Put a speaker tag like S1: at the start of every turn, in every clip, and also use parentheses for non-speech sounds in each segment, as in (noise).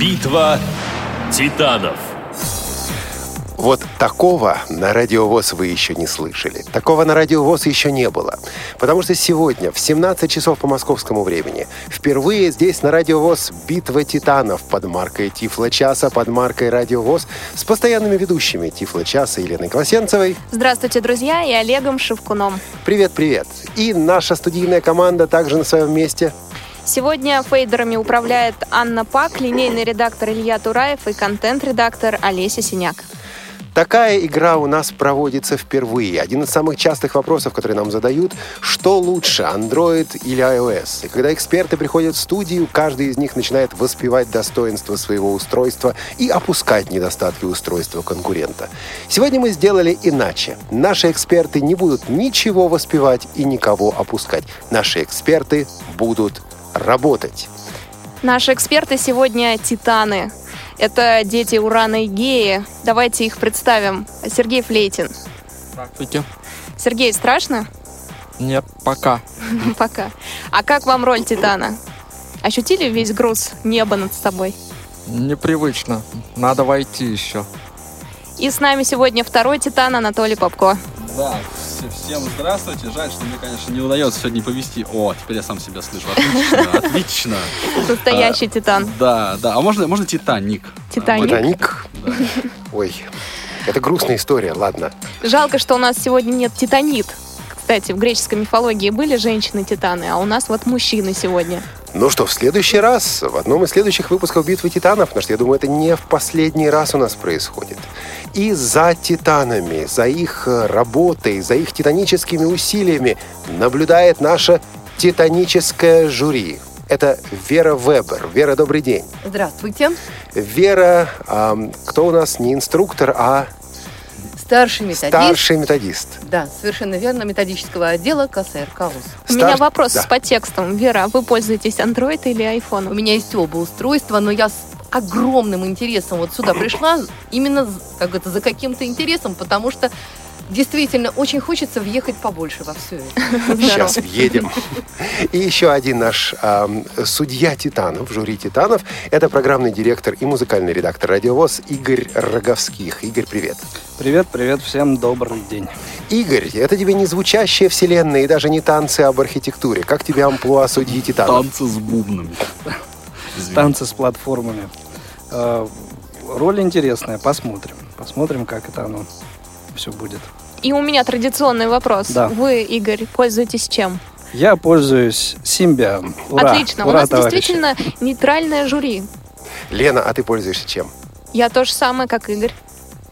S1: Битва титанов.
S2: Вот такого на радиовоз вы еще не слышали. Такого на радиовоз еще не было. Потому что сегодня в 17 часов по московскому времени впервые здесь на радиовоз «Битва титанов» под маркой Тифла Часа, под маркой Радиовоз с постоянными ведущими Тифла Часа Еленой Колосенцевой.
S3: Здравствуйте, друзья, и Олегом Шевкуном.
S2: Привет-привет. И наша студийная команда также на своем месте.
S3: Сегодня фейдерами управляет Анна Пак, линейный редактор Илья Тураев и контент-редактор Олеся Синяк.
S2: Такая игра у нас проводится впервые. Один из самых частых вопросов, которые нам задают, что лучше, Android или iOS? И когда эксперты приходят в студию, каждый из них начинает воспевать достоинства своего устройства и опускать недостатки устройства конкурента. Сегодня мы сделали иначе. Наши эксперты не будут ничего воспевать и никого опускать. Наши эксперты будут работать.
S3: Наши эксперты сегодня титаны. Это дети Урана и Геи. Давайте их представим. Сергей Флейтин.
S4: Здравствуйте.
S3: Сергей, страшно? (laughs)
S4: Нет, пока.
S3: Пока. А как вам роль Титана? Ощутили весь груз неба над собой?
S4: Непривычно. Надо войти еще.
S3: И с нами сегодня второй Титан Анатолий Попко.
S5: Да, все- всем здравствуйте. Жаль, что мне, конечно, не удается сегодня повести. О, теперь я сам себя слышу.
S3: (laughs)
S5: Отлично, отлично. А,
S3: Настоящий Титан.
S5: Да, да. А можно, можно Титаник?
S3: Титаник?
S5: Да, можно-
S2: Титаник. Ой, это грустная история, ладно.
S3: Жалко, что у нас сегодня нет титанит. Кстати, в греческой мифологии были женщины-титаны, а у нас вот мужчины сегодня.
S2: Ну что, в следующий раз, в одном из следующих выпусков «Битвы титанов», потому что я думаю, это не в последний раз у нас происходит. И за титанами, за их э, работой, за их титаническими усилиями наблюдает наше титаническое жюри. Это Вера Вебер. Вера, добрый день.
S6: Здравствуйте.
S2: Вера, ам, кто у нас не инструктор, а
S6: Старший методист.
S2: старший методист.
S6: Да, совершенно верно, методического отдела КСР КАУС.
S3: У меня
S2: Стар-
S3: вопрос
S2: Да.
S3: с подтекстом. Вера, вы пользуетесь Android или
S6: У
S3: iPhone?
S6: меня есть оба устройства, но я с огромным интересом вот сюда пришла именно з- как это, за каким-то интересом, потому что действительно очень хочется въехать побольше во все это.
S7: (laughs)
S2: Сейчас въедем. И еще один наш ам, судья Титанов, жюри Титанов, это программный директор и музыкальный редактор радиовоз Игорь Роговских. Игорь, привет.
S8: Привет, привет, всем добрый день.
S2: Игорь, это тебе не звучащая вселенная и даже не танцы об архитектуре. Как тебе амплуа судьи Титанов?
S5: Танцы с бубнами. Извини.
S8: Танцы с платформами. Э, Роль интересная, посмотрим. Посмотрим, как это оно все будет.
S3: И у меня традиционный вопрос.
S8: Да.
S3: Вы, Игорь, пользуетесь чем?
S8: Я пользуюсь Симбиан. Ура,
S3: Отлично. у
S8: ура,
S3: нас
S8: товарищи.
S3: действительно нейтральное жюри.
S2: Лена, а ты пользуешься чем?
S3: Я то же самое, как Игорь.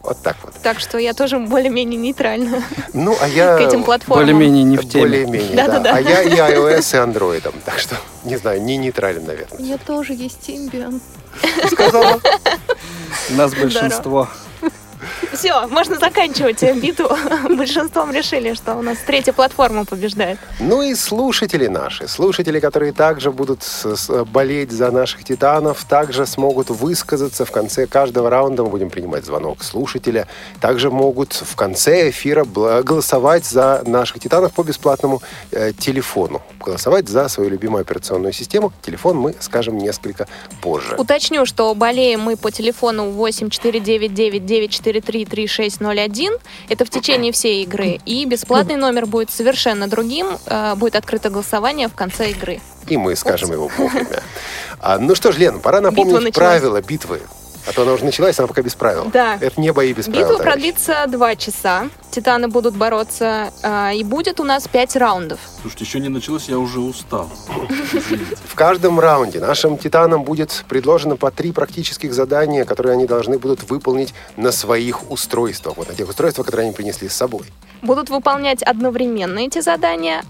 S2: Вот так вот.
S3: Так что я тоже более-менее нейтральна
S2: Ну, а
S3: к
S2: я...
S3: этим платформам.
S8: Более-менее не в теме.
S2: Более-менее, да.
S3: Да-да-да.
S2: А я и iOS, и андроидом. Так что, не знаю, не нейтрален, наверное.
S6: меня тоже есть Симбиан.
S2: Сказала.
S8: Нас большинство.
S3: Все, можно заканчивать э, битву. (laughs) Большинством решили, что у нас третья платформа побеждает.
S2: Ну и слушатели наши, слушатели, которые также будут с- с- болеть за наших титанов, также смогут высказаться. В конце каждого раунда мы будем принимать звонок слушателя. Также могут в конце эфира бл- голосовать за наших титанов по бесплатному э, телефону. Голосовать за свою любимую операционную систему. Телефон мы скажем несколько позже.
S3: Уточню, что болеем мы по телефону 8499-943-3601. Это в течение всей игры. И бесплатный номер будет совершенно другим. Э, Будет открыто голосование в конце игры.
S2: И мы скажем его вовремя. А, ну что ж, Лен, пора напомнить
S3: началась.
S2: правила битвы. А то она уже началась, она пока без правил.
S3: Да.
S2: Это не бои без правил.
S3: Битва
S2: товарищи.
S3: продлится два часа. Титаны будут бороться. э, И будет у нас пять раундов.
S5: Слушайте, еще не началось, я уже устал. Извините.
S2: В каждом раунде нашим титанам будет предложено по три практических задания, которые они должны будут выполнить на своих устройствах. Вот на тех устройствах, которые они принесли с собой.
S3: Будут выполнять одновременно эти задания.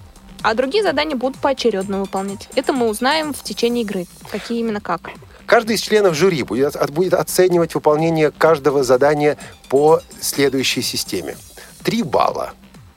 S3: А другие задания будут поочередно выполнять. Это мы узнаем в течение игры. Какие именно как.
S2: Каждый из членов жюри будет, от- будет оценивать выполнение каждого задания по следующей системе. Три балла.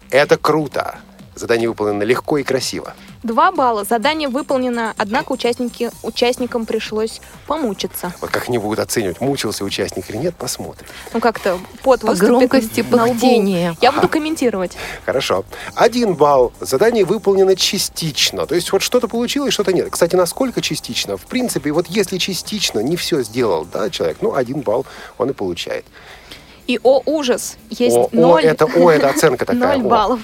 S2: Это круто. Задание выполнено легко и красиво.
S3: Два балла. Задание выполнено, однако участники, участникам пришлось помучиться.
S2: Вот как они будут оценивать, мучился участник или нет, посмотрим.
S3: Ну, как-то под
S6: По громкости пыхтения.
S3: Я буду комментировать.
S2: Хорошо. Один балл. Задание выполнено частично. То есть вот что-то получилось, что-то нет. Кстати, насколько частично? В принципе, вот если частично не все сделал, да, человек, ну, один балл он и получает.
S3: И о ужас, есть
S2: о, о,
S3: ноль,
S2: это, о, это оценка такая.
S3: ноль
S2: о.
S3: баллов.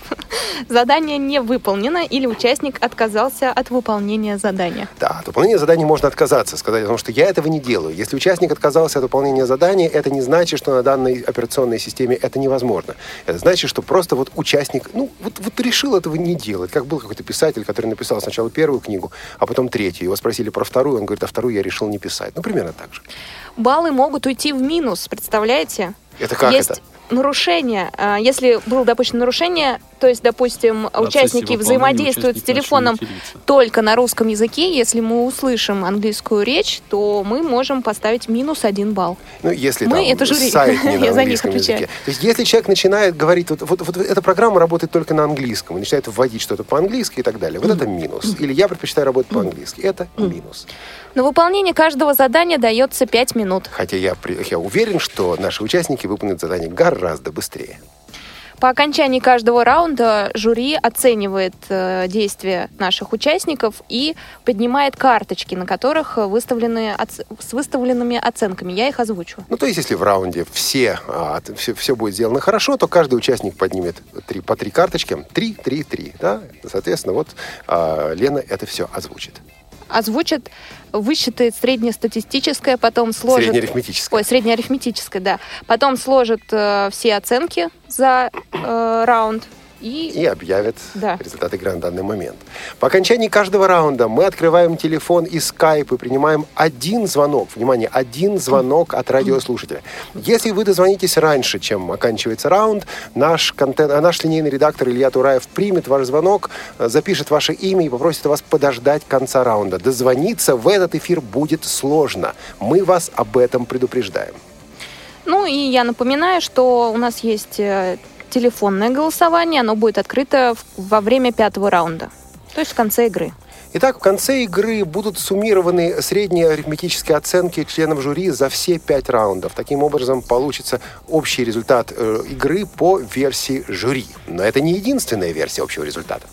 S3: Задание не выполнено или участник отказался от выполнения задания.
S2: Да, от выполнения задания можно отказаться, сказать, потому что я этого не делаю. Если участник отказался от выполнения задания, это не значит, что на данной операционной системе это невозможно. Это значит, что просто вот участник, ну, вот, вот решил этого не делать. Как был какой-то писатель, который написал сначала первую книгу, а потом третью. Его спросили про вторую, он говорит, а вторую я решил не писать. Ну, примерно так же.
S3: Баллы могут уйти в минус, представляете?
S2: Это как
S3: есть
S2: это?
S3: нарушение. А, Если было допущено нарушение, то есть, допустим, участники взаимодействуют с телефоном только на русском языке, если мы услышим английскую речь, то мы можем поставить минус один балл.
S2: Ну, если
S3: Мы
S2: там
S3: это жюри.
S2: сайт
S3: (laughs)
S2: не на
S3: Я за них
S2: английском
S3: отвечаю.
S2: языке. То есть если человек начинает говорить, вот, вот, вот эта программа работает только на английском, и начинает вводить что-то по-английски и так далее, вот это минус. Или я предпочитаю работать по-английски. Это минус.
S3: На выполнение каждого задания дается 5 минут.
S2: Хотя я, при- я уверен, что наши участники выполнят задание гораздо быстрее.
S3: По окончании каждого раунда жюри оценивает э, действия наших участников и поднимает карточки, на которых э, выставлены оц- с выставленными оценками. Я их озвучу.
S2: Ну, то есть, если в раунде все, а, т- все, все будет сделано хорошо, то каждый участник поднимет три, по три карточки. Три, три, три. Да? Соответственно, вот а, Лена это все озвучит.
S3: Озвучит, высчитает среднестатистическое, потом сложит
S2: Среднеарифметическое.
S3: Ой, среднеарифметическое, да. Потом сложат э, все оценки за э, раунд. И
S2: и объявят
S3: Да.
S2: результаты игры на данный момент. По окончании каждого раунда мы открываем телефон и скайп и принимаем один звонок. Внимание, один звонок от радиослушателя. Если вы дозвонитесь раньше, чем оканчивается раунд, наш, контент, а, наш линейный редактор Илья Тураев примет ваш звонок, э, запишет ваше имя и попросит вас подождать конца раунда. Дозвониться в этот эфир будет сложно. Мы вас об этом предупреждаем.
S3: ну и я напоминаю, что у нас есть э, телефонное голосование, оно будет открыто в- во время пятого раунда, то есть в конце игры.
S2: Итак, в конце игры будут суммированы средние арифметические оценки членов жюри за все пять раундов. Таким образом, получится общий результат э, игры по версии жюри. Но это не единственная версия общего результата.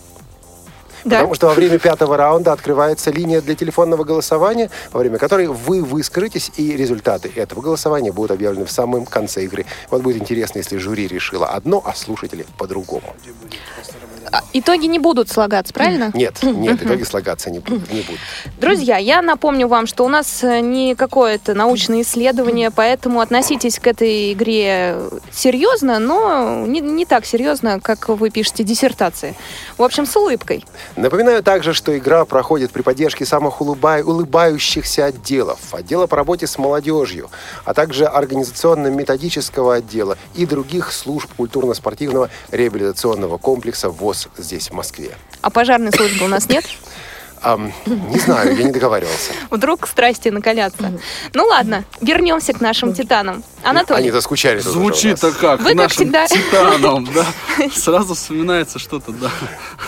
S3: Да.
S2: Потому что во время пятого раунда открывается линия для телефонного голосования, во время которой вы выскажетесь, и результаты этого голосования будут объявлены в самом конце игры. Вот будет интересно, если жюри решило одно, а слушатели по-другому.
S3: А, Итоги не будут
S2: (clears throat)
S3: слагаться, правильно?
S2: Нет, нет, итоги слагаться не будут. Не будут.
S3: Друзья, я напомню вам, что у нас э, не какое-то научное исследование, поэтому относитесь к этой игре серьезно, но не, не так серьезно, как вы пишете диссертации. В общем, с улыбкой.
S2: Напоминаю также, что игра проходит при поддержке самых улыбай- улыбающихся отделов, отдела по работе с молодежью, а также организационно-методического отдела и других служб культурно-спортивного реабилитационного комплекса ВОЗ здесь, в Москве.
S3: А пожарной службы у нас нет?
S2: Ам, не знаю, я не договаривался.
S3: Вдруг страсти накалятся. Ну ладно, вернемся к нашим титанам.
S2: Они
S3: Анатолий,
S2: заскучали. тут уже у нас.
S5: Звучит-то как,
S3: Вы, как
S5: нашим
S3: всегда.
S5: титаном, да?
S3: (laughs)
S5: Сразу вспоминается что-то, да.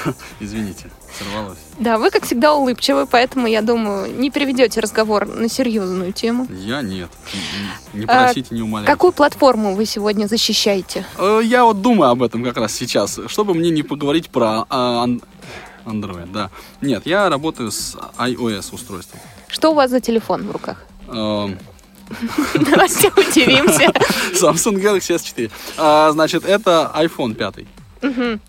S5: (laughs) Извините, сорвалось.
S3: да, вы, как всегда, улыбчивы, поэтому, я думаю, не переведете разговор на серьезную тему.
S5: Я нет. М-м. Не
S3: А,
S5: просите, не умоляйте.
S3: Какую платформу вы сегодня защищаете?
S5: Э, Я вот думаю об этом как раз сейчас, чтобы мне не поговорить про а, ан- Android, да. Нет, я работаю с iOS устройством.
S3: Что у вас за телефон в руках?
S5: Эм,
S3: Давайте удивимся.
S5: Samsung Galaxy S4. А, Значит, это iPhone 5.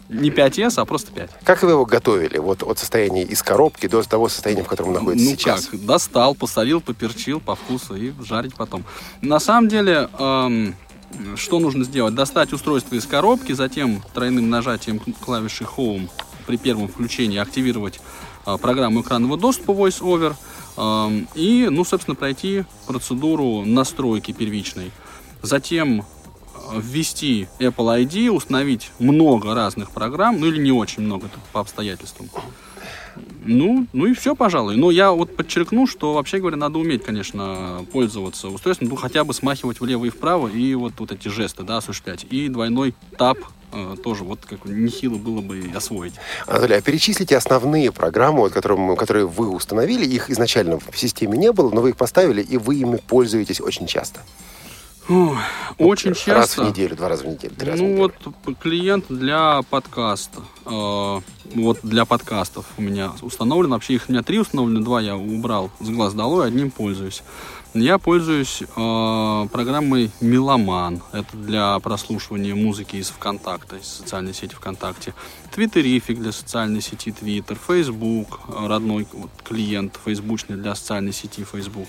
S5: Не 5s, а просто 5.
S2: Как вы его готовили? Вот от состояния из коробки до того состояния, в котором он находится
S5: ну
S2: сейчас.
S5: как, достал, посолил, поперчил по вкусу и жарить потом. На самом деле, эм, что нужно сделать? Достать устройство из коробки, затем тройным нажатием клавиши Home при первом включении активировать э, программу экранного доступа VoiceOver эм, и, ну, собственно, пройти процедуру настройки первичной. Затем э, ввести Apple ID, установить много разных программ, ну или не очень много, это по обстоятельствам. Ну, ну и все, пожалуй. Но я вот подчеркну, что вообще говоря, надо уметь, конечно, пользоваться устройством, ну хотя бы смахивать влево и вправо и вот, вот эти жесты, да, осуществлять. И двойной тап э, тоже вот как нехило было бы и освоить.
S2: Анатолий, а перечислите основные программы, вот, которым- которые вы установили. Их изначально в системе не было, но вы их поставили, и вы ими пользуетесь очень часто.
S5: Фух, Очень часто.
S2: Раз в неделю, два раза в неделю, три раза в
S5: Ну
S2: неделю.
S5: вот п- клиент для подкаста. э, вот для подкастов у меня установлен. Вообще их у меня три установлены, два я убрал с глаз долой, одним пользуюсь. Я пользуюсь э, программой Меломан. Это для прослушивания музыки из ВКонтакта, из социальной сети ВКонтакте. Твиттерифик для социальной сети Твиттер. Фейсбук, э, родной вот, клиент фейсбучный для социальной сети Фейсбук.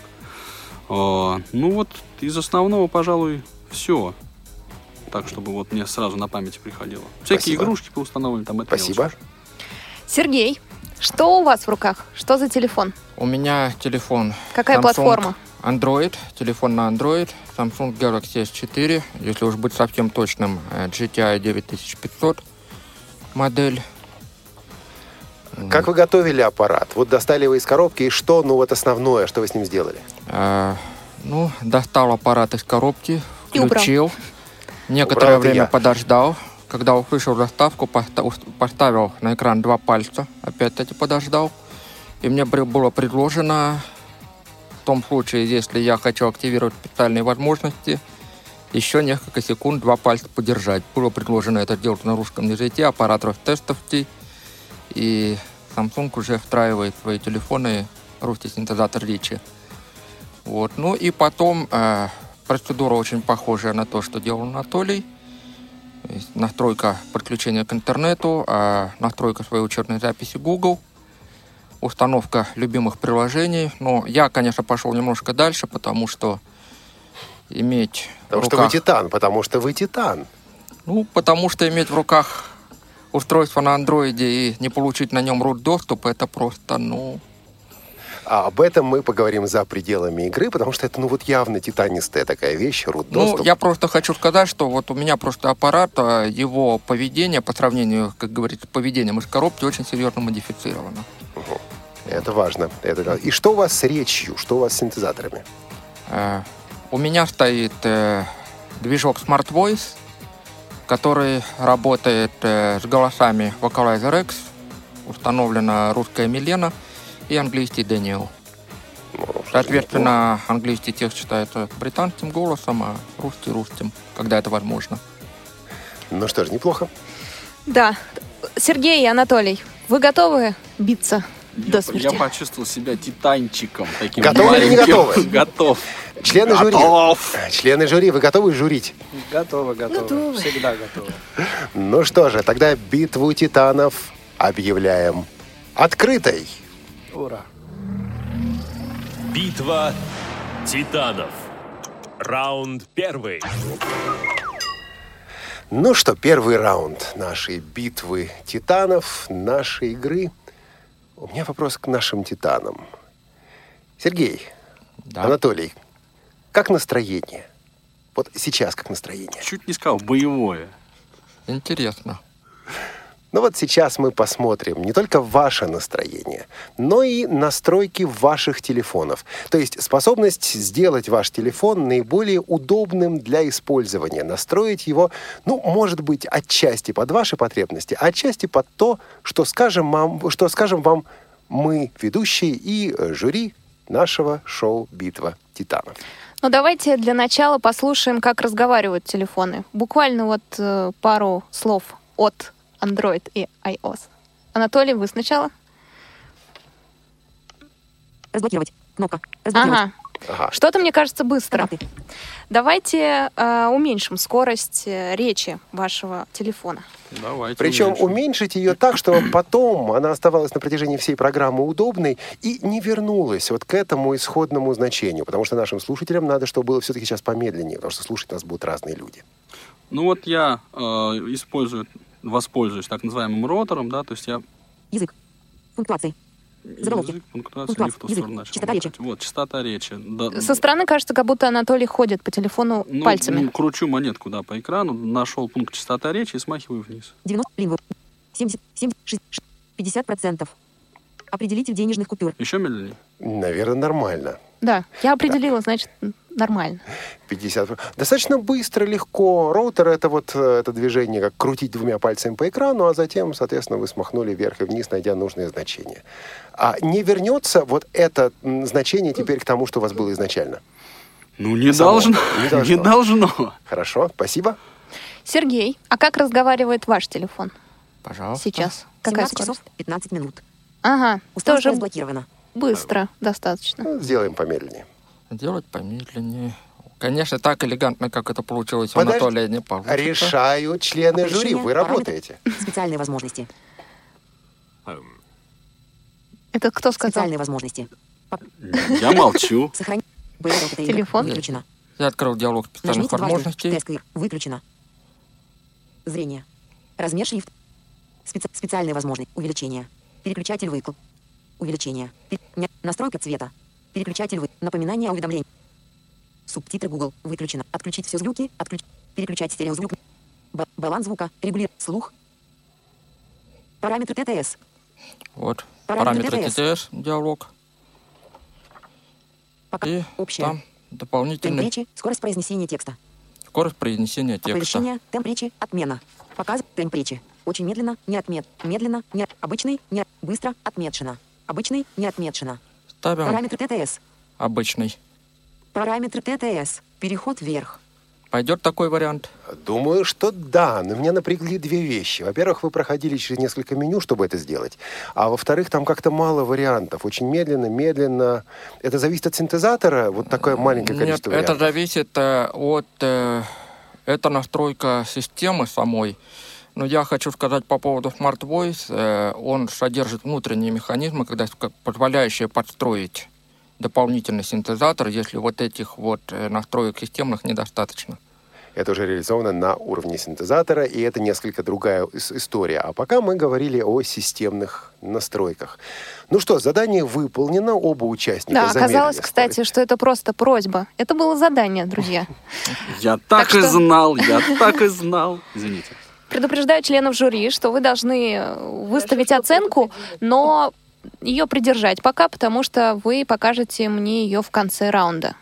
S5: Э, ну вот из основного, пожалуй, все. Так, чтобы вот мне сразу на память приходило. Всякие
S2: Спасибо.
S5: игрушки поустановлены там. Это я
S2: Спасибо.
S5: вот слушаю.
S3: Сергей, что у вас в руках? Что за телефон?
S4: У меня телефон
S3: Какая
S4: Samsung.
S3: платформа?
S4: Android, телефон на Android, Samsung Galaxy S4, если уж быть совсем точным, э, GTI 9500 модель.
S2: Как вы готовили аппарат? Вот достали его из коробки, и что, ну вот основное, что вы с ним сделали?
S4: Э, ну, достал аппарат из коробки,
S3: И убрал.
S4: включил. Некоторое
S2: Убрал это
S4: время
S2: я.
S4: подождал. Когда услышал доставку, поста- ус- поставил на экран два пальца. Опять-таки подождал. И мне при- было предложено, в том случае, если я хочу активировать специальные возможности, еще несколько секунд два пальца подержать. Было предложено это делать на русском языке, аппаратов тестовки. И Samsung уже встраивает в свои телефоны русский синтезатор речи. Вот. Ну и потом э, процедура очень похожая на то, что делал Анатолий. То есть настройка подключения к интернету, э, настройка своей учетной записи Google, установка любимых приложений. Но я, конечно, пошел немножко дальше, потому что иметь
S2: Потому
S4: в
S2: что вы
S4: руках...
S2: титан, потому что вы титан.
S4: Ну, потому что иметь в руках устройство на андроиде и не получить на нем root доступ, это просто, ну...
S2: А об этом мы поговорим за пределами игры, потому что это, ну вот явно титанистая такая вещь, рут
S4: Ну,
S2: доступ.
S4: я просто хочу сказать, что вот у меня просто аппарат, э, его поведение по сравнению, как говорится, с поведением из коробки очень серьезно модифицировано.
S2: Это важно. Это... да. И что у вас с речью, что у вас с синтезаторами?
S4: Э, У меня стоит э, движок Smart Voice, который работает э, с голосами Vocalizer X, установлена русская Милена и английский Дэниел. Соответственно, английский текст читается британским голосом, а русский русским, когда это возможно.
S2: Ну что ж, неплохо.
S3: Да. Сергей и Анатолий, вы готовы биться
S5: Я-
S3: до
S5: Я,
S3: смерти?
S5: почувствовал себя титанчиком. Таким
S2: Готовы или не
S5: маленьким. (laughs)
S2: готовы?
S5: Готов.
S2: Члены жюри.
S5: Готов.
S2: Члены жюри, вы готовы журить?
S8: Готово, готово. Всегда готово.
S2: Ну что же, тогда битву титанов объявляем открытой.
S8: Ура.
S1: Битва титанов. Раунд первый.
S2: Ну что, первый раунд нашей битвы титанов, нашей игры. У меня вопрос к нашим титанам. Сергей,
S4: Да.
S2: Анатолий, как настроение? Вот сейчас как настроение?
S5: Чуть не сказал, боевое.
S4: Интересно.
S2: Ну вот сейчас мы посмотрим не только ваше настроение, но и настройки ваших телефонов. То есть способность сделать ваш телефон наиболее удобным для использования, настроить его, ну, может быть, отчасти под ваши потребности, а отчасти под то, что скажем вам, что скажем вам мы, ведущие и э, жюри нашего шоу «Битва титанов».
S3: Ну давайте для начала послушаем, как разговаривают телефоны. Буквально вот э, пару слов от Android и iOS. Анатолий, вы сначала?
S9: Разблокировать. Кнопка. Разблокировать.
S3: Ага.
S2: Ага.
S3: Что-то мне кажется быстро.
S9: Стандарты.
S3: Давайте э, уменьшим скорость э, речи вашего телефона.
S5: Давайте.
S2: Причем
S5: уменьшим.
S2: уменьшить ее так, чтобы потом она оставалась на протяжении всей программы удобной и не вернулась вот к этому исходному значению. Потому что нашим слушателям надо, чтобы было все-таки сейчас помедленнее, потому что слушать нас будут разные люди.
S5: Ну вот я э, использую, воспользуюсь так называемым ротором, да, то есть я
S9: Язык. Пунктуации. Заголовки.
S5: язык, пунктуация,
S9: Пунктуация.
S5: не в ту
S9: Язык.
S5: сторону начал.
S9: Частота речи.
S5: Вот, частота речи. Да,
S3: Со стороны кажется, как будто Анатолий ходит по телефону
S5: ну,
S3: пальцами.
S5: м, кручу монетку, да, по экрану, нашел пункт частота речи и смахиваю вниз.
S9: 90. Лингвуд. 70. 70. 6. 50 процентов. Определитель денежных купюр.
S5: Еще медленнее?
S2: Наверное, нормально.
S3: Да, я определила, значит, нормально.
S2: 50. Достаточно быстро, легко. Роутер — это вот э, это движение, как крутить двумя пальцами по экрану, а затем, соответственно, вы смахнули вверх и вниз, найдя нужное значение. А не вернется вот это м, значение теперь к тому, что у вас было изначально.
S5: Ну, не
S2: Само.
S5: должно. (laughs)
S2: Не
S5: Не должно.
S2: Хорошо, спасибо.
S3: Сергей, а как разговаривает ваш телефон
S2: А?
S4: Пожалуйста.
S3: сейчас? Какая
S9: 17
S3: скорость?
S9: часов 15 минут.
S3: Ага,
S9: Устройство
S3: тоже
S9: разблокировано.
S3: быстро достаточно.
S2: Ну, Сделаем помедленнее.
S4: Делать помедленнее. Конечно, так элегантно, как это получилось у
S2: Подожди.
S4: Анатолия, не получится.
S2: Решают члены жюри, вы
S9: Решение,
S2: работаете.
S9: Специальные возможности.
S3: Это кто сказал?
S9: Специальные возможности.
S5: Я молчу.
S9: Сохранить. Телефон.
S3: Телефон?
S9: Выключено.
S4: Я открыл диалог специальных
S9: Нажмите дважды.
S4: возможностей.
S9: Тест игр. Выключено. Зрение. Размер шрифт. Специ- Специальные возможности. Увеличение. Переключатель выкл. Увеличение. Пе- ня- Настройка цвета. Переключатель вы. Напоминание о уведомлении. Субтитры Google. Выключено. Отключить все звуки. Отключ... Переключать стереозвук. Ба- баланс звука. Регулировать. Слух. Параметры ТТС.
S4: Вот.
S9: Параметры
S4: Параметры ТТС, диалог.
S9: Пока.
S4: И
S9: Общее.
S4: там
S9: Темп
S4: дополнительный
S9: речи. Скорость произнесения текста.
S4: скорость произнесения текста.
S9: Оповещение, темп речи, отмена. Показ, темп речи. Очень медленно, не отмет. Медленно, не обычный, не быстро, отмечено. Обычный, не отмечено.
S4: Ставим
S9: Параметры ТТС.
S4: обычный.
S9: Параметры ТТС. Переход вверх.
S4: Пойдет такой вариант.
S2: Думаю, что да, но меня напрягли две вещи. Во-первых, вы проходили через несколько меню, чтобы это сделать. А во-вторых, там как-то мало вариантов. Очень медленно, медленно. Это зависит от синтезатора, вот такое маленькое
S4: Нет,
S2: количество
S4: это
S2: вариантов.
S4: зависит э, от... э, это настройка системы самой. Но я хочу сказать по поводу Smart Voice. э, он содержит внутренние механизмы, когда, ска- позволяющие подстроить дополнительный синтезатор, если вот этих вот э, настроек системных недостаточно.
S2: Это уже реализовано на уровне синтезатора, и это несколько другая ис- история. А пока мы говорили о системных настройках. Ну что, задание выполнено, оба участника
S3: Да,
S2: замедлили
S3: оказалось,
S2: скорость.
S3: кстати, что это просто просьба. Это было задание, друзья.
S5: Я так и
S3: что-
S5: знал, я так и знал. Извините.
S3: Предупреждаю членов жюри, что вы должны э, выставить оценку, но ее придержать пока, потому что вы покажете мне ее в конце раунда.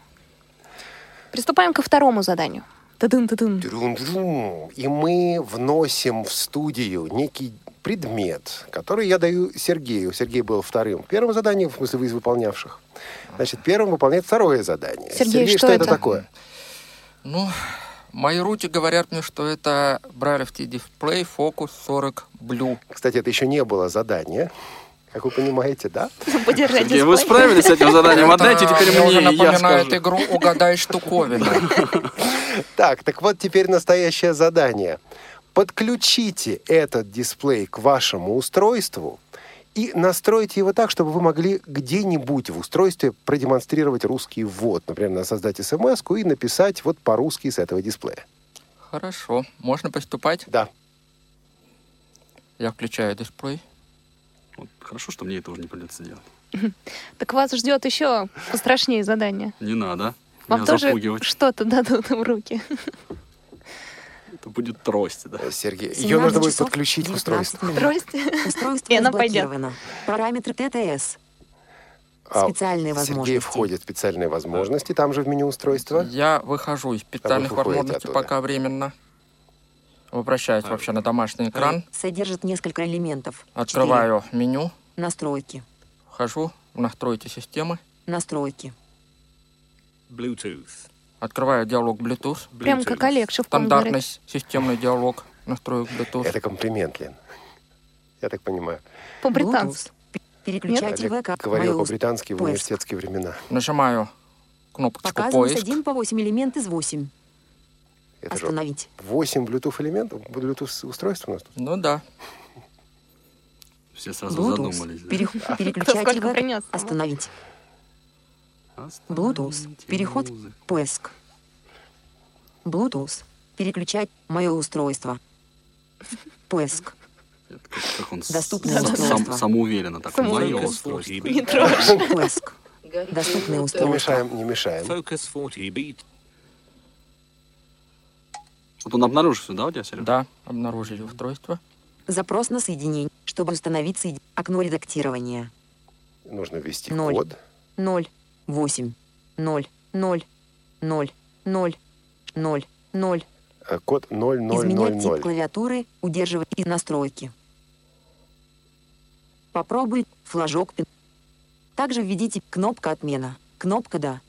S3: Приступаем ко второму заданию. Тадын-тадын.
S2: Трюм-трюм. И мы вносим в студию некий предмет, который я даю Сергею. Сергей был вторым в первом задании, в смысле, вы из выполнявших. Значит, первым выполняет второе задание.
S3: Сергей,
S2: что,
S3: что
S2: это,
S3: это?
S2: такое?
S4: Ну, мои руки говорят мне, что это брайлевский дисплей Focus 40 Blue.
S2: Кстати, это еще не было задание. Как вы понимаете, да?
S3: Подержать
S5: Сергей, вы
S3: дисплей.
S5: справились с этим заданием?
S4: Это
S5: Отдайте теперь
S4: мне уже
S5: мне, и я
S4: напоминает
S5: скажу.
S4: игру «Угадай штуковину».
S2: (laughs) Так, так вот теперь настоящее задание. Подключите этот дисплей к вашему устройству и настройте его так, чтобы вы могли где-нибудь в устройстве продемонстрировать русский ввод. Например, создать смс и написать вот по-русски с этого дисплея.
S4: Хорошо, можно приступать.
S2: Да.
S4: Я включаю дисплей.
S5: Вот Хорошо, что мне это уже не придется делать.
S3: (laughs) Так вас ждет еще пострашнее задание.
S5: Не надо.
S3: Вам
S5: Меня
S3: тоже
S5: запугивать.
S3: что-то дадут в руки. (laughs)
S5: Это будет трость, да.
S2: Э, Сергей, ее
S9: 17
S2: нужно будет
S9: часов
S2: подключить к
S9: 19
S2: устройству.
S9: минут.
S3: Трости.
S9: Устройство
S3: (laughs) И она пойдет.
S9: разблокировано. Параметры ТТС.
S2: А,
S9: Специальные
S2: Сергей
S9: возможности.
S2: входит в специальные возможности, там же в меню устройства.
S4: Я выхожу из специальных
S2: А вы выходите
S4: возможностей
S2: оттуда.
S4: пока временно. Возвращаюсь
S5: А,
S4: вообще на домашний
S5: э,
S4: экран.
S9: Содержит несколько элементов.
S4: Открываю меню.
S9: Четыре. Настройки.
S4: Вхожу в настройки системы.
S9: Настройки.
S1: Bluetooth.
S4: Открываю диалог Bluetooth.
S3: Прям как Олег Шевкун говорит.
S4: Стандартность, системный диалог настроек Bluetooth.
S2: Это комплимент, Лен. Я так понимаю.
S3: По-британски.
S9: Bluetooth. П- Переключатель
S2: Олег
S9: ВК.
S2: говорил
S9: Моё уст-
S2: по-британски в
S9: поиск.
S2: университетские времена.
S4: Нажимаю кнопочку
S9: Показан с
S4: «Поиск».
S9: 1 по 8 элемент из 8.
S2: Это же
S9: Остановить.
S2: 8 Bluetooth элементов, Bluetooth устройств у нас тут.
S4: Ну да.
S5: Все сразу
S9: Bluetooth.
S5: задумались. да.
S9: Перех-
S3: Кто
S9: Переключатель
S3: сколько
S9: веб.
S3: принес?
S9: Остановить.
S5: Остановите
S9: Bluetooth. Переход.
S5: музыку.
S9: Поиск. Bluetooth. Переключать мое устройство. Поиск.
S5: Это Как как он с-
S9: Доступное
S5: сам-
S9: устройство.
S5: самоуверенно так.
S3: Самоуверенно.
S5: Мое устройство.
S3: Не трожь.
S9: Поиск. Доступное
S2: Не
S9: устройство.
S2: мешаем, не мешаем.
S1: Focus 40 beat.
S5: Вот он обнаружился, да, у тебя, Серега?
S4: Да, обнаружили устройство.
S9: Запрос на соединение, чтобы установить соединение. Окно редактирования.
S2: Нужно ввести
S9: Ноль.
S2: код.
S9: 0, 8, 0, 0, 0, 0, 0, 0.
S2: Э, Код
S9: Изменять тип
S2: 0000.
S9: клавиатуры, удерживать и настройки. Попробуй флажок. пин- Также введите кнопка отмена. Кнопка «Да».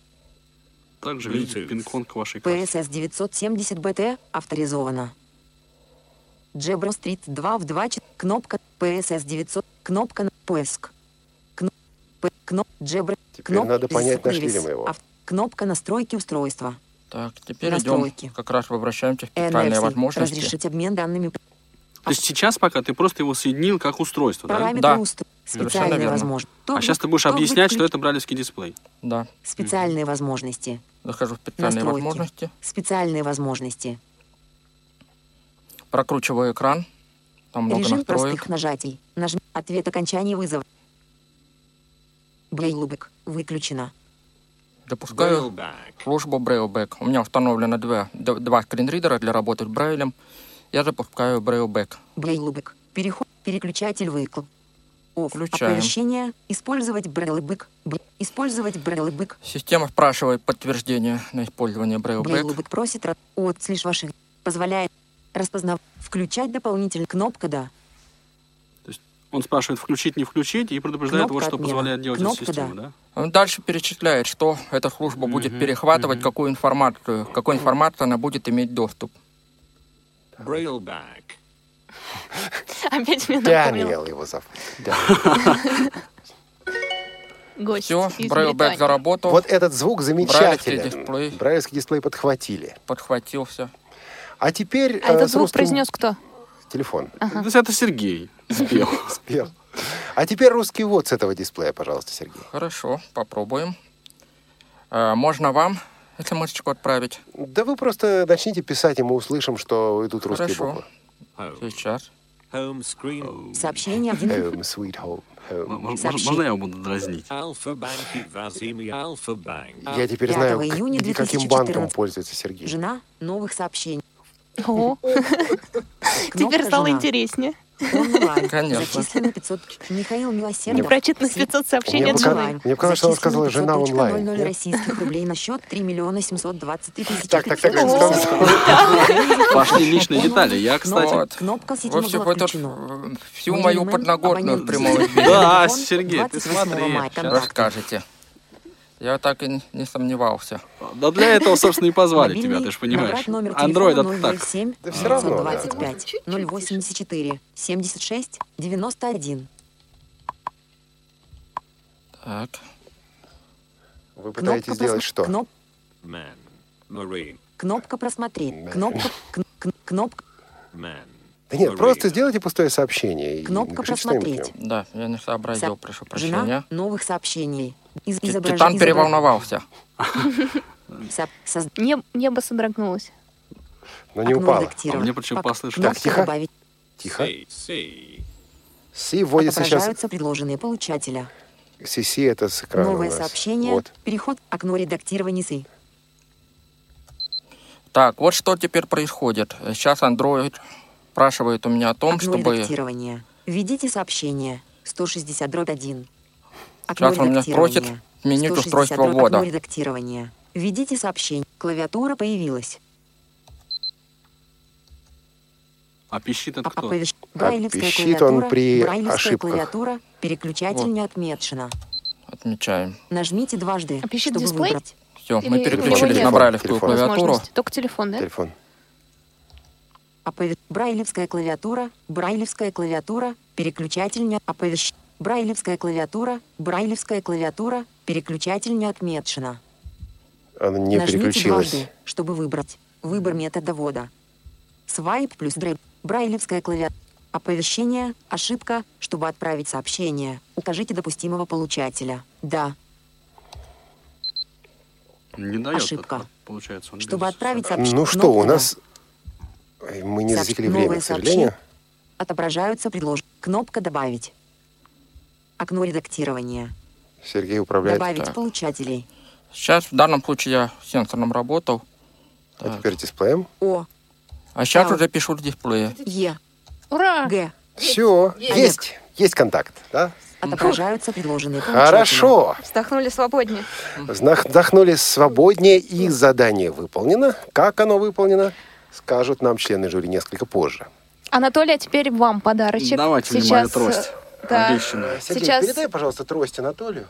S5: Также видите
S1: Лиценз.
S5: пин-кон к вашей карте.
S9: PSS 970 BT авторизовано. Джебра Стрит 2 в 2 чет- кнопка PSS 900 кнопка на поиск. Кно- П- Кноп Джебра
S2: Теперь надо понять, нашли ли
S9: Displays.
S2: мы его.
S9: Ав- Кнопка настройки устройства.
S4: Так, теперь
S9: Настройки.
S4: идем. Как раз возвращаемся в специальные
S9: NFC.
S4: возможности.
S9: Разрешить обмен данными.
S5: То есть сейчас пока ты просто его соединил как устройство, да?
S9: Параметры
S4: Да.
S9: устройства.
S4: Совершенно
S9: Специальные
S4: верно.
S9: возможности.
S5: А сейчас ты будешь объяснять, что это бралевский дисплей.
S4: Да.
S9: Специальные возможности.
S4: Захожу в специальные
S9: Настройки.
S4: возможности.
S9: Специальные возможности.
S4: Прокручиваю экран. Там много
S9: Режим
S4: настроек.
S9: простых нажатий. Нажми ответ окончания вызова. Блейбек. Выключено.
S4: Допускаю
S1: Back.
S4: службу Brailleback. У меня установлено два, д- два скринридера для работы с Брайлем. Я запускаю Brailleback.
S9: Блейбек. Переход. Переключатель выкл. Оф.
S4: Включаем.
S9: Оповещение. Использовать брейлбек. Использовать брейлбек.
S4: Система спрашивает подтверждение на использование Brailleback.
S9: Брейлбек просит ра- от слишь ваших. Позволяет распознав. Включать дополнительно. Кнопка «Да».
S5: Он спрашивает, включить, не включить, и предупреждает
S9: Кнопка
S5: его, что
S9: отмена.
S5: позволяет делать эту
S9: Кнопка,
S5: систему,
S9: да.
S5: да?
S4: Он дальше перечисляет, что эта служба будет перехватывать, какую информацию, к какой информации она будет иметь доступ.
S1: Brailleback.
S3: Опять меня напомнил
S2: Дэниел его зовут. Да. (laughs)
S3: гость
S4: Все,
S3: из
S4: Brailleback
S3: Британии.
S4: заработал,
S2: Вот этот звук замечателен.
S4: Брайлевский дисплей.
S2: Брайлевский дисплей подхватили.
S4: подхватился.
S2: А теперь...
S3: А
S2: э,
S3: этот
S2: с
S3: звук
S2: русским-
S3: произнес кто?
S2: Телефон.
S5: То есть это Сергей спел.
S2: (laughs) Спел. А теперь русский вот с этого дисплея, пожалуйста, Сергей.
S4: Хорошо, попробуем. Э, можно вам смс-очку отправить?
S2: Да вы просто начните писать, и мы услышим, что идут русские
S4: Хорошо.
S2: буквы.
S1: Home.
S4: Сейчас.
S1: Home screen.
S9: Сообщение 1.
S2: Home, Эм, sweet home, home.
S5: М- мож-
S9: Сообщи.
S5: Можно я его буду дразнить?
S1: Alpha Bank и Vazimi Alpha Bank.
S10: А
S2: Я теперь
S9: 5
S2: знаю, к-
S9: июня
S2: где- каким банком
S9: 2014.
S2: пользуется Сергей.
S9: Жена. Новых сообщений.
S3: О, (laughs) теперь
S9: Кнопка
S3: стало
S9: «Жена».
S3: интереснее.
S9: Онлайн.
S4: Конечно.
S9: Зачислено 500. Михаил Милосердов.
S3: Непрочитанных
S9: Си-
S3: 500 сообщений
S2: Мне
S3: от
S2: пока-
S3: жены.
S9: онлайн.
S2: мне показалось, что она сказала,
S9: Зачислено
S2: «жена
S9: 500.00
S2: онлайн». Нет?
S9: российских рублей на счет 3 миллиона 720 тысяч.
S2: Так, так,
S9: 500.
S2: так, стоп, стоп.
S5: Пошли личные детали. Я, кстати...
S4: Вот.
S9: Кнопка
S4: Вы
S9: сетевого
S4: все,
S9: была
S4: вы тут,
S9: включена.
S4: э, всю мою подноготную в прямом эфире
S5: Да,
S9: Телефон
S5: Сергей, ты
S9: 28
S5: смотри.
S9: мая.
S5: Сейчас.
S4: расскажете. Я так и н- не сомневался.
S5: Да для этого, собственно, и позвали тебя,
S9: Мобильный.
S5: ты же понимаешь.
S9: Набрать номер
S5: Андроид это
S9: телефона
S5: так.
S9: 007
S2: Да всё равно,
S9: 925 084 76 91.
S4: Так.
S2: Вы пытаетесь
S9: просмотр-
S2: сделать что?
S9: кноп-
S1: Man. Marine.
S9: Кнопка просмотреть.
S2: Да.
S9: Кнопка, кн- кн- кнопка,
S1: Man.
S2: Да нет,
S1: Marine.
S2: просто сделайте пустое сообщение. и
S9: Кнопка
S2: напишите что-нибудь в нем.
S9: «Просмотреть».
S4: Да, я не сообразил, прошу
S9: жена
S4: прощения.
S9: новых сообщений. Из,
S4: Ти-
S9: изображение-
S4: Титан
S9: изобра-
S4: переволновался.
S9: со- соз-
S3: Не- Небо содрогнулось.
S2: Но не
S9: окно
S2: упало.
S5: А
S9: редактировать.
S5: мне почему
S9: Пок-
S5: послышалось.
S2: Так,
S9: Кнопка
S2: тихо.
S9: добавить.
S2: Тихо.
S1: Say, say.
S2: Си вводится сейчас...
S9: Отображаются предложенные получателя.
S2: Си, си это с экрана у
S9: Новое
S2: нас.
S9: сообщение.
S2: Вот.
S9: Переход. Окно редактирования СИ.
S4: Так, вот что теперь происходит. Сейчас Android спрашивает у меня о том,
S9: Окно
S4: чтобы...
S9: редактирования. Введите сообщение. 160 дробь 1.
S4: Сейчас он меня просит сменить устройство ввода.
S9: Окно редактирования. Введите сообщение. Клавиатура появилась.
S5: А пищит это
S9: А-
S5: кто?
S9: оповещ- Брайлевская
S2: пищит он
S9: клавиатура,
S2: при
S9: брайлевская
S2: ошибках.
S9: клавиатура, переключатель
S4: Вот.
S9: не отмечена.
S4: Отмечаем.
S9: Нажмите дважды,
S3: А пищит
S9: чтобы
S3: дисплей?
S9: выбрать.
S4: Все,
S3: Или
S4: мы
S3: у него
S4: переключились
S3: нет
S4: на брайлевскую
S2: телефона?
S4: клавиатуру.
S3: Возможности. Только телефон, да?
S2: Телефон.
S9: Опове- Брайлевская клавиатура, брайлевская клавиатура, переключатель не оповещ... Брайлевская клавиатура, брайлевская клавиатура, переключатель не отмечена.
S2: Она не
S9: Нажмите
S2: переключилась.
S9: дважды, чтобы выбрать. Выбор метода ввода. Свайп плюс дрейп. Брайлевская клавиатура. Оповещение. Ошибка. Чтобы отправить сообщение, укажите допустимого получателя. Да.
S5: Не дает.
S9: Ошибка.
S5: это, Получается, он
S9: Чтобы
S5: без-
S9: отправить сообщение.
S2: Ну что, у нас... Ой, Мы не
S9: Сообщ-
S2: засекли
S9: новое
S2: время, к сожалению.
S9: сообщение. Отображаются предложения. Кнопка «Добавить». Окно редактирования.
S2: Сергей управляет.
S9: Добавить
S4: так.
S9: получателей.
S4: Сейчас, в данном случае, я сенсором работал.
S2: А теперь дисплеем.
S9: О,
S4: А сейчас
S9: Так.
S4: уже пишу в дисплее.
S9: Е,
S3: Ура!
S9: Г.
S2: Все, есть. Есть контакт, да?
S9: Отображаются предложенные.
S2: Хорошо.
S3: Вздохнули свободнее.
S2: Знах- Вздохнули свободнее, и задание выполнено. Как оно выполнено, скажут нам члены жюри несколько позже.
S3: Анатолий, а теперь вам подарочек.
S5: Давайте мне мою
S3: Сейчас,
S5: трость.
S3: э, Да.
S5: Обещанную.
S2: Сергей,
S3: Сейчас-
S2: передай, пожалуйста, трость Анатолию.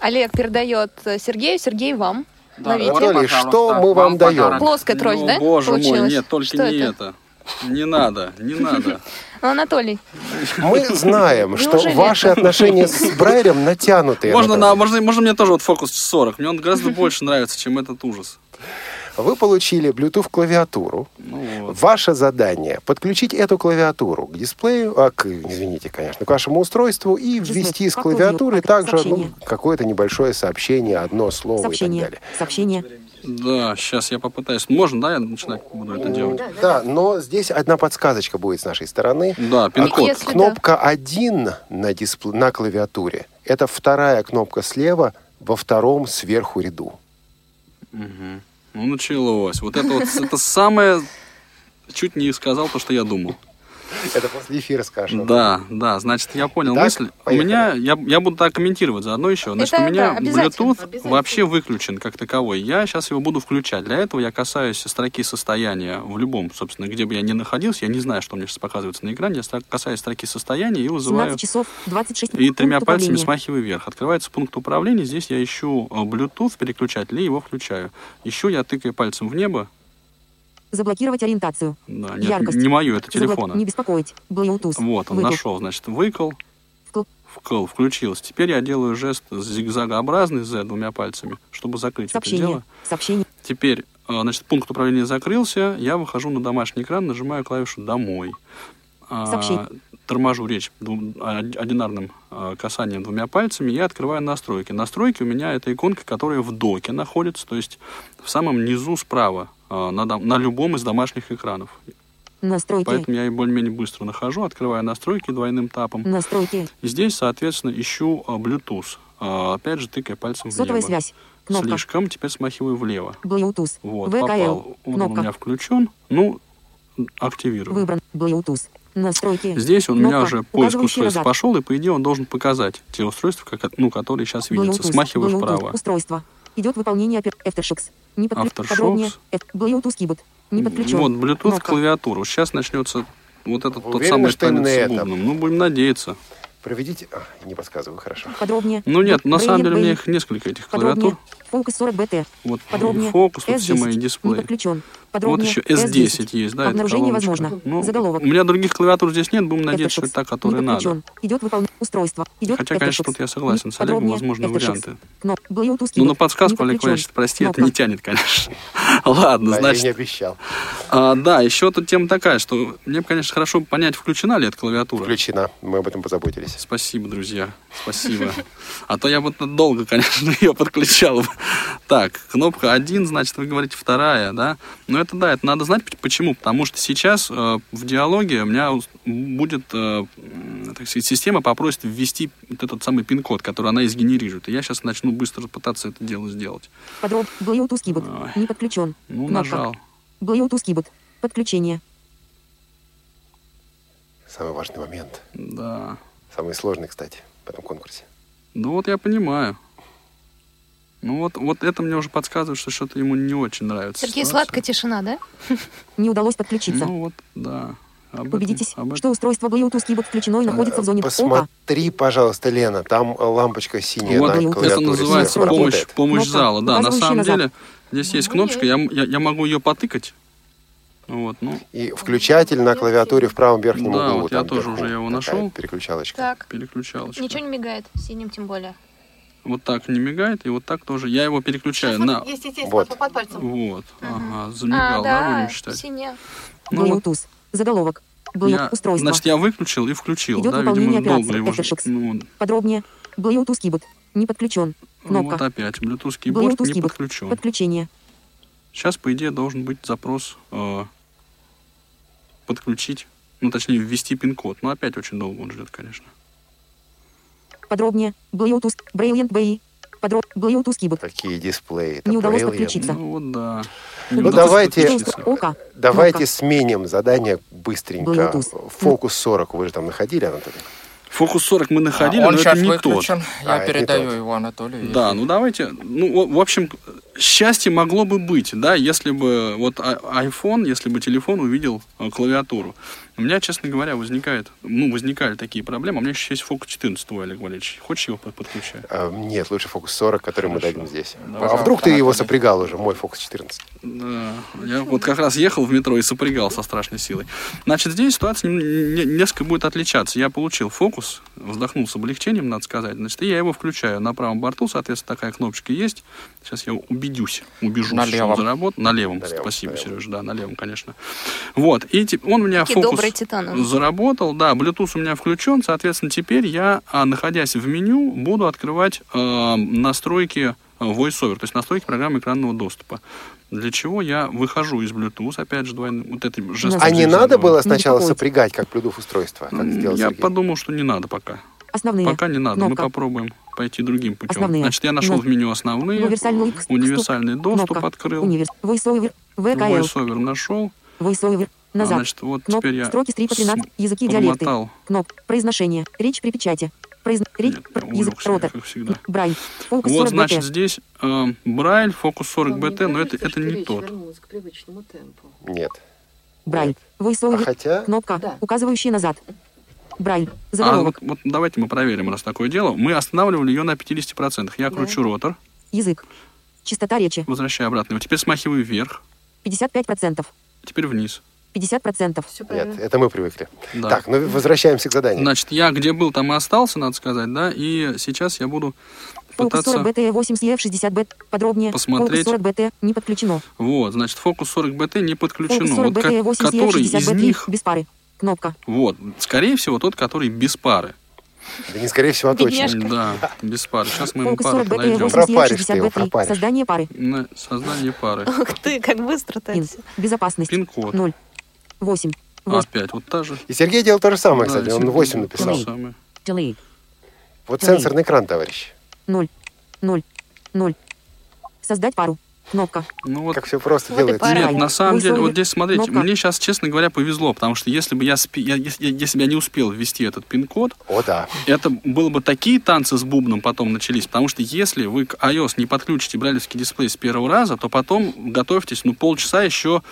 S3: Олег передает э, Сергею, Сергей вам. Ловите.
S2: вот, Анатолий,
S4: пожалуйста,
S2: что мы вам даем?
S4: подарок.
S3: Плоская трость,
S5: Ну,
S3: да?
S5: боже мой,
S3: получилась?
S5: нет, только
S3: Что
S5: не
S3: это?
S5: это. Не надо,
S3: (laughs)
S5: не надо.
S3: Ну, Анатолий,
S5: (laughs)
S2: Мы знаем, что
S3: Неужели?
S2: ваши отношения с Брайером натянутые.
S5: Можно,
S2: Анатолий.
S5: на, можно, можно мне тоже вот фокус 40. Мне он
S3: (laughs)
S5: гораздо больше нравится, чем этот ужас.
S2: Вы получили Bluetooth клавиатуру.
S5: Ну вот.
S2: Ваше задание подключить эту клавиатуру к дисплею, а, к, извините, конечно, к вашему устройству и
S9: Дисплей.
S2: ввести с
S9: Какой у него
S2: клавиатуры
S9: пакет?
S2: также ну,
S9: Сообщение.
S2: какое-то небольшое сообщение, одно слово и так
S9: Сообщение.
S2: далее.
S9: Сообщение.
S5: Да, сейчас я попытаюсь. Можно, да, я начинать буду это делать?
S2: Да, но здесь одна подсказочка будет с нашей стороны. А
S5: Да, пин-код.
S3: Если да.
S2: Кнопка 1 на, диспле- на клавиатуре – это вторая кнопка слева во втором сверху ряду.
S5: Мгм. Ну, началось. Вот это вот, это самое... Чуть не сказал то, что я думал.
S2: Это после эфира скажем.
S5: Да, да, значит, я понял
S2: Итак,
S5: мысль.
S2: поехали.
S5: У меня, я, я буду так комментировать заодно еще. Значит,
S3: Это
S5: у меня
S3: да, обязательно,
S5: Bluetooth вообще выключен как таковой. Я сейчас его буду включать. Для этого я касаюсь строки состояния в любом, собственно, где бы я ни находился. Я не знаю, что мне сейчас показывается на экране. Я стра- касаюсь строки состояния и вызываю...
S9: 17 часов 26
S5: И тремя
S9: Пункт
S5: пальцами
S9: управления.
S5: смахиваю вверх. Открывается пункт управления. Здесь я ищу э, Bluetooth, переключатель, и его включаю. Ищу я, тыкаю пальцем в небо.
S9: Заблокировать ориентацию.
S5: Да, нет,
S9: Яркость.
S5: не мое, это
S9: Заблок-
S5: телефона.
S9: Не беспокоить. Bluetooth.
S5: Вот, он
S9: Выбор.
S5: нашел, значит, выкл.
S9: Вкл.
S5: Вкл, включилось. Теперь я делаю жест зигзагообразный Z двумя пальцами, чтобы закрыть это
S9: Сообщение.
S5: дело.
S9: Сообщение.
S5: Теперь, э, значит, пункт управления закрылся, я выхожу на домашний экран, нажимаю клавишу «Домой». А,
S9: Сообщение.
S5: Торможу речь двум- а- одинарным э, касанием двумя пальцами, я открываю настройки. Настройки у меня это иконка, которая в доке находится, то есть в самом низу справа, э, на дом- на любом из домашних экранов.
S9: Настройки.
S5: Поэтому я и более-менее быстро нахожу, открываю настройки двойным тапом.
S9: Настройки.
S5: И здесь, соответственно, ищу а, Bluetooth. А, Опять же, тыкая пальцем
S9: Сотовая
S5: влево.
S9: связь. Кнопка.
S5: Слишком, теперь смахиваю влево.
S9: Bluetooth.
S5: Вот,
S9: ВКЛ.
S5: попал. Он у меня
S9: Кнопка.
S5: включен. Ну, активирую.
S9: Выбран. Bluetooth. Настройки.
S5: Здесь он у меня
S9: Кнопка,
S5: уже поиск
S9: указывающий
S5: устройств
S9: назад.
S5: пошел, и по идее он должен показать те устройства, как, ну, которые сейчас видятся.
S9: Bluetooth.
S5: Смахиваю
S9: Bluetooth.
S5: вправо.
S9: Устройство. Идет выполнение опер... Aftershocks. Не подключен.
S5: Aftershocks.
S9: Подробнее. Эф- Bluetooth кибот. Не подключен.
S5: Вот, Bluetooth,
S9: Кнопка.
S5: клавиатуру. Сейчас начнется вот этот тот
S2: Уверены,
S5: самый
S2: что именно
S5: танец с
S2: это?
S5: бубном. Ну, будем надеяться.
S2: Проведите... а, не подсказываю, хорошо.
S9: Подробнее.
S5: Ну нет, на
S9: Braille,
S5: самом деле у
S9: Braille.
S5: меня их несколько, этих клавиатур.
S9: Подробнее. Фокус 40 БТ.
S5: Вот
S9: Подробнее.
S5: и фокус, вот все
S9: S10.
S5: мои
S9: Не
S5: дисплеи.
S9: подключен.
S5: Вот
S9: Подробнее.
S5: еще S10 есть, да? это
S9: Обнаружение
S5: колоночка.
S9: возможно.
S5: Ну,
S9: Заголовок.
S5: У меня других клавиатур здесь нет, будем надеяться,
S9: Aftershocks.
S5: что это та,
S9: Не
S5: которая надо.
S9: подключен. Идет выполнение устройства. Идет
S5: Хотя, конечно,
S9: Aftershocks.
S5: тут я согласен с Олегом,
S9: Подробнее.
S5: возможны
S9: Aftershocks.
S5: варианты.
S9: Кноп. Bluetooth
S5: Ну,
S9: кибот.
S5: на подсказку,
S9: Не
S5: Олег
S9: подключен. Ну, а
S5: Валерьевич, прости, это
S9: Кнопка.
S5: не тянет, конечно. (laughs) Ладно,
S2: Да, я
S5: значит,
S2: не обещал.
S5: а, да, еще тут тема такая, что мне, бы, конечно, хорошо бы понять, включена ли эта клавиатура.
S2: Включена. Мы об этом позаботились.
S5: Спасибо, друзья. Спасибо. А то я бы долго, конечно, (laughs) ее подключал. бы. Так, кнопка 1, значит, вы говорите вторая, да? Ну, это да, это надо знать п- почему. Потому что сейчас э, в диалоге у меня ус- будет, э, м, так сказать, система попросит ввести вот этот самый пин-код, который она изгенерирует. И я сейчас начну быстро пытаться это дело сделать.
S9: Подроб. Bluetooth кибот.
S5: Ой.
S9: Не подключен.
S5: Ну,
S9: Кнопка.
S5: нажал.
S9: Bluetooth кибот. Подключение.
S2: Самый важный момент.
S5: Да.
S2: Самый сложный, кстати,
S9: М-м-м.
S2: в этом конкурсе.
S5: Ну, вот я понимаю. Ну, вот, вот это мне уже подсказывает, что что-то ему не очень нравится.
S3: Сергей,
S5: ситуация.
S3: сладкая тишина, да? (laughs)
S9: Не удалось подключиться.
S5: Ну вот, да. Об этом-
S9: Убедитесь,
S5: об этом- Э,
S9: что устройство Bluetooth кибот включено и находится в зоне ОК.
S2: Посмотри, пожалуйста, Лена, там э, лампочка синяя
S5: Вот
S2: на
S9: это
S2: клавиатуре.
S5: это называется
S2: сверху
S5: помощь,
S2: работает.
S5: помощь
S9: Кнопка,
S5: зала. Да, на
S9: указывающая
S5: самом
S9: назад.
S5: деле здесь есть кнопочка, я, м- я, я могу ее потыкать. Вот, ну,
S2: И включатель на клавиатуре в правом верхнем
S5: Да,
S2: углу.
S5: вот я
S2: там
S5: тоже
S2: вверху
S5: уже его
S2: такая
S5: нашел.
S2: Переключалочка.
S3: Так,
S5: переключалочка.
S3: ничего не мигает, синим тем более.
S5: Вот так не мигает, и вот так тоже. Я его переключаю Э, на...
S7: Есть естественно,
S2: Вот.
S7: под пальцем.
S5: Вот, ага,
S3: А,
S5: замигал, да,
S3: да,
S5: будем считать.
S3: синяя.
S5: Ну, вот
S9: Bluetooth. Заголовок.
S5: я-
S9: Bluetooth устройство.
S5: значит, я выключил и включил,
S9: Идет
S5: да,
S9: выполнение
S5: видимо, долго
S9: операции.
S5: его... ж-
S9: Эффект
S5: Ну, вот.
S9: Подробнее. Bluetooth кибот. Не подключен.
S5: Ну,
S9: Кнопка.
S5: вот опять, Bluetooth keyboard
S9: Bluetooth
S5: не
S9: keyboard.
S5: подключен.
S9: Подключение.
S5: Сейчас, по идее, должен быть запрос э, подключить, ну, точнее, ввести пин-код. Но опять очень долго он ждет, конечно.
S9: Подробнее. Bluetooth. Braille and BI. Подроб. Bluetooth кибот.
S2: Какие дисплеи.
S9: Не удалось
S2: Braille.
S9: подключиться.
S5: Ну, вот да.
S9: Ну,
S5: Надо
S2: давайте-
S5: подключиться.
S9: Устройство ОК.
S2: Давайте
S9: Кнопка.
S2: сменим задание быстренько. Э,
S9: Bluetooth.
S2: Фокус 40 вы же там находили, Анатолий?
S5: Фокус 40 мы находили,
S4: он
S5: но
S4: сейчас
S5: это не тот.
S4: выключен.
S2: А,
S4: Я
S2: это не
S4: передаю
S2: тот.
S4: его Анатолию. если-
S5: Да, ну давайте. Ну, в- в общем, счастье могло бы быть, да, если бы вот а- iPhone, если бы телефон увидел э, клавиатуру. У меня, честно говоря, возникает, ну, возникали такие проблемы. У меня еще есть Фокус 14 у Олега Валерьевича. Хочешь его под- подключать?
S2: А, Нет, лучше фокус 40, который мы дадим здесь. А
S4: Пожалуйста,
S2: вдруг ты его
S4: Анатолий.
S2: сопрягал уже, мой фокус 14?
S5: Да. Я вот как раз ехал в метро и сопрягал со страшной силой. Значит, здесь ситуация нем- не- несколько будет отличаться. Я получил фокус, вздохнул с облегчением, надо сказать. Значит, и я его включаю. На правом борту, соответственно, такая кнопочка есть. Сейчас я убедюсь, убежусь,
S4: На
S5: что
S4: левом.
S5: он заработал. На левом,
S2: На левом,
S5: спасибо,
S2: на левом.
S5: Сереж, да, на левом, конечно. Вот, и тип- он у меня
S3: Такие
S5: фокус...
S3: добрые титаны.
S5: Заработал, да, Bluetooth у меня включен, соответственно, теперь я, а, находясь в меню, буду открывать э, настройки э, VoiceOver, то есть настройки программы экранного доступа. Для чего я выхожу из Bluetooth, опять же, двойным, вот этой жестом.
S2: А не
S5: здесь
S2: надо
S5: задавал.
S2: было сначала
S9: беспокойтесь.
S2: сопрягать, как Bluetooth устройство? Как
S5: М,
S2: сделал
S5: Я
S2: Сергей?
S5: подумал, что не надо пока.
S9: Основные.
S5: Пока не надо, мы
S9: Кнопка.
S5: попробуем пойти другим путем.
S9: Основные.
S5: Значит, я нашел
S9: Да.
S5: в меню основные,
S9: Универсальный X.
S5: универсальный доступ
S9: Кнопка.
S5: открыл,
S9: Универс. VoiceOver. ВКЛ.
S5: VoiceOver нашел,
S9: VoiceOver.
S5: А,
S9: Назад.
S5: значит, вот
S9: Кноп.
S5: теперь я
S9: Строки с 3 по 13. Языки и диалекты.
S5: помотал.
S9: Кноп. Произношение. Речь при печати. Произн... Речь.
S5: Нет,
S9: пр-
S5: я
S9: Язык.
S5: увлекся,
S9: Ротор.
S5: как всегда.
S9: Брайль. Фокус
S5: Вот,
S9: 40
S5: значит,
S9: БТ.
S5: здесь э, Брайль, фокус
S6: Ну,
S5: 40
S7: Вам
S5: БТ, но
S7: кажется,
S5: это, это
S7: что
S5: не
S7: речь
S5: тот. ну,
S7: вернулась к привычному темпу?
S2: Нет.
S9: Брайль.
S2: А
S9: VoiceOver.
S2: хотя...
S9: Кнопка,
S7: Да.
S9: указывающая назад. Брайль.
S5: А
S9: Заголовок.
S5: вот, вот давайте мы проверим, раз такое дело. Мы останавливали ее на 50%. Я кручу ротор,
S9: Язык. Частота речи.
S5: возвращаю обратно. его. Теперь смахиваю вверх,
S9: 55%.
S5: теперь вниз.
S9: 50%.
S7: Все правильно.
S2: Нет, это мы привыкли.
S5: Да.
S2: Так, ну возвращаемся к заданию.
S5: Значит, я где был, там и остался, надо сказать, да, и сейчас я буду
S9: Фокус
S5: пытаться...
S9: 40 БТ, 8 СЕФ, 60 БТ. Подробнее.
S5: Посмотреть.
S9: Фокус 40 БТ не подключено.
S5: Вот, значит, фокус 40 БТ не
S9: Фокус
S5: подключено.
S9: 40
S5: Вот
S9: БТ,
S5: как-
S9: 8 СЕФ,
S5: который
S9: 60
S5: из
S9: БТ.
S5: них,
S9: Без пары. Кнопка.
S5: вот, скорее всего, тот, который без пары.
S2: Да не скорее всего, а точно.
S3: Бедняжка.
S5: Да, без пары. Сейчас мы ему
S9: Фокус
S5: пару
S9: 40 БТ, 8
S5: найдем.
S9: СЕФ,
S2: Пропаришь ты
S9: 60
S2: его,
S9: БТ.
S2: пропаришь.
S9: Создание пары.
S5: На создание
S3: (laughs)
S5: пары.
S3: Ух ты, как быстро ты.
S9: Ин. Безопасность.
S5: Пин-код. А.
S9: 0. 8. 8.
S5: Опять вот та же.
S2: И Сергей делал то же самое,
S5: Да,
S2: кстати.
S5: и
S2: Он
S5: Сергей
S2: 8
S5: делал то же
S2: написал.
S5: самое.
S9: Delay.
S2: Вот
S9: Блин.
S2: сенсорный экран, товарищ.
S9: 0. 0. 0. Создать пару. Кнопка.
S5: Ну вот
S2: Как все просто
S3: Вот и
S2: делается.
S3: пора.
S5: Нет, на самом
S9: Вы
S5: деле,
S9: слово-
S5: вот здесь смотрите,
S3: Ну
S9: Ну-ка.
S5: мне сейчас, честно говоря, повезло, потому что если бы я, спи- я- если, я- если бы я не успел ввести этот пин-код,
S2: О, да.
S5: это было бы такие танцы с бубном потом начались, потому что если вы к iOS не подключите брайлевский дисплей с первого раза, то потом готовьтесь, ну, полчаса еще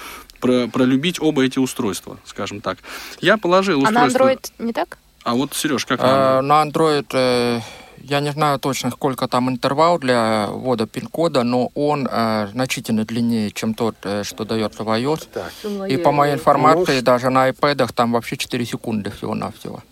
S5: про- пролюбить оба эти устройства, скажем так. Я положил
S3: А на
S5: устройство...
S3: Android не так?
S5: А вот, Сереж, как
S4: Э,
S5: на
S4: На Android э, я не знаю точно, сколько там интервал для ввода пин-кода, но он э, значительно длиннее, чем тот, э, что дается в iOS.
S2: Так.
S7: Думала,
S4: И
S7: я
S4: по моей
S7: её-
S4: информации, даже на iPad там вообще 4 секунды всего-навсего.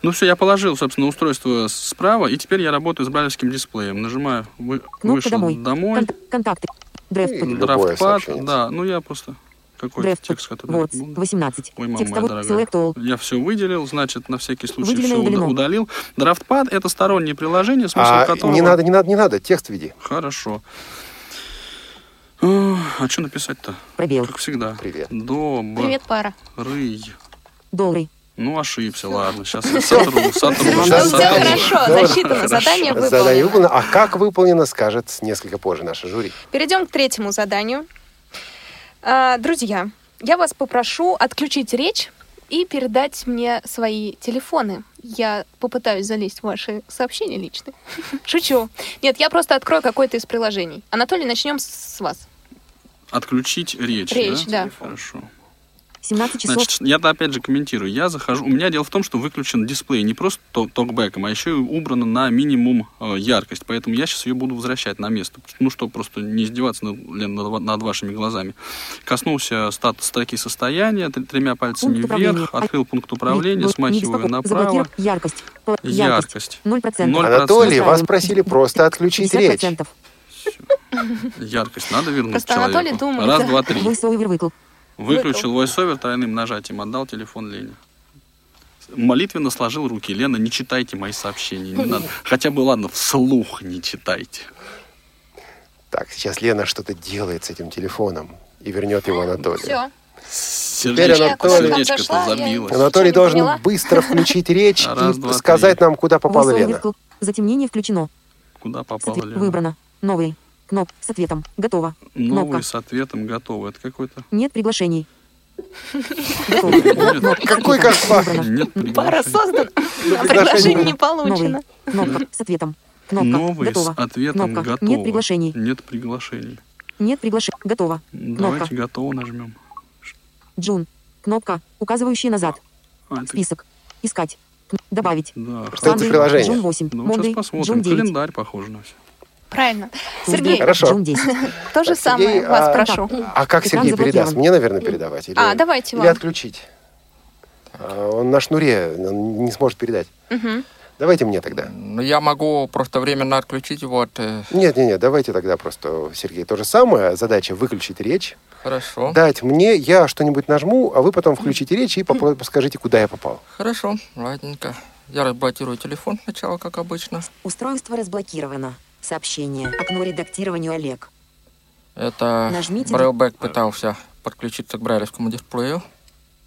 S5: Ну все, я положил, собственно, устройство справа, и теперь я работаю с брайлевским дисплеем. Нажимаю вы...
S9: Кнопка
S5: вышел
S9: домой.
S5: домой.
S9: Кон- контакты. Дрефт.
S2: Или- Любое
S5: Драфтпад,
S2: сообщение.
S5: да. Ну, я просто какой-то
S9: Дрефт.
S5: текст, который...
S9: Вот.
S5: был.
S9: 18.
S5: Ой, мама моя
S9: Текстовой.
S5: дорогая.
S9: Select all.
S5: Я все выделил, значит, на всякий случай
S9: Выделено
S5: все
S9: и удалено.
S5: удалил. Драфтпад — это стороннее приложение, смысл
S2: А,
S5: которого...
S2: не надо, не надо, не надо. Текст веди.
S5: Хорошо. Ох, А что написать-то?
S9: Пробел.
S5: Как всегда.
S2: Привет.
S5: Добрый.
S3: Привет, пара.
S9: Доллары.
S5: Ну, ошибся, ладно. Сейчас я
S3: (laughs)
S5: сотру, сотру.
S2: Да,
S3: Ну,
S5: щас
S3: все
S2: да,
S5: сотру.
S3: хорошо,
S2: да.
S3: засчитано, задание
S2: Задание
S3: выполнено.
S2: выполнено. А как выполнено, скажет несколько позже наше жюри.
S3: Перейдем к третьему заданию. А, Друзья, я вас попрошу отключить речь и передать мне свои телефоны. Я попытаюсь залезть в ваши сообщения личные. (laughs) Шучу. Нет, я просто открою какое-то из приложений. Анатолий, начнем с- с вас.
S5: Отключить речь,
S3: Речь, да.
S5: Хорошо.
S9: 17 часов.
S5: Значит, я опять же комментирую. Я захожу. У меня дело в том, что выключен дисплей не просто то- токбэком, а еще и убрано на минимум э, яркость. Поэтому я сейчас ее буду возвращать на место. Ну что, просто не издеваться над, Лен, над, ва- над вашими глазами. Коснулся стат строки состояния тр- тремя пальцами
S9: Пункт
S5: вверх,
S9: управления.
S5: открыл пункт управления,
S9: Не
S5: смахиваю
S9: беспоко-
S5: направо.
S9: Заблокировать яркость. Пол- Яркость.
S5: Яркость.
S9: 0%.
S5: Ноль.
S2: Анатолий, вас
S9: Настраиваем.
S2: просили просто отключить речь.
S9: 50%.
S5: Яркость надо вернуть
S3: Просто
S5: человеку.
S3: Анатолий думает,
S5: Раз,
S3: да.
S5: два, три.
S9: Voiceover выкл.
S5: Выключил войсовер тройным нажатием, отдал телефон Лене. Молитвенно сложил руки. Лена, не читайте мои сообщения,
S9: (laughs)
S5: не надо. Хотя бы, ладно, вслух не читайте.
S2: Так, сейчас Лена что-то делает с этим телефоном и вернет его Анатолию.
S3: Все.
S2: Теперь
S5: Сердечко,
S2: Анатолий-
S5: сердечко-то забилось.
S2: Анатолий
S3: Ничего не
S2: должен
S3: поняла.
S2: быстро включить речь
S5: Раз,
S2: и
S5: два,
S2: сказать нам, куда попала
S9: Voiceover
S2: Лена.
S9: выкл. Затемнение включено.
S5: Куда
S9: Сотве-
S5: попала Лена?
S9: Выбрано. Новый. Кноп. С ответом. Готово.
S5: Новый
S9: Кнопка. (laughs)
S5: с ответом готовый. Это какой-то... (laughs)
S9: Нет приглашений.
S5: Нет,
S2: Какой кошмар.
S5: нет, приглашения.
S3: Пара создана, а
S2: приглашение
S3: приглашение не получено.
S9: Кнопка с ответом. Кнопка.
S5: Новый с
S9: Готово.
S5: ответом
S9: Кнопка.
S5: готово.
S9: Нет приглашений.
S5: Нет приглашений.
S9: Нет приглашений. Готово.
S5: Давайте готово нажмем.
S9: Джун. Кнопка, указывающая назад.
S5: А, это-
S9: Список. Искать. Кн- Добавить.
S5: Да,
S2: Что это за
S9: Sunday,
S2: приложение?
S9: Джун 8.
S5: Ну, сейчас
S9: Monday, Джун
S5: посмотрим.
S9: 9.
S5: Календарь похож на все.
S3: Правильно.
S9: Tuesday,
S3: Сергей,
S2: Хорошо.
S9: Джун 10.
S3: (laughs) то же
S2: Так, Сергей,
S3: самое вас
S2: а-
S3: прошу.
S2: А как
S9: Экран
S2: Сергей передаст?
S9: заблокирован.
S2: Мне, наверное, передавать? Или,
S3: А, давайте
S2: или
S3: вам.
S2: отключить? А, Он на шнуре, он не сможет передать.
S3: Мгм.
S2: Давайте мне тогда.
S4: Ну, я могу просто временно отключить, вот, э,
S2: Нет, нет, нет, давайте тогда просто, Сергей, то же самое. Задача выключить речь,
S4: хорошо,
S2: дать мне, я что-нибудь нажму, а вы потом включите речь и попро- скажите, куда я попал.
S4: хорошо, ладненько. Я разблокирую телефон сначала, как обычно.
S9: Устройство разблокировано. Сообщение. Окно редактированию Олег.
S4: Это
S9: Нажмите на-
S4: Брайлбэк пытался подключиться к брайлевскому дисплею,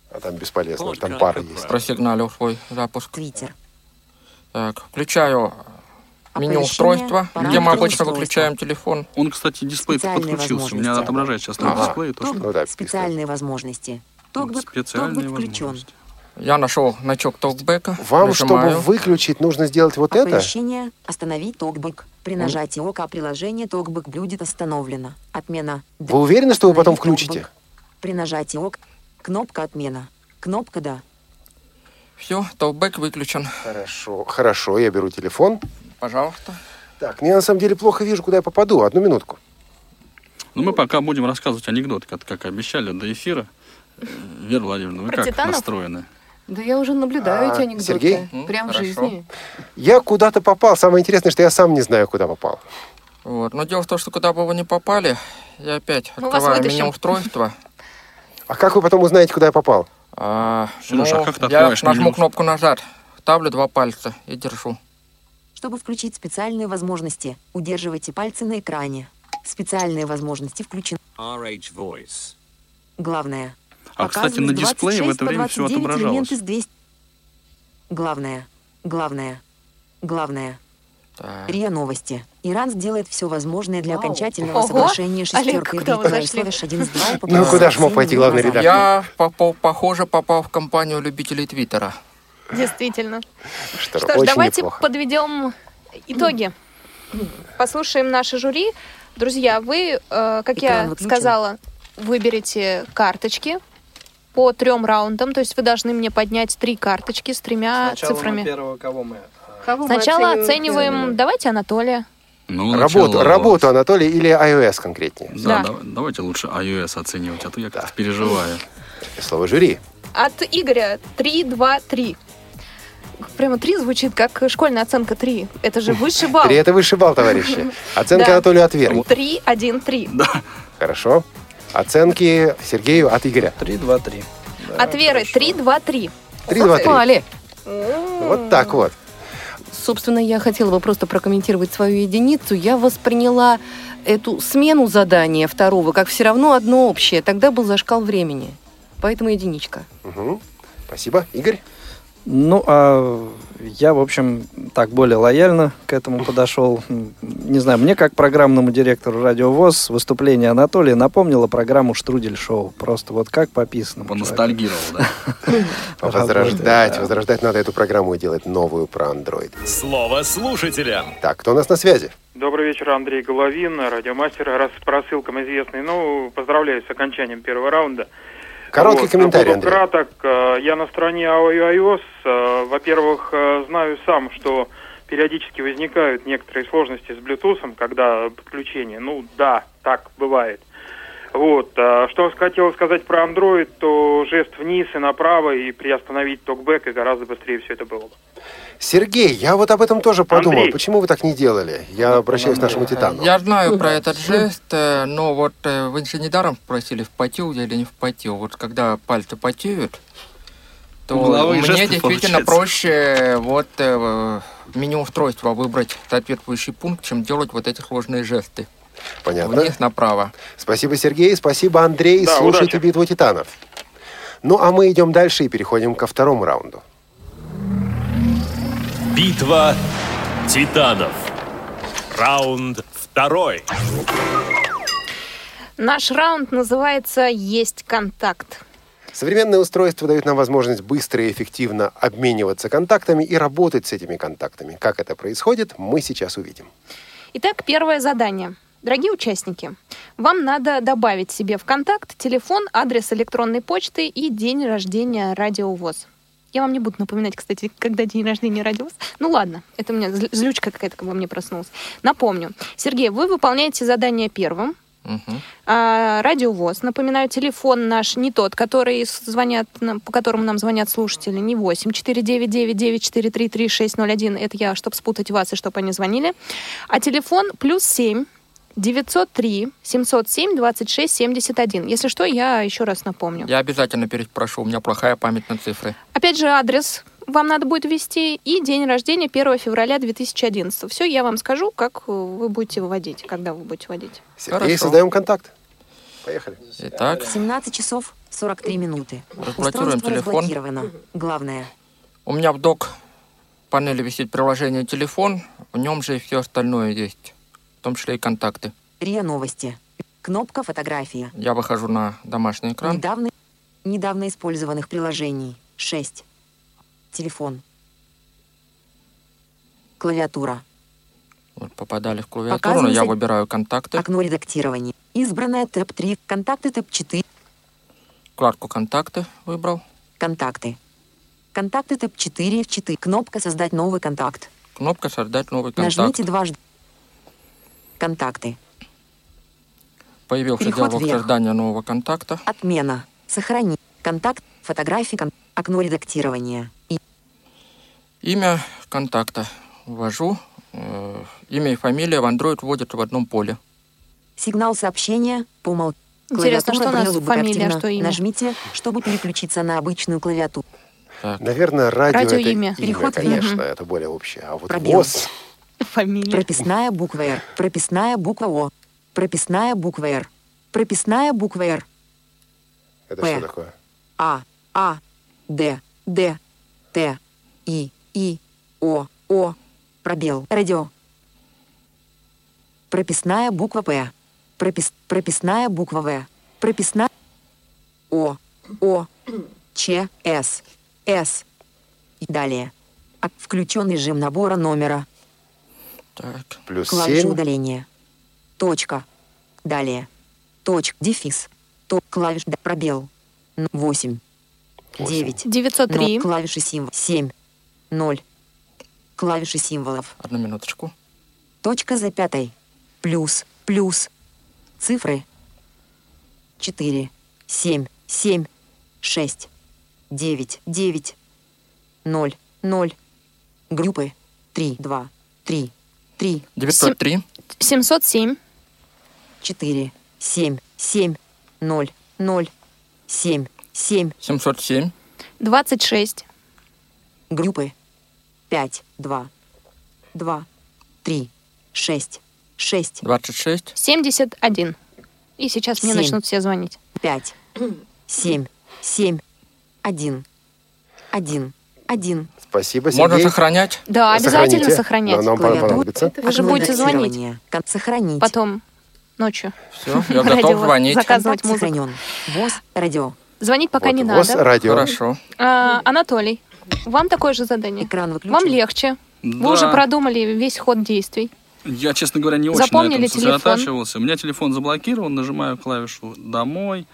S2: А там бесполезно, уж там пара есть.
S4: просигналил свой запуск.
S9: Твиттер.
S4: Так, включаю меню
S9: Оповещение,
S4: устройства,
S9: параметры
S4: где мы обычно
S9: устройства.
S4: выключаем телефон.
S5: Он, кстати, дисплей
S9: Специальные
S5: подключился. У меня
S9: возможности.
S5: отображает сейчас на
S2: Ага.
S5: дисплее то,
S9: Тог-
S5: что...
S2: Ну да,
S9: специальные возможности. Тогбык,
S5: Специальные
S9: тогбык включен.
S5: возможности.
S4: Я нашел значок токбека,
S2: Вам, чтобы
S4: нажимаю.
S2: выключить, нужно сделать вот
S3: А
S2: это?
S9: Оповещение. Остановить Тогбык. При нажатии ОК приложение Тогбык будет остановлено. Отмена. Д-
S2: Вы уверены, что вы потом
S9: Остановить
S2: включите?
S9: Talkback. При нажатии ОК. Кнопка отмена. Кнопка да.
S4: Все, токбек выключен.
S2: Хорошо, хорошо, я беру телефон.
S4: Пожалуйста.
S2: Так, ну я на самом деле плохо вижу, куда я попаду. Одну минутку.
S5: Ну, мы пока будем рассказывать анекдот, как, как обещали, до эфира. Э, Вера Владимировна, вы
S3: Про
S5: как
S3: титанов?
S5: настроены?
S6: Да я уже наблюдаю
S2: А,
S6: эти анекдоты.
S2: Сергей?
S4: М,
S6: Прям в
S4: хорошо.
S6: жизни.
S2: Я куда-то попал. Самое интересное, что я сам не знаю, куда попал.
S4: Вот. Но дело в том, что куда бы вы ни попали, я опять
S9: Ну,
S3: Мы вас
S4: открываю
S3: вытащим.
S4: меню устройства.
S2: А как вы потом узнаете, куда я попал?
S4: А,
S5: Серёж,
S4: ну,
S5: а как ты
S4: я
S5: открываешь
S4: нажму
S5: меню?
S4: кнопку назад, ставлю два пальца и держу.
S9: Чтобы включить специальные возможности, удерживайте пальцы на экране. Специальные возможности включены.
S1: RH voice.
S9: Главное.
S5: А, кстати, на
S9: Показывают
S5: дисплее в
S9: 26
S5: это
S9: по
S5: время все
S9: 29 элемент
S5: отображалось.
S9: из 200. Главное. Главное. Главное.
S4: Так.
S9: РИА Новости. Иран сделает все возможное для
S6: Вау.
S9: соглашения
S3: Ого!
S9: соглашения
S3: Олег,
S9: шестеркой
S3: куда вы
S9: Британии
S3: зашли?
S9: слэш 1 с 2 и
S2: Ну, куда ж мог
S9: популяризации
S2: пойти главный
S9: назад.
S2: редактор?
S4: Я, попал- похоже, попал в компанию любителей Твиттера.
S3: Действительно.
S2: (laughs) Что, ж,
S3: Что ж,
S2: очень
S3: давайте
S2: неплохо.
S3: подведем итоги. Послушаем наше жюри. Друзья, вы, э, как
S9: Экран
S3: я
S9: выключен.
S3: сказала, выберете карточки по трем раундам. То есть вы должны мне поднять три карточки с тремя цифрами.
S8: первого, А кого мы? э,
S3: Сначала оцениваем. Давайте Анатолия.
S5: Ну,
S2: Работу,
S5: начало-
S2: работу, Анатолий, или iOS конкретнее?
S5: Да,
S3: Да.
S5: да- давайте лучше iOS оценивать, а то я как-то переживаю.
S2: Слово жюри.
S3: От Игоря 3, 2, 3. Прямо 3 звучит как школьная оценка 3. Это же
S2: (laughs)
S3: высший балл.
S2: Три это высший балл,
S3: (laughs)
S2: товарищи. Оценка
S3: Да.
S2: Анатолию от Веры.
S3: 3, 1, 3.
S2: Хорошо. Оценки Сергею от Игоря.
S8: 3, 2, 3.
S3: От Веры 3, 2, 3.
S2: Три, два, три.
S6: Попали.
S2: Вот так вот.
S6: Собственно, я хотела бы просто прокомментировать свою единицу. Я восприняла эту смену задания второго как все равно одно общее. Тогда был зашкал времени. Поэтому единичка.
S2: Мгм. Спасибо. Игорь?
S8: Ну, а я, в общем, так более лояльно к
S2: (laughs)
S8: этому подошел. М, Не знаю, мне как программному директору Радио ВОЗ выступление Анатолия напомнило программу «Штрудель шоу». Просто вот как пописано.
S5: Поностальгировал, да?
S2: (laughs) Возрождать. Возрождать надо эту программу и делать новую про Android.
S1: Слово слушателя.
S2: Так, кто у нас на связи?
S7: Добрый вечер, Андрей Головин, радиомастер, раз по рассылкам известный. Ну, поздравляю с окончанием первого раунда.
S2: Короткий
S7: Вот,
S2: комментарий,
S7: буду
S2: Андрей.
S7: краток. Э, Я на стороне iOS. Э, Во-первых, э, знаю сам, что периодически возникают некоторые сложности с Bluetooth, когда подключение. Ну, да, так бывает. Вот. э, Что хотел сказать про Android, то жест вниз и направо, и приостановить токбэк, и гораздо быстрее все это было бы.
S2: Сергей, я вот об этом тоже подумал.
S7: Андрей.
S2: Почему вы так не делали? Я обращаюсь к нашему Титану.
S4: Э, Я знаю про этот жест, э, но вот э, вы же недаром спросили, впотел я или не впотел. Вот когда пальцы потеют, то
S5: Угловые
S4: мне
S5: жесты
S4: действительно
S5: получаются.
S4: проще э, вот э, в меню устройства выбрать соответствующий пункт, чем делать вот эти сложные жесты.
S2: Понятно.
S4: Вниз направо.
S2: Спасибо, Сергей. Спасибо, Андрей.
S7: Да,
S2: Слушайте
S7: удачи.
S2: битву титанов. Ну, а мы идем дальше и переходим ко второму раунду.
S10: Битва титанов. Раунд второй.
S3: Наш раунд называется «Есть контакт».
S2: Современные устройства дают нам возможность быстро и эффективно обмениваться контактами и работать с этими контактами. Как это происходит, мы сейчас увидим.
S3: Итак, первое задание. Дорогие участники, вам надо добавить себе в контакт телефон, адрес электронной почты и день рождения радиовоз. Я вам не буду напоминать, кстати, когда день рождения радиовоз. Ну ладно, это у меня зл- злючка какая-то во мне проснулась. Напомню. Сергей, вы выполняете задание первым.
S4: Мгм.
S3: А, радиовоз. Напоминаю, телефон наш не тот, который с- звонят, нам- по которому нам звонят слушатели, не 8 499 Это я, чтобы спутать вас и чтобы они звонили. А телефон плюс 7 903 707 26 71. Если что, я еще раз напомню.
S4: Я обязательно переспрошу, у меня плохая память на цифры.
S3: Опять же, адрес вам надо будет ввести и день рождения 1 февраля 2011. Все, я вам скажу, как э, вы будете выводить, когда вы будете вводить.
S2: Сергей,
S4: Хорошо.
S2: создаем контакт. Поехали.
S4: Итак,
S9: 17 часов 43 минуты.
S4: Разблокируем
S9: Устройство
S4: телефон.
S9: разблокировано. Главное.
S4: у меня в док панели висит приложение телефон, в нем же и все остальное есть, в том числе и контакты.
S9: РИА Новости. Кнопка «Фотография».
S4: Я выхожу на домашний экран.
S9: Недавно, недавно использованных приложений. 6. Телефон. Клавиатура.
S4: Вот попадали в клавиатуру, но
S9: Показываем
S4: я
S9: за-
S4: выбираю контакты,
S9: Окно редактирования. Избранное ТЭП 3. Контакты ТЭП 4.
S4: вкладку контакты выбрал,
S9: Контакты. Контакты ТЭП 4 в 4. Кнопка «Создать новый контакт».
S4: кнопка создать новый контакт.
S9: Нажмите дважды. Контакты.
S4: Появился
S9: переход
S4: диалог
S9: вверх.
S4: создания нового контакта.
S9: Отмена. Сохрани. Контакт. Фотографии. кон- Окно редактирования. И
S4: Имя контакта ввожу. Э, Имя и фамилия в Android вводят в одном поле.
S9: сигнал сообщения. По умолчанию.
S3: Интересно, что у нас
S9: Braille
S3: фамилия,
S9: активна.
S3: что имя?
S9: Нажмите, чтобы переключиться на обычную клавиатуру.
S2: Наверное, радио,
S3: Радио
S2: это
S3: имя.
S9: Переход
S2: конечно, это более общее. А вот
S9: Пробел.
S2: босс,
S3: Фамилия.
S9: Прописная буква «Р». Прописная буква «О». Прописная буква «Р». Прописная буква «Р».
S2: это
S9: П.
S2: что такое?
S9: А, А, Д, Д, Т, И, И, О, О, пробел, радио. Прописная буква П. Пропис, прописная буква В. Прописная О, О, Ч, С, С. И далее. А- Включен режим набора номера.
S4: Так,
S2: Плюс
S9: Клавиша
S2: 7.
S9: удаления. Точка. Далее. Точка. Дефис. То клавиш д- пробел. 8. 9.
S3: 903.
S9: Клавиши символ. 7. 0. Клавиши символов.
S4: одну минуточку.
S9: Точка за пятой. Плюс. Плюс. Цифры. 4. 7. 7. 6. 9. 9. 0. 0. Группы. 3. 2. 3. 3.
S4: 903.
S3: 707.
S9: 4, 7, 7, 0, 0, 7, 7,
S4: 707.
S3: 26.
S9: группы 5, 2, 2, 3, 6, 6,
S4: 26.
S3: 71. И сейчас мне
S9: Семь.
S3: начнут все звонить.
S9: 5, 7, 7, 1, 1, 1.
S2: Спасибо,
S4: Можно
S2: Сергей.
S4: сохранять.
S3: Да, обязательно
S2: Сохраните.
S3: сохранять.
S2: Но э? нам
S9: Клавиатура.
S2: понадобится.
S3: Вы же будете звонить.
S9: Сохранить.
S3: Потом ночью.
S4: Все, я
S3: Радио
S4: готов звонить.
S3: заказывать
S9: Контакт
S3: музыку.
S9: сохранен. ВОЗ, радио.
S3: Звонить пока
S2: Вот,
S3: не
S2: ВОЗ,
S3: надо.
S2: радио.
S4: Хорошо.
S3: А, Анатолий, вам такое же задание.
S9: Экран выключен.
S3: Вам легче.
S5: Да.
S3: Вы уже продумали весь ход действий.
S5: Я, честно говоря, не очень на
S3: Запомнили
S5: этом
S3: телефон?
S5: сосредотачивался. У меня телефон заблокирован, нажимаю клавишу «Домой»,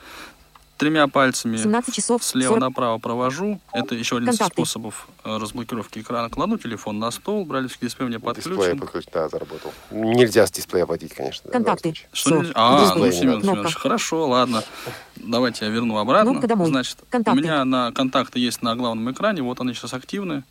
S5: тремя пальцами
S9: 17 часов
S5: слева
S9: 40.
S5: направо провожу. Это еще один из
S9: Контакты.
S5: способов э, разблокировки экрана. Кладу телефон на стол, бралевский дисплей мне
S2: Дисплей
S5: подключен.
S2: подключен, да, заработал. Нельзя с дисплея водить, конечно. да, в данном
S9: Контакты.
S2: случае.
S5: Что
S9: Со.
S5: нельзя? А, ну,
S2: Дисплей.
S5: Семен
S9: Кнопка.
S5: Семенович, хорошо, ладно. Давайте я верну обратно.
S9: Кнопка домой.
S5: Значит,
S9: Контакты.
S5: у меня на контакты есть на главном экране. Вот они сейчас активны.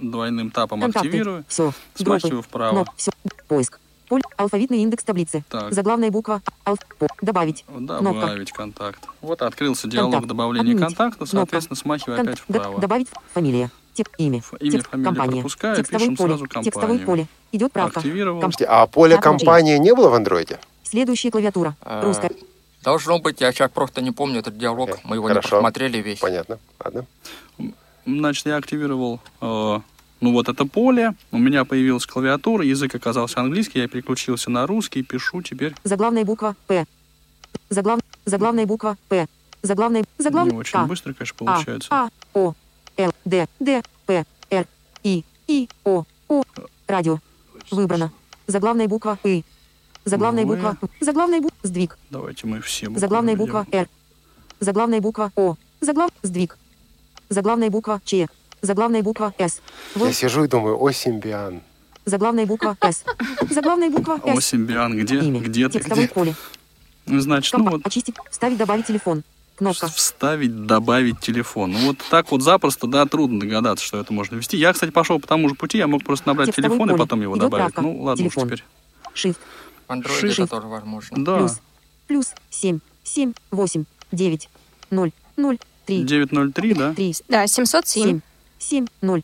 S5: Двойным тапом активирую.
S9: Все.
S5: Смахиваю вправо.
S9: все. Поиск. Поле. Алфавитный индекс таблицы.
S5: Так.
S9: Заглавная буква. Алф. по- Добавить. Кнопка.
S5: Добавить контакт. Вот открылся диалог
S9: Контакт.
S5: добавления
S9: Отменить.
S5: контактов, соответственно, смахиваю
S9: Кон-
S5: Ну, опять
S9: д-
S5: вправо.
S9: Добавить фамилия. Тек, имя.
S5: Ф- имя,
S9: текст,
S5: фамилию
S9: компания.
S5: пропускаю,
S9: Текстовое
S5: пишем
S9: поле.
S5: сразу компанию.
S9: Текстовое поле. Идет правка.
S5: Активировал.
S9: Комп-
S2: Подожди, А поле
S9: Смотри.
S2: компания не было в андроиде?
S9: Следующая клавиатура.
S4: А,
S9: Русская.
S4: Должно быть, я сейчас просто не помню этот диалог.
S2: Окей,
S4: Мы его
S2: Э, хорошо.
S4: не посмотрели весь.
S2: Понятно. Ладно.
S5: Значит, я активировал э, ну вот это поле. У меня появилась клавиатура, язык оказался английский, я переключился на русский, пишу теперь
S9: Заглавная буква П. Заглав... Заглавная буква П. Заглавная.
S5: Не
S9: Заглавная.
S5: очень
S9: К.
S5: быстро, конечно,
S9: А,
S5: получается.
S9: А, О, Л, Д, Д, П, Р, И, И, О, У. Радио.
S5: Э,
S9: Выбрано. Заглавная буква И. Заглавная
S5: В.
S9: буква. Заглавная буква. Сдвиг.
S5: Давайте мы все буквы
S9: Заглавная
S5: введем.
S9: буква Р. Заглавная буква О. Заглав. Сдвиг. Заглавная буква Ч. Заглавная буква С.
S2: Я
S9: Вы.
S2: сижу и думаю, о, симбиан.
S9: Заглавная буква С. Заглавная буква
S5: О,
S9: Э, С.
S5: симбиан, где,
S9: Имя.
S5: где ты,
S9: Текстовое
S5: где?
S9: поле.
S5: Ну, значит, ну
S9: Комба-
S5: вот,
S9: Очистить. Вставить. Добавить телефон. Кнопка.
S5: вставить, добавить телефон. Ну, вот так вот запросто, да, трудно догадаться, что это можно ввести. Я, кстати, пошел по тому же пути, я мог просто набрать
S9: Текстовое
S5: телефон и
S9: поле.
S5: потом его
S9: Идет
S5: добавить.
S9: правка.
S5: Ну, ладно уж
S9: Телефон.
S5: теперь.
S9: Shift.
S4: В Android это
S9: Шифр.
S4: тоже возможно.
S5: Да,
S9: Плюс. Плюс. 7. 7. 8. 9. 0. 0. 3.
S5: 903, да,
S9: 3.
S3: Да, 707.
S9: 7. 7. 0.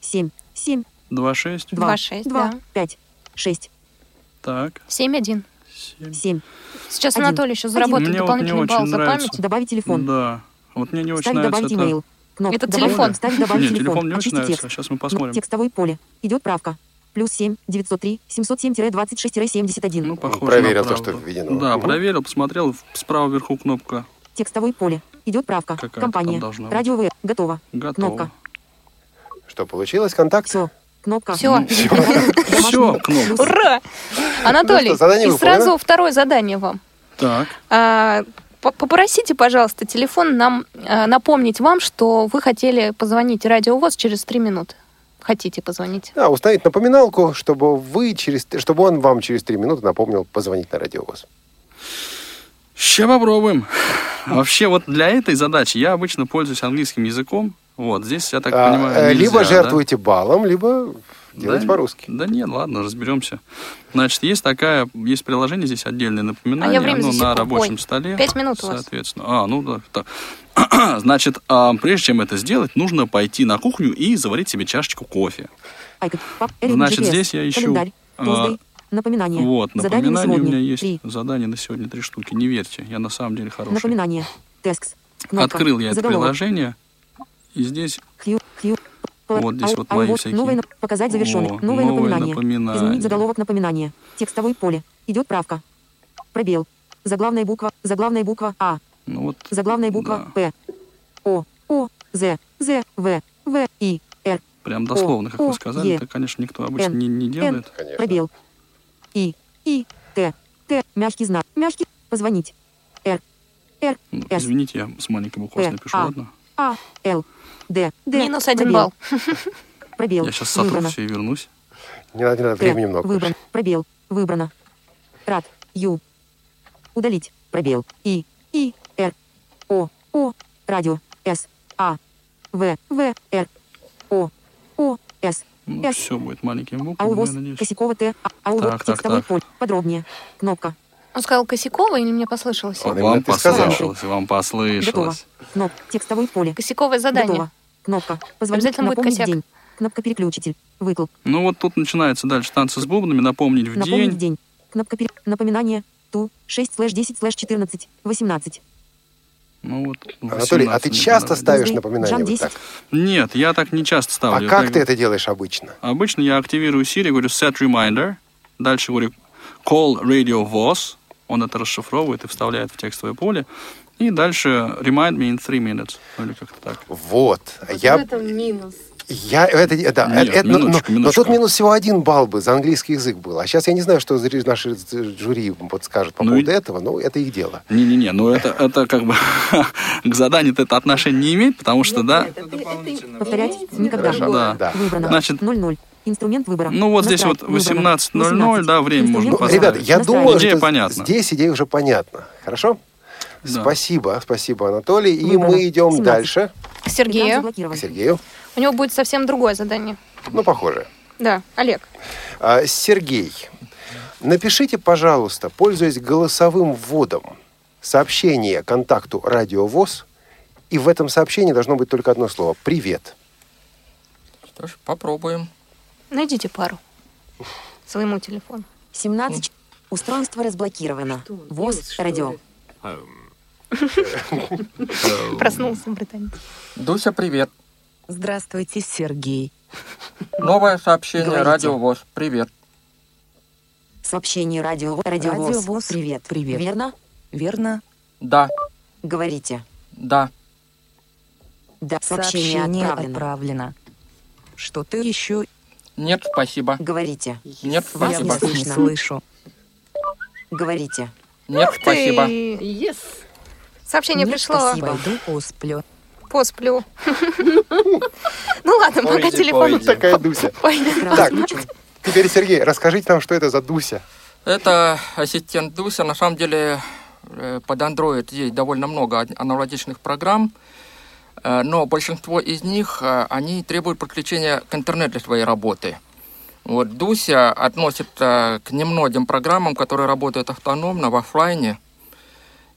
S9: 7. 7.
S5: 26,
S9: 2.
S3: 26,
S9: 2.
S3: да.
S9: 5. 6.
S5: так,
S3: 7-1.
S5: 7.
S9: 7.
S3: Сейчас
S9: Один.
S3: Анатолий еще
S9: Один.
S5: Мне
S3: заработает
S5: вот не
S3: дополнительный
S5: очень
S3: балл за
S5: нравится.
S3: память.
S9: Добавить телефон.
S5: Да, вот мне не очень
S9: Ставь
S5: нравится
S9: добавить
S5: это.
S9: имейл. Кнопка.
S3: Это
S9: добавить-
S3: телефон.
S9: Ставь добавить
S5: Нет, телефон не очень
S9: Очисти
S5: нравится,
S9: текст.
S5: сейчас мы
S9: Ну,
S5: посмотрим.
S9: Текстовое поле. Идет правка. Плюс 7, 903, 707-26-71.
S5: Ну, похоже
S2: Проверил
S5: на
S2: то, что
S5: правду.
S2: введено.
S5: Да,
S2: Мгм.
S5: проверил, посмотрел, в- справа вверху кнопка
S9: Текстовое поле. Идет правка.
S5: Какая-то там
S9: Компания.
S5: должна быть.
S9: Радио В. Готово.
S5: «Готово».
S9: Кнопка.
S2: Что получилось? Контакт?
S9: Все.
S2: (laughs)
S9: Кнопка.
S3: Все.
S5: Все, кнопка.
S3: (laughs) Ура! Анатолий,
S2: Ну что, задание
S3: и
S2: выполнено.
S3: сразу второе задание вам.
S5: Так,
S3: А, по- Попросите, пожалуйста, телефон нам а, напомнить вам, что вы хотели позвонить Радио ВОЗ через три минуты. Хотите позвонить?
S2: А, установить напоминалку, чтобы вы через, чтобы он вам через три минуты напомнил позвонить на радиовоз.
S5: Ща попробуем. Вообще, вот для этой задачи я обычно пользуюсь английским языком. Вот, здесь, я так
S2: А,
S5: понимаю,
S2: э,
S5: нельзя,
S2: либо
S5: да?
S2: жертвуете баллом, либо делаете
S5: Да,
S2: по-русски.
S5: Да нет, ладно, разберемся. Значит, есть такая, есть приложение здесь отдельное напоминание,
S3: А я время
S5: оно
S3: засеку.
S5: на рабочем
S3: Ой,
S5: столе.
S3: пять минут у вас.
S5: Соответственно. А, ну да. так. (clears throat) Значит, а, прежде чем это сделать, нужно пойти на кухню и заварить себе чашечку кофе.
S9: Айкон. Пап- Элен
S5: Значит,
S9: GPS.
S5: здесь я ищу,
S9: Календарь.
S5: а,
S9: Tuesday. Напоминание.
S5: Вот,
S9: Задание на
S5: напоминание у
S9: сегодня.
S5: меня есть.
S9: Три.
S5: Задание на сегодня три штуки. Не верьте, я на самом деле хороший.
S9: Напоминание. Текст. Кнопка.
S5: Открыл я это
S9: Заголовок.
S5: приложение, и здесь
S9: Хью, хью.
S5: Вот здесь
S9: Ай-
S5: вот мои
S9: iWatch.
S5: всякие.
S9: Новое на- показать завершенный.
S5: О,
S9: новое,
S5: новое
S9: напоминание.
S5: напоминание.
S9: Изменить заголовок напоминания. Текстовое поле. Идет правка. Пробел. Заглавная буква. Заглавная буква А.
S5: Ну вот,
S9: Заглавная буква П. О. О. З. З. В. В. И. Р.
S5: прям дословно, как
S9: О,
S5: вы
S9: О,
S5: сказали,
S9: Е,
S5: это, конечно, никто обычно
S9: Н,
S5: не, не делает.
S2: Конечно.
S9: Пробел. И. И. Т. Т. Мягкий знак. Мягкий. Позвонить. Р. Р.
S5: Ну,
S9: С.
S5: извините, я с маленькой буквы
S9: Э,
S5: напишу,
S9: а.
S5: ладно?
S9: А. Л. Д. Д.
S3: Минус один
S9: Пробел.
S3: балл.
S9: Пробел.
S5: Я сейчас сотру
S9: Выбрано.
S5: все и вернусь.
S2: Не надо, не надо,
S9: Т.
S2: времени много.
S9: Выбран. Пробел. Выбрано. Рад. Ю. Удалить. Пробел. И. И. Р. О. О. Радио. С. А. В. В. Р. О. О. С.
S5: Ну,
S9: С.
S5: все будет
S9: А
S5: маленькими буквами,
S9: Аувоз.
S5: я надеюсь.
S9: Косякова Т. А- Аувоз.
S5: Так, так,
S9: Текстовой
S5: так.
S9: поле. Подробнее. Кнопка.
S3: Он сказал Косякова или мне послышалось?
S2: Он
S5: Вам
S2: именно ты сказал.
S5: послышалось, вам
S9: Готово.
S5: послышалось.
S9: Кноп. Текстовое поле.
S3: Косяковое задание.
S9: Готово. Кнопка. Позвонить.
S3: Обязательно будет
S9: Напомнить
S3: косяк.
S9: день. Кнопка переключитель. Выкл.
S5: Ну вот тут начинается дальше танцы с бубнами, напомнить в
S9: Напомнить
S5: день.
S9: день. Кнопка пере... Напоминание. Ту. 6 слэш 10 слэш 14. 18.
S5: Ну, вот,
S2: Анатолий, а
S5: 18
S2: ты
S5: мне
S2: часто
S5: понравилось.
S2: ставишь
S9: Джан
S2: напоминания вот
S9: 10.
S2: так?
S5: Нет, я так не часто
S2: А
S5: ставлю. Я
S2: как
S5: так-
S2: ты это делаешь обычно?
S5: Обычно я активирую Siri, говорю set reminder, дальше говорю call radio voice, он это расшифровывает и вставляет в текстовое поле, и дальше remind me in three minutes, ну или как-то так.
S2: Вот. я... Я это, э, да,
S5: Нет,
S2: это- это- но- но-
S5: минуточку,
S2: но,
S5: минуточку.
S2: тут минус всего один балл бы за английский язык был. А сейчас я не знаю, что зри- наши жюри подскажут по
S5: Ну и-
S2: поводу этого, но это их дело.
S5: Не-не-не, ну это, это как бы (laughs) к заданию это отношения не имеет, потому что, да,
S9: Повторять никогда.
S2: Хорошо.
S5: Да.
S2: Да.
S9: Выбрано.
S5: Значит-
S9: 0-0. Инструмент выбора.
S5: Ну, вот здесь
S9: Настраивать.
S5: вот
S9: Выбрано.
S5: 18:00, да, время можно
S2: Ну,
S5: поставить.
S2: ребята, я
S9: Настраивать.
S2: думаю,
S5: Идея
S2: что
S5: понятна.
S2: здесь идея уже понятна. Хорошо?
S5: Да. Ну,
S2: Спасибо, спасибо, Анатолий. И
S9: Выбрано.
S2: мы идем
S9: 17.
S2: дальше
S3: К
S9: Экран
S3: Сергею.
S2: к
S9: заблокирован.
S2: Сергею.
S3: У него будет совсем другое задание.
S2: Ну, похоже.
S3: Да, Олег.
S2: А, Сергей, напишите, пожалуйста, пользуясь голосовым вводом, сообщение контакту «Радиовоз», и в этом сообщении должно быть только одно слово «Привет».
S4: Что ж, попробуем.
S3: Найдите пару своему телефону.
S9: 17. Устройство разблокировано. ВОЗ. Радио.
S3: Проснулся британец.
S4: Дуся, привет.
S9: Здравствуйте, Сергей.
S4: Новое сообщение
S9: Говорите.
S4: Радио ВОЗ. Привет.
S9: Сообщение радио. Радио ВОЗ. Привет. Привет. Верно?
S4: Да,
S9: Говорите.
S4: Да.
S9: Да, сообщение,
S11: Сообщение
S9: отправлено.
S11: отправлено.
S9: Что-то еще
S4: Нет, спасибо.
S9: говорите.
S4: Нет,
S9: Вас
S11: Я
S4: спасибо.
S11: вас не
S9: Слышно.
S11: слышу.
S9: Говорите.
S4: Нет, спасибо.
S3: Ты-
S6: Yes.
S3: Сообщение
S9: Нет,
S3: пришло.
S9: Ну, спасибо.
S11: Пойду посплю.
S3: Посплю. Ну ладно, пока
S8: Пойди,
S3: телефон.
S8: пойди.
S2: Такая Дуся.
S3: Пойду.
S9: Раз
S2: Так.
S9: озвучил.
S2: Теперь, Сергей, расскажите нам, что это за Дуся.
S4: Это ассистент Дуся. На самом деле э, под Android есть довольно много ан- аналогичных программ, э, но большинство из них, э, они требуют подключения к интернету для своей работы. Вот Дуся относится к немногим программам, которые работают автономно в оффлайне.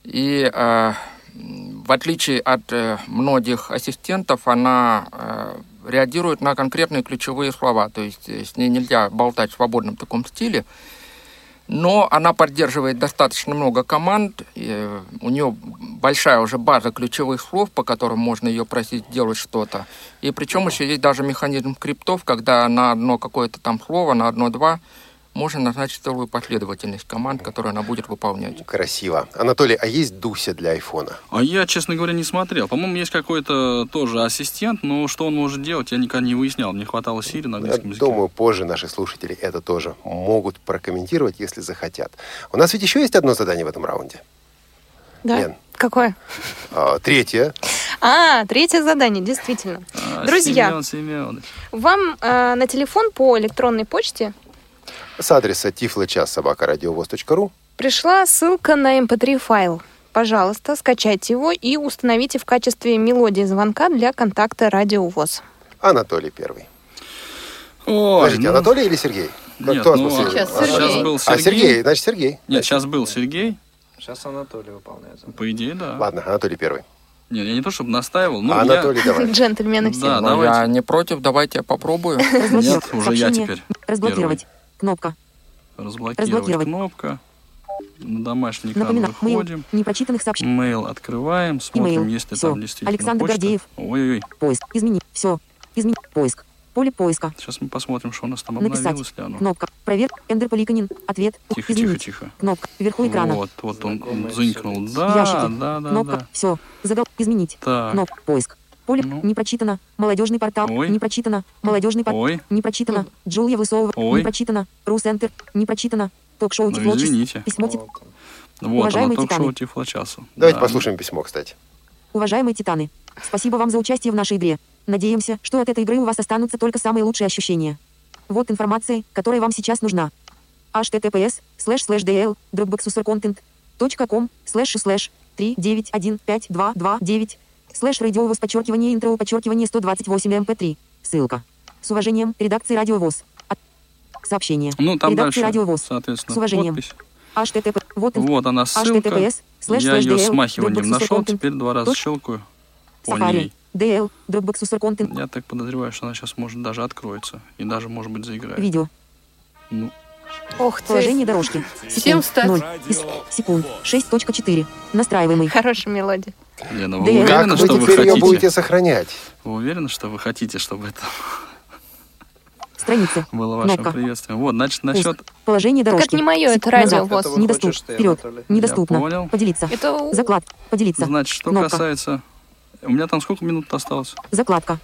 S4: И э, м, в отличие от э, многих ассистентов, она э, реагирует на конкретные ключевые слова. То есть э, с ней нельзя болтать в свободном таком стиле. Но она поддерживает достаточно много команд. э, У нее большая уже база ключевых слов, по которым можно ее просить делать что-то. И причем еще есть даже механизм криптов, когда на одно какое-то там слово, на одно-два можно назначить целую последовательность команд, которые она будет выполнять.
S2: Красиво. Анатолий, а есть Дуся для айфона?
S5: А я, честно говоря, не смотрел. По-моему, есть какой-то тоже ассистент, но что он может делать, я никогда не выяснял. Мне хватало Сири на
S2: Я
S5: английском языке.
S2: думаю, позже наши слушатели это тоже могут прокомментировать, если захотят. У нас ведь еще есть одно задание в этом раунде.
S3: Да?
S2: Лен.
S3: Какое?
S2: А, Третье.
S3: А, третье задание, действительно.
S5: А,
S3: Друзья.
S5: Семён Семёныч.
S3: Вам э, на телефон по электронной почте
S2: С адреса tiflachassobakaradiovoz.ru
S3: пришла ссылка на mp3 файл. Пожалуйста, скачайте его и установите в качестве мелодии звонка для контакта Радио ВОЗ.
S2: Анатолий первый.
S5: Ой,
S2: Подождите,
S5: ну,
S2: Анатолий или Сергей?
S5: Нет,
S2: Кто у нас
S5: ну,
S2: был
S5: а-
S6: Сейчас
S2: А,
S6: Сергей.
S5: сейчас был
S2: А,
S5: Сергей.
S2: Сергей, значит, Сергей.
S5: Нет, сейчас был Сергей.
S8: Сейчас Анатолий выполняет. задание.
S5: По идее, да.
S2: Ладно, Анатолий первый.
S5: Нет, я не то чтобы настаивал, но
S2: А
S5: Ну, я- (laughs)
S2: Анатолий, давай.
S3: Джентльмены все.
S5: Да,
S4: Но я
S5: давайте.
S4: не против, давайте я попробую.
S9: Разблокировать.
S5: Нет, уже я
S9: Сообщение.
S5: теперь
S9: Разблокировать. Кнопка.
S5: Разблокировать
S9: Разблокировать.
S5: кнопка. На домашний экран
S9: Напоминаю. Мейл.
S5: выходим.
S9: Непрочитанных сообщений.
S5: Мейл открываем, смотрим,
S9: Email.
S5: есть ли
S9: Всё.
S5: там действительно
S9: Александр
S5: почта.
S9: Гордеев.
S5: Ой-ой-ой,
S9: Поиск. Изменить. Все. Изменить. Поиск. Поле поиска.
S5: сейчас мы посмотрим, что у нас там
S9: Написать.
S5: обновилось ли оно.
S9: Кнопка. Проверка. Эндер Поликанин. Ответ. Изменить.
S5: Тихо-тихо-тихо.
S9: Кнопка. Вверху экрана.
S5: Вот, вот он, он
S8: Знакомые
S5: дзынькнул.
S8: сервисы.
S5: Да,
S9: Ящики.
S5: да, да,
S9: Кнопка.
S5: да.
S9: Все. Загал. Изменить.
S5: Так,
S9: Кнопка. Поиск. Поле.
S5: Ну.
S9: Не прочитано. Молодежный портал.
S5: Ой.
S9: Не прочитано. Молодежный портал.
S5: ой,
S9: Не прочитано. Джулия Высова.
S5: Ой.
S9: Не прочитано. Русентер. Не прочитано. Ток-шоу
S5: ну
S9: Тепло.
S5: извините.
S9: Письмо. Тит-
S8: Вот он.
S5: Вот оно,
S9: Уважаемые
S5: ток-шоу
S9: титаны.
S5: Тифлочаса.
S2: Давайте
S5: Да.
S2: послушаем письмо, кстати.
S9: Уважаемые титаны, спасибо вам за участие в нашей игре. Надеемся, что от этой игры у вас останутся только самые лучшие ощущения. Вот информация, которая вам сейчас нужна. https slash slash dl dropboxusercontent.com slash slash 3915229 слэш радиовоз подчеркивание интро подчеркивание 128 mp3. эм Ссылка. С уважением, редакции радиовоз. От- Сообщение.
S5: Ну, там
S9: редакции
S5: дальше,
S9: радиовоз.
S5: соответственно,
S9: С уважением.
S5: подпись.
S9: http вот, инф-
S5: Вот она ссылка.
S9: https slash
S5: Я
S9: slash
S5: ее
S9: dl
S5: смахиванием нашел,
S9: dropboxusercontent.
S5: теперь два раза
S9: Тут-
S5: щелкаю по
S9: Safari,
S5: ней.
S9: DL, Dropbox User Content,
S5: Я так подозреваю, что она сейчас может даже откроется. И даже, может быть, заиграет.
S9: видео,
S5: Ну,
S3: Ох ты,
S9: положение дорожки.
S6: Всем встать.
S9: 0, секунд, 6.4, настраиваемый,
S3: хорошая мелодия.
S5: Лена, вы
S9: Да я-
S2: Как
S5: уверены,
S2: вы
S5: Ну, что вы
S2: теперь ее
S5: хотите?
S2: будете сохранять?
S5: Вы уверены, что вы хотите, чтобы это
S9: страница,
S5: было вашим
S9: Кнопка.
S5: приветствием? Вот, значит,
S9: Пуск.
S5: насчет...
S9: положение
S3: Так это
S9: дорожки,
S3: не мое, это
S9: Секунду.
S3: Радио
S8: Вот это
S3: ВОЗ.
S8: вот
S9: Недоступ.
S8: хочешь ты,
S9: Вперед.
S8: Анатолий?
S9: недоступно,
S5: Я понял.
S9: поделиться,
S3: Это у-
S9: заклад, поделиться,
S5: Значит, что
S9: Кнопка.
S5: касается... У меня там сколько минут осталось?
S9: закладка,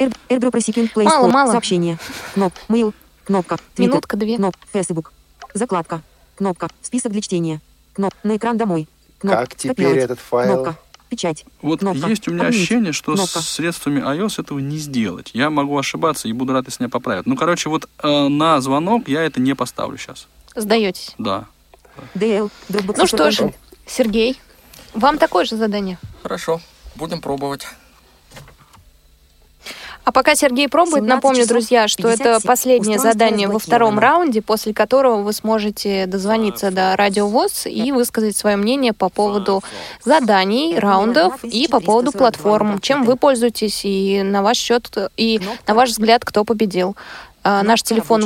S9: Air- AirDrop Recycling Play
S3: Мало,
S9: Store.
S3: мало.
S9: сообщение, кноп, mail, кнопка, Twitter,
S3: Минутка, две.
S9: кноп, Facebook, закладка, кнопка, список для чтения, кноп, на экран домой, кнопка,
S2: Как теперь этот файл?
S9: кнопка, печать,
S5: Вот
S9: Кнопка.
S5: есть у меня
S9: Отменить.
S5: ощущение, что
S9: Кнопка.
S5: с средствами iOS этого не сделать. Я могу ошибаться и буду рад, если меня поправят. Ну, короче, вот э, на звонок я это не поставлю сейчас.
S3: Сдаетесь.
S5: Да.
S9: DL, Dropbox
S3: Ну
S9: User
S3: что ж,
S9: Content.
S3: Сергей, вам такое же задание.
S4: Хорошо, будем пробовать.
S3: А пока Сергей пробует,
S9: 17
S3: напомню,
S9: часов
S3: друзья, что это
S9: 57.
S3: последнее
S9: Устройство
S3: задание во втором
S9: разблокировано.
S3: раунде, после которого вы сможете дозвониться до Радио ВОЗ и высказать свое мнение по поводу заданий, раундов и по поводу платформ, чем вы пользуетесь и на ваш счет, и на ваш взгляд, кто победил. А, Наш телефон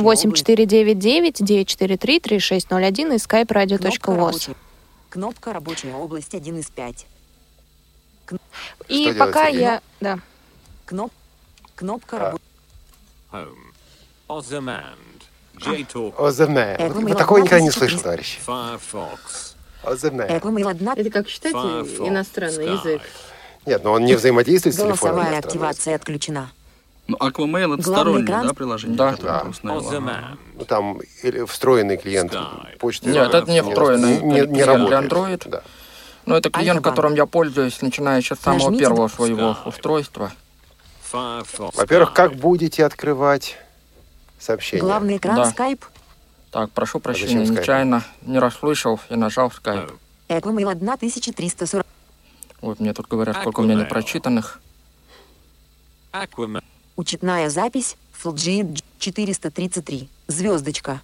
S3: 8499-943-3601 и
S9: Кнопка
S3: skype-radio.voz.
S9: рабочая. Кнопка рабочая область 1 из 5.
S3: И
S2: делать,
S3: пока
S2: Сергей?
S3: я... Да.
S9: Кноп... Кнопка
S2: А.
S9: рабочая.
S10: Home. Ozamand. JTalk.
S2: О, the man.
S9: Э,
S2: Вот
S9: вы
S2: я такого
S9: молодец,
S2: никогда не
S9: если
S2: слышал,
S9: ты-
S2: товарищи.
S10: Firefox.
S2: О, the man.
S9: Эко mail одна.
S11: Это как считать
S10: Firefox.
S11: иностранный
S10: Skype.
S11: язык?
S2: Нет, но он не взаимодействует с телефоном.
S9: Голосовая
S2: я стараюсь.
S9: активация отключена.
S5: Ну, Аквамейл это
S9: Главный
S5: стороннее,
S9: экран-
S5: да, приложение,
S4: Да.
S5: которое
S2: Да.
S5: просто наяву.
S10: Оземен.
S2: Ну, Там или встроенный клиент
S10: Skype.
S2: почты.
S4: Нет, это не встроенный,
S2: Не, не
S4: это для
S2: работает.
S4: Android.
S2: Да.
S4: Но это клиент,
S9: Альфа-банк.
S4: которым я пользуюсь, начиная еще с самого
S9: Нажмите
S4: первого своего
S10: Skype.
S4: устройства.
S10: Firefox.
S2: Во-первых, как будете открывать сообщение?
S9: Главный экран
S4: Да.
S9: Skype.
S4: Так, прошу
S2: А зачем
S4: прощения,
S2: Skype?
S4: нечаянно не расслышал и нажал скайп.
S9: Эквамейл 1340.
S4: Вот мне тут говорят, сколько у меня
S10: Acromail.
S4: непрочитанных.
S10: Aquaman.
S9: Учетная запись. Full 433. Звездочка.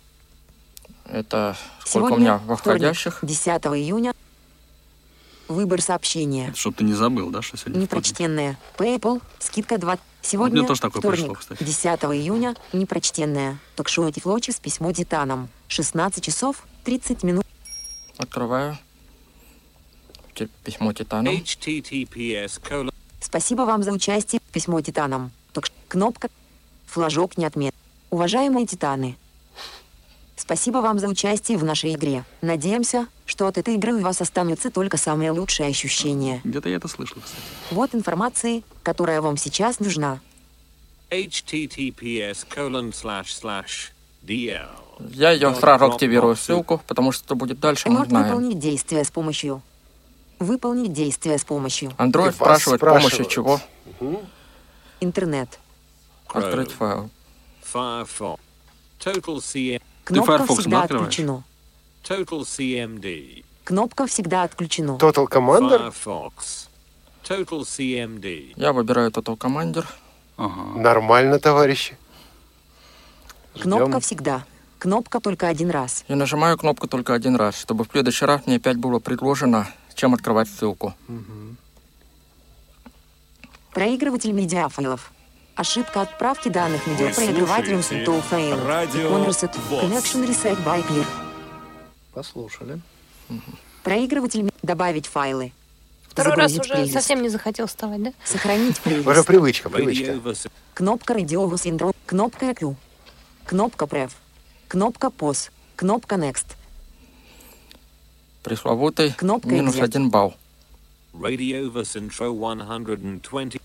S4: Это сколько
S9: Сегодня
S4: у меня
S9: вторник,
S4: выходящих.
S9: 10 июня. Выбор сообщения.
S5: Это чтоб ты не забыл, да, что сегодня вторник.
S9: Непрочтенное. PayPal. Скидка 2. Сегодня
S5: тоже такое
S9: вторник,
S5: пришло, кстати.
S9: 10 июня. Непрочтенное. Ток-шоу Тифлочи с письмо Титаном. 16 часов 30 минут.
S4: Открываю. Те- Письмо Титана.
S10: HTTPS colon.
S9: Спасибо вам за участие. в Письмо Титаном. Ток Кнопка. Флажок не отмен. Уважаемые Титаны. Спасибо вам за участие в нашей игре. Надеемся, что от этой игры у вас останутся только самые лучшие ощущения.
S5: Где-то я это слышал, кстати.
S9: Вот информации, которая вам сейчас нужна.
S10: HTTPS colon slash slash DL.
S4: Я ее сразу активирую ссылку, потому что что будет дальше, мы
S9: Можно
S4: знаем.
S9: выполнить действие с помощью. Выполнить действие с помощью.
S4: Android
S2: Вас
S4: спрашивает помощью
S2: спрашивают.
S4: чего
S9: Интернет.
S10: Chrome.
S4: открыть файл.
S10: Firefox. Total CM.
S9: Кнопка
S5: Firefox
S9: всегда
S5: открываешь?
S9: отключена.
S10: Total CMD.
S9: Кнопка всегда отключена.
S2: Total Commander
S10: Firefox. Total CMD.
S4: Я выбираю Total Commander.
S5: Ага.
S2: нормально, товарищи.
S9: Кнопка всегда. Кнопка только один раз.
S4: Я нажимаю кнопку только один раз, чтобы в следующий раз мне опять было предложено, чем открывать ссылку.
S9: Проигрыватель медиафайлов. Ошибка отправки данных медиапроигрывателем с
S1: слушаете
S9: to fail.
S1: радио
S9: Он reset.
S1: ВОЗ.
S9: Connection reset by peer.
S8: Послушали.
S9: Проигрыватель ме- добавить файлы.
S3: Второй раз
S9: Загрузить
S3: уже
S9: плейлист.
S3: совсем не захотел вставать, да?
S9: Сохранить плейлист.
S2: Уже привычка, привычка.
S10: Radio vers-
S9: Кнопка радиову синдром. Кнопка Q. Кнопка Pref. Кнопка POS. Кнопка Next.
S4: Пресловутый
S9: Кнопка
S4: минус
S9: «Exit».
S4: один балл.
S10: Radio Vicentro 120.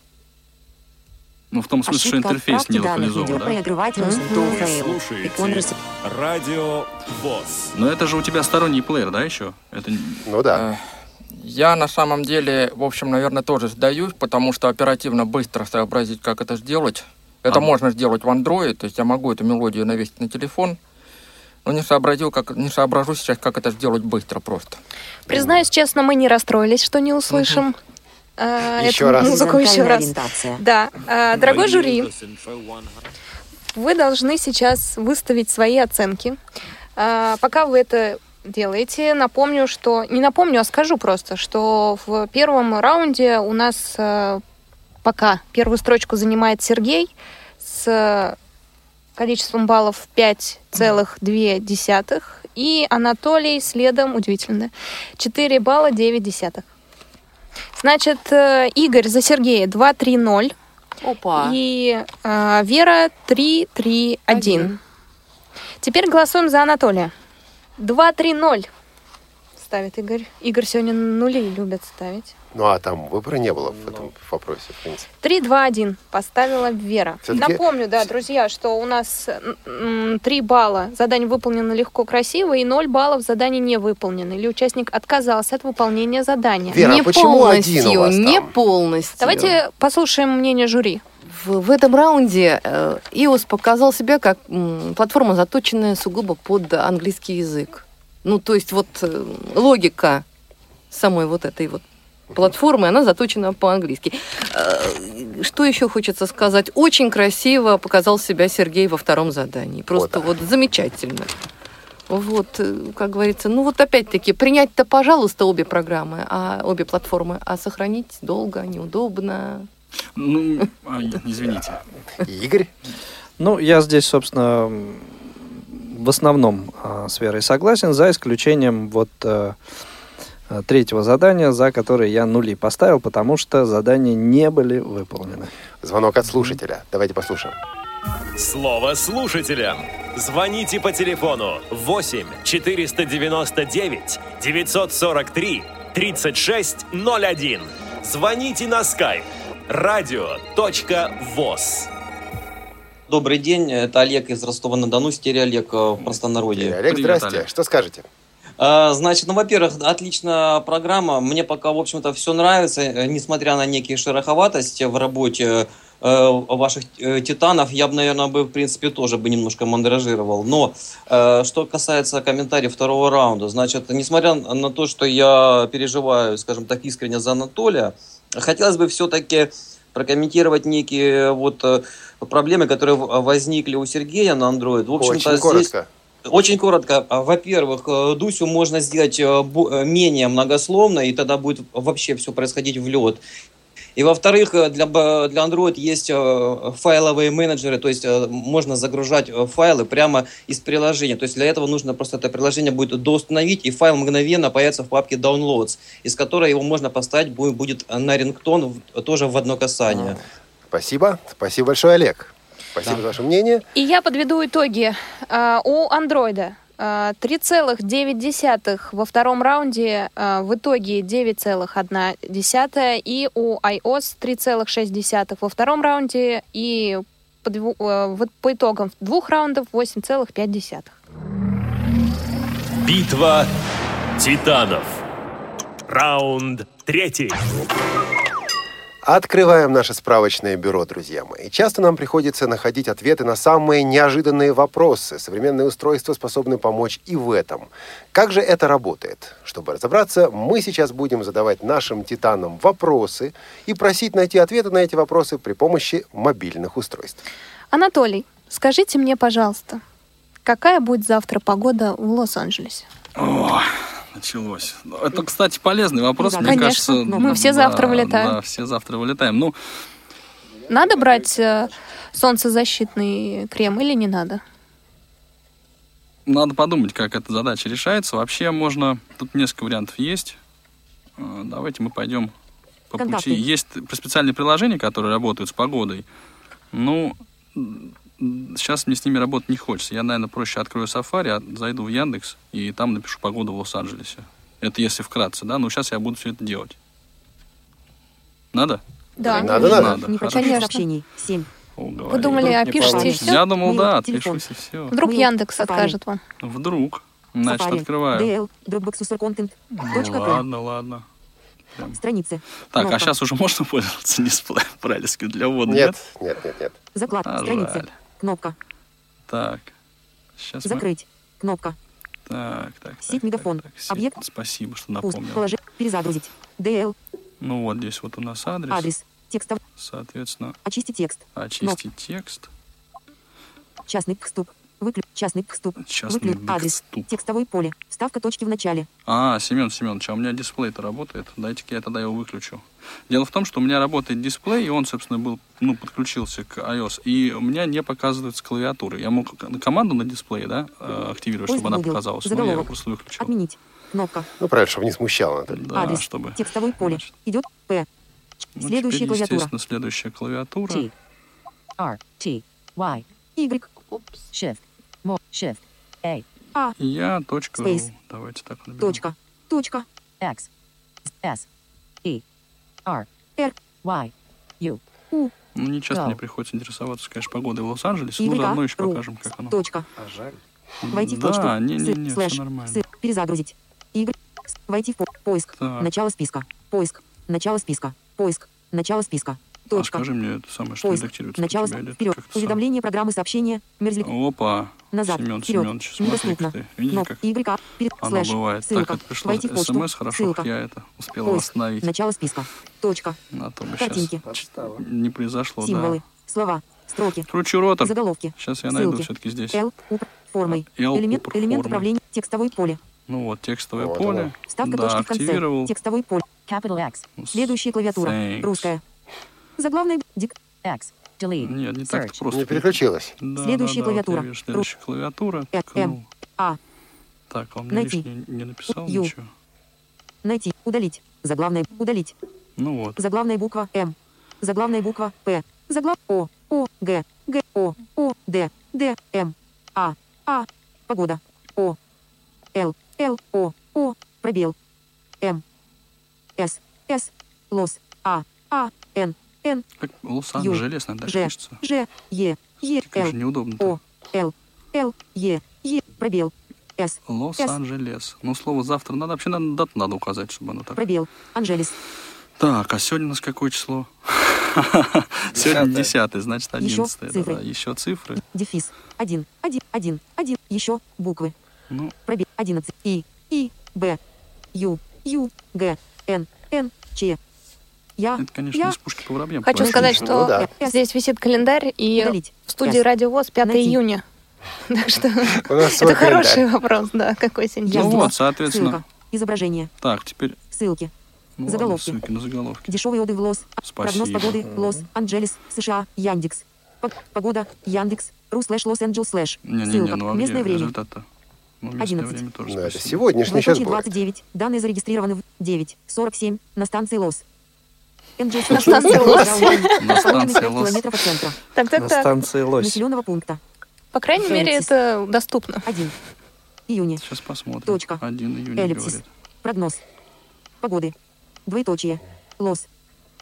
S5: Ну, в том смысле, что
S9: Ошибка
S5: интерфейс
S9: отправки
S5: не
S9: данных
S5: локализован, да?
S9: медиапроигрывателем с to fail. Икон
S1: Слушаете
S9: reset.
S1: радио ВОЗ.
S5: Но это же у тебя сторонний плеер, да, еще? Это... не-
S2: Ну да.
S4: Я на самом деле, в общем, наверное, тоже сдаюсь, потому что оперативно быстро сообразить, как это сделать. Это
S5: А.
S4: можно сделать в Android, то есть я могу эту мелодию навесить на телефон, но не сообразил, как не соображу сейчас, как это сделать быстро просто.
S3: Признаюсь честно, мы не расстроились, что не услышим. э,
S2: Еще
S3: эту
S2: раз.
S3: Музыку еще
S9: Горизонтальная
S3: раз.
S9: ориентация.
S3: Да. Э, Дорогой
S10: Radio
S3: жюри,
S10: Vicentro 100.
S3: Вы должны сейчас выставить свои оценки. А, Пока вы это делаете, напомню, что... Не напомню, а скажу просто, что в первом раунде у нас э, пока первую строчку занимает Сергей с количеством баллов 5,2 и Анатолий следом, удивительно, 4 балла 9 десятых. Значит, э, Игорь за Сергея 2-3-0.
S2: А.
S6: Опа.
S3: И э, Вера 3-3-1. Теперь голосуем за Анатолия. 2-3-0. Ставит Игорь. Игорь сегодня нули любят ставить.
S2: Ну а там выбора не было
S5: Ну.
S2: в этом вопросе, в принципе.
S3: 3-2-1 поставила Вера.
S2: Всё-таки-
S3: Напомню, да, друзья, что у нас м, м, 3 балла. Задание выполнено легко, красиво, и 0 баллов задание не выполнено. Или участник отказался от выполнения задания.
S2: Вера,
S6: не
S2: а почему
S6: полностью,
S2: один у вас
S6: не
S2: там?
S6: полностью.
S3: Давайте послушаем мнение жюри.
S6: В, в этом раунде э, iOS показал себя как м, платформа, заточенная сугубо под английский язык. Ну, то есть вот э, логика самой вот этой вот платформы, она заточена по-английски. Э, Что еще хочется сказать? Очень красиво показал себя Сергей во втором задании. Просто
S2: да.
S6: вот замечательно. Вот, э, как говорится, ну вот опять-таки, принять-то, пожалуйста, обе программы, а обе платформы, а сохранить долго, неудобно.
S5: Ну, а, извините.
S2: Игорь?
S8: Ну, я здесь, собственно, м, в основном а, с Верой согласен, за исключением вот э, э, третьего задания, за которое я нули поставил, потому что задания не были выполнены.
S2: Звонок от слушателя. Давайте послушаем.
S1: Слово слушателям. Звоните по телефону 8 499 943 3601. Звоните на skype radio.voz.
S11: Добрый день, это Олег из Ростова-на-Дону, стерео Олег э, в простонародье.
S2: Олег,
S5: Привет,
S2: здрасте.
S5: Олег.
S2: Что скажете?
S11: А, Значит, ну, во-первых, отличная программа. Мне пока, в общем-то, все нравится, э, несмотря на некие шероховатости в работе э, ваших э, титанов, я бы, наверное, бы, в принципе, тоже бы немножко мандражировал. Но э, что касается комментариев второго раунда, значит, несмотря на то, что я переживаю, скажем так, искренне за Анатолия, хотелось бы все-таки прокомментировать некие вот э, проблемы, которые в- возникли у Сергея на Android. Ну, В общем-то,
S2: Очень
S11: здесь-
S2: коротко.
S11: очень коротко. А, Во-первых, э, Дусю можно сделать э, бу- э, менее многословно, и тогда будет вообще все происходить в лед. И во-вторых, э, для, б- для Android есть э, файловые менеджеры, то есть э, можно загружать э, файлы прямо из приложения. То есть для этого нужно просто это приложение будет доустановить, и файл мгновенно появится в папке Downloads, из которой его можно поставить бу- будет на рингтон в- тоже в одно касание.
S2: Спасибо. Спасибо большое, Олег. Спасибо за ваше мнение.
S3: И я подведу итоги. А, У андроида а, 3,9 во втором раунде, а, в итоге 9,1. И у iOS 3,6 во втором раунде и по, дву- э, вот по итогам двух раундов 8,5.
S1: Битва титанов. Раунд третий.
S2: Открываем наше справочное бюро, друзья мои. Часто нам приходится находить ответы на самые неожиданные вопросы. Современные устройства способны помочь и в этом. Как же это работает? Чтобы разобраться, мы сейчас будем задавать нашим титанам вопросы и просить найти ответы на эти вопросы при помощи мобильных устройств.
S3: Анатолий, скажите мне, пожалуйста, какая будет завтра погода в Лос-Анджелесе?
S5: О, Э, началось. Ну, Это, кстати, полезный вопрос,
S9: Ну да,
S5: мне кажется.
S3: конечно. Мы
S5: да,
S3: все завтра вылетаем.
S5: Да, все завтра вылетаем. Ну,
S3: Надо брать э, солнцезащитный крем или не надо?
S5: надо подумать, как эта задача решается. Вообще можно... Тут несколько вариантов есть. Э, Давайте мы пойдем по
S9: Контакты.
S5: пути. Есть п- специальные приложения, которые работают с погодой. Ну, м, сейчас мне с ними работать не хочется. Я, наверное, проще открою Safari, а- зайду в Яндекс и там напишу погоду в Лос-Анджелесе. Это если вкратце, да? Но сейчас я буду все это делать. Надо?
S3: Да,
S2: Надо, надо.
S9: Не
S5: Хорошо.
S9: прочитанных
S3: Конечно.
S9: сообщений. 7.
S5: О,
S3: Вы
S5: говори.
S3: думали,
S9: Вдруг не
S3: опишите и
S9: получится.
S3: все?
S5: Я думал, да,
S9: Милый телефон.
S5: отпишусь и все.
S3: Вдруг
S9: Мы
S3: Яндекс
S9: попали.
S3: откажет вам.
S5: Вдруг. Значит,
S9: Safari,
S5: открываю.
S9: DL, Dropbox User Content,
S5: Ну,
S9: точка com,
S5: ладно, ладно.
S9: страницы,
S5: Так,
S9: Кнопка.
S5: а сейчас уже можно пользоваться дисплеем брайлевским для ввода?
S2: Нет, нет, нет, нет.
S9: заклад,
S5: А,
S9: страницы,
S5: жаль.
S9: кнопка,
S5: Так. Сейчас
S9: закрыть, кнопка,
S5: мы... Так, так, так,
S9: Сеть
S5: так,
S9: Мегафон.
S5: так,
S9: Объект.
S5: Спасибо, что
S9: пуск,
S5: напомнил.
S9: положить, перезагрузить, DL,
S5: Ну вот здесь вот у нас адрес.
S9: адрес, текстов,
S5: Соответственно,
S9: очистить текст,
S5: очистить текст.
S9: частный вступ, выключ, частный вступ,
S5: Частный
S9: выключ, адрес,
S5: вступ.
S9: текстовое поле, вставка точки в начале,
S5: А, Семен Семенович, а у меня дисплей-то работает. Дайте-ка я тогда его выключу. Дело в том, что у меня работает дисплей, и он, собственно, был, ну, подключился к iOS, и у меня не показывается клавиатура. Я мог к- команду на дисплее, да, э, активировать,
S9: Поиск
S5: чтобы она
S9: Google.
S5: показалась. Ну, я
S9: Заголовок.
S5: его просто выключил.
S9: отменить, кнопка,
S2: Ну, правильно, чтобы не смущало, Анатолий.
S5: Да,
S9: адрес,
S5: чтобы.
S9: текстовое поле,
S5: Значит,
S9: идет, П,
S5: ну,
S9: следующая
S5: теперь,
S9: клавиатура,
S5: естественно, следующая клавиатура.
S9: T, R, T, Y, Y, Shift, Mo, Shift,
S5: И Я точка. ру.
S9: А, Space.
S5: Давайте так наберем.
S9: точка, точка,
S11: X, S,
S9: E,
S11: R,
S9: R,
S11: Y,
S5: Ну, не часто
S11: Да.
S5: мне приходится интересоваться, конечно, погодой в Лос-Анджелесе,
S9: Y,
S5: но заодно еще
S9: ру,
S5: покажем, как оно.
S9: точка, Войти в
S5: да,
S9: точку.
S5: не-не-не,
S9: Сы-
S5: всё
S9: слэш.
S5: нормально.
S9: Сы- Перезагрузить. Игры. С- Войти в по- поиск.
S5: Так.
S9: Начало списка. Поиск. Начало списка. Поиск. Начало списка.
S5: А
S9: Точка.
S5: скажи мне это самое, что
S9: поиск.
S5: редактируется.
S9: Начало
S5: у тебя
S9: списка.
S5: идет
S9: Вперед.
S5: как-то сам.
S9: Уведомление программмы сообщения. Мерзлик.
S5: Опа.
S9: Назад.
S5: Семен
S9: Вперед.
S5: Семенович, смотри
S9: Недоступно.
S5: ты. Видите,
S9: Но.
S5: как
S9: Y. К. Перед.
S5: оно
S9: Слэш.
S5: бывает.
S9: Ссылка.
S5: Так, это пришло
S9: Войти в почту.
S5: смс, хорошо,
S9: Ссылка.
S5: хоть я это успел
S9: Поиск.
S5: восстановить.
S9: Начало списка. Точка.
S5: На том
S9: Картинки.
S5: сейчас не произошло,
S9: Символы.
S5: да.
S9: Слова. Строки.
S5: Кручу ротор.
S9: Заголовки.
S5: Сейчас я
S9: Ссылки. Э.
S5: найду все-таки здесь.
S9: Л. уп- Формой.
S5: Л.
S9: Элемент,
S5: уп-
S9: элемент
S5: формой.
S9: управления. Текстовое поле.
S5: Ну вот, текстовое
S2: Вот
S5: поле.
S2: оно.
S9: Вставка
S5: да,
S9: точки в конце.
S5: активировал.
S9: Текстовое поле. Capital X.
S5: Ну, с-
S9: Следующая клавиатура.
S5: Thanks.
S9: Русская. Заглавная дик. X. Delete.
S5: Нет, не так просто.
S2: Не переключилось.
S5: Да,
S9: Следующая
S5: да, да, вот я
S9: клавиатура.
S5: вижу, следующая клавиатура.
S9: Э,
S5: Так, ну,
S9: М. А.
S5: Так, он мне
S9: Найти.
S5: лишнее не написал
S9: Ю.
S5: ничего.
S9: Найти. Удалить. Заглавная. Удалить.
S5: Ну вот.
S9: Заглавная буква М. Заглавная буква П. Заглав О. О. Г. Г. О. О. Д. Д. М. А. А. Погода. О. Л. Л. О. О. Пробел. М. С. С. Лос. А, А, Н, Н,
S5: Как Лос-Анджелес, надо
S9: Ж,
S5: дальше пишется.
S9: Ж, Е, Е,
S5: Как же
S9: Л,
S5: неудобно.
S9: О, Л, Л, Е, Е, пробел, С,
S5: Лос-Анджелес. Ну, слово завтра надо. Вообще, надо дату надо указать, чтобы оно так.
S9: пробел, Анжелес,
S5: Так, а сегодня у нас какое число? (laughs) Сегодня 10, значит,
S9: Еще
S5: 11.
S9: цифры.
S5: да, Еще цифры.
S9: дефис, 1, 1, 1, 1, еще буквы,
S5: Ну,
S9: пробел, 11, И, И, Б, Ю, Ю, Г, Н, Н, Ч, Я,
S5: это, конечно,
S9: Я
S5: из пушки по воробьям.
S3: Хочу
S5: Вообще
S3: сказать,
S5: ничего.
S3: что
S2: Ну да.
S3: здесь висит календарь, и
S9: удалить,
S3: в студии Радио ВОЗ 5
S9: Найти. (laughs)
S3: июня. Так что
S2: У нас свой
S3: это
S2: календарь.
S3: хороший вопрос, да, какой сегодня.
S9: Я
S5: Ну
S9: жду
S5: вот,
S9: вас.
S5: соответственно.
S9: ссылка, изображение,
S5: Так, теперь...
S9: ссылки,
S5: Ну,
S9: Заголовки.
S5: Ладно, ссылки на заголовки.
S9: дешевый отдых в Лос, Прогноз
S5: Спасибо.
S9: погоды Лос-Анджелес, США, Яндекс. Пог- Погода, Яндекс, ру слэш Лос-Анджелес слэш.
S5: Не-не-не,
S9: Ссылка.
S5: ну а где
S9: Местное время.
S5: результат-то? Ну, местное
S9: 11.
S5: время тоже
S2: Ну, это
S5: спасибо.
S2: сегодняшний сейчас будет.
S9: 29. Данные зарегистрированы в 9.47 на станции Лос. Анджелес.
S3: На станции Лос.
S5: На станции Лос.
S9: километров от центра.
S3: Так,
S8: на
S3: так, так.
S8: станции Лось.
S9: Населенного пункта.
S3: По крайней мере,
S9: Фрэнсис.
S3: это доступно.
S9: 1. Июня.
S5: Сейчас посмотрим.
S9: Точка.
S5: 1 июня,
S9: Эллипсис.
S5: говорит.
S9: Прогноз. Погоды. Двоеточие. Лос.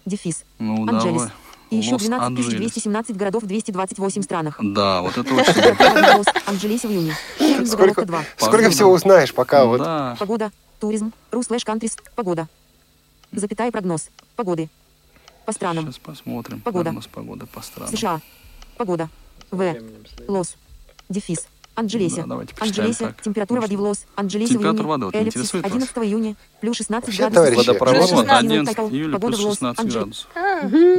S9: Дефис.
S5: Ну,
S9: Анджелес.
S5: давай.
S9: И еще 12
S5: Лос-Анджелес.
S9: 217 городов в 228 странах.
S5: Да, вот
S9: (laughs)
S5: это очень.
S9: Лос-Анджелесе в июне. Заголовка 2.
S2: Сколько всего узнаешь, пока вот...
S5: Ну Да.
S9: Погода. Туризм. Ру слэш кантрис. Погода. Запятая прогноз. Погоды. По странам.
S5: Сейчас посмотрим.
S9: Погода.
S5: Как У нас погода по странам.
S9: США. Погода. В. Лос. Дефис. Анджелесе.
S5: Да, давайте посчитаем
S9: Анджелесе.
S5: так.
S9: Температура воды в Лос. Анджелесе в
S5: температура
S9: июне.
S5: воды вот не
S9: Эллипсис.
S5: интересует вас?
S9: 11 июня. Плюс 16
S2: Вообще,
S9: градусов.
S2: товарищи,
S5: Водопровод
S3: Плюс 16
S5: 11
S9: градусов.
S5: июля
S9: Погода
S5: плюс
S9: в Лос-
S5: 16
S9: Анджеле.
S5: градусов.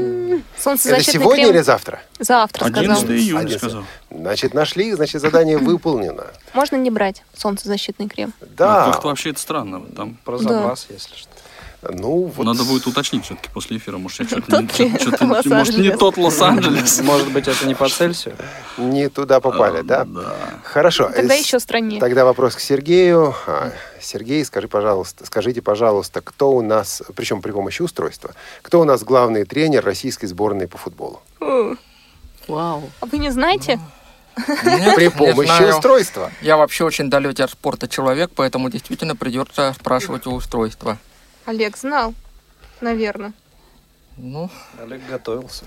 S2: Это
S3: Солнцезащитный
S2: сегодня
S3: крем
S2: или завтра?
S3: завтра, сказал.
S5: 11 июня
S2: 11.
S5: сказал.
S2: Значит, нашли, значит, задание выполнено.
S3: Можно не брать солнцезащитный крем.
S5: Ну,
S2: Да,
S5: Как-то вообще это странно. вот Там
S8: Про
S3: Да.
S8: запас, если что.
S2: ну вот...
S5: Надо будет уточнить все-таки после эфира. Может, я что-то
S3: Тот ли
S5: не- что-то не-
S3: Лос-Анджелес?
S5: может, не тот Лос-Анджелес. А,
S8: Может быть, это не по Цельсию?
S2: Не туда попали, да?
S5: Да.
S2: Хорошо.
S3: Тогда
S2: э, с-
S3: еще страннее.
S2: Тогда вопрос к Сергею. А, Сергей, скажи, пожалуйста, скажите, пожалуйста, кто у нас, причем при помощи устройства, кто у нас главный тренер российской сборной по футболу?
S3: О,
S6: Вау.
S3: А вы не знаете?
S4: Нет,
S2: При
S4: не
S2: помощи
S4: знаю.
S2: устройства.
S4: Я вообще очень далекий от спорта человек, поэтому действительно придется спрашивать у устройства.
S3: (laughs) Олег знал, наверное.
S4: Ну,
S8: Олег готовился.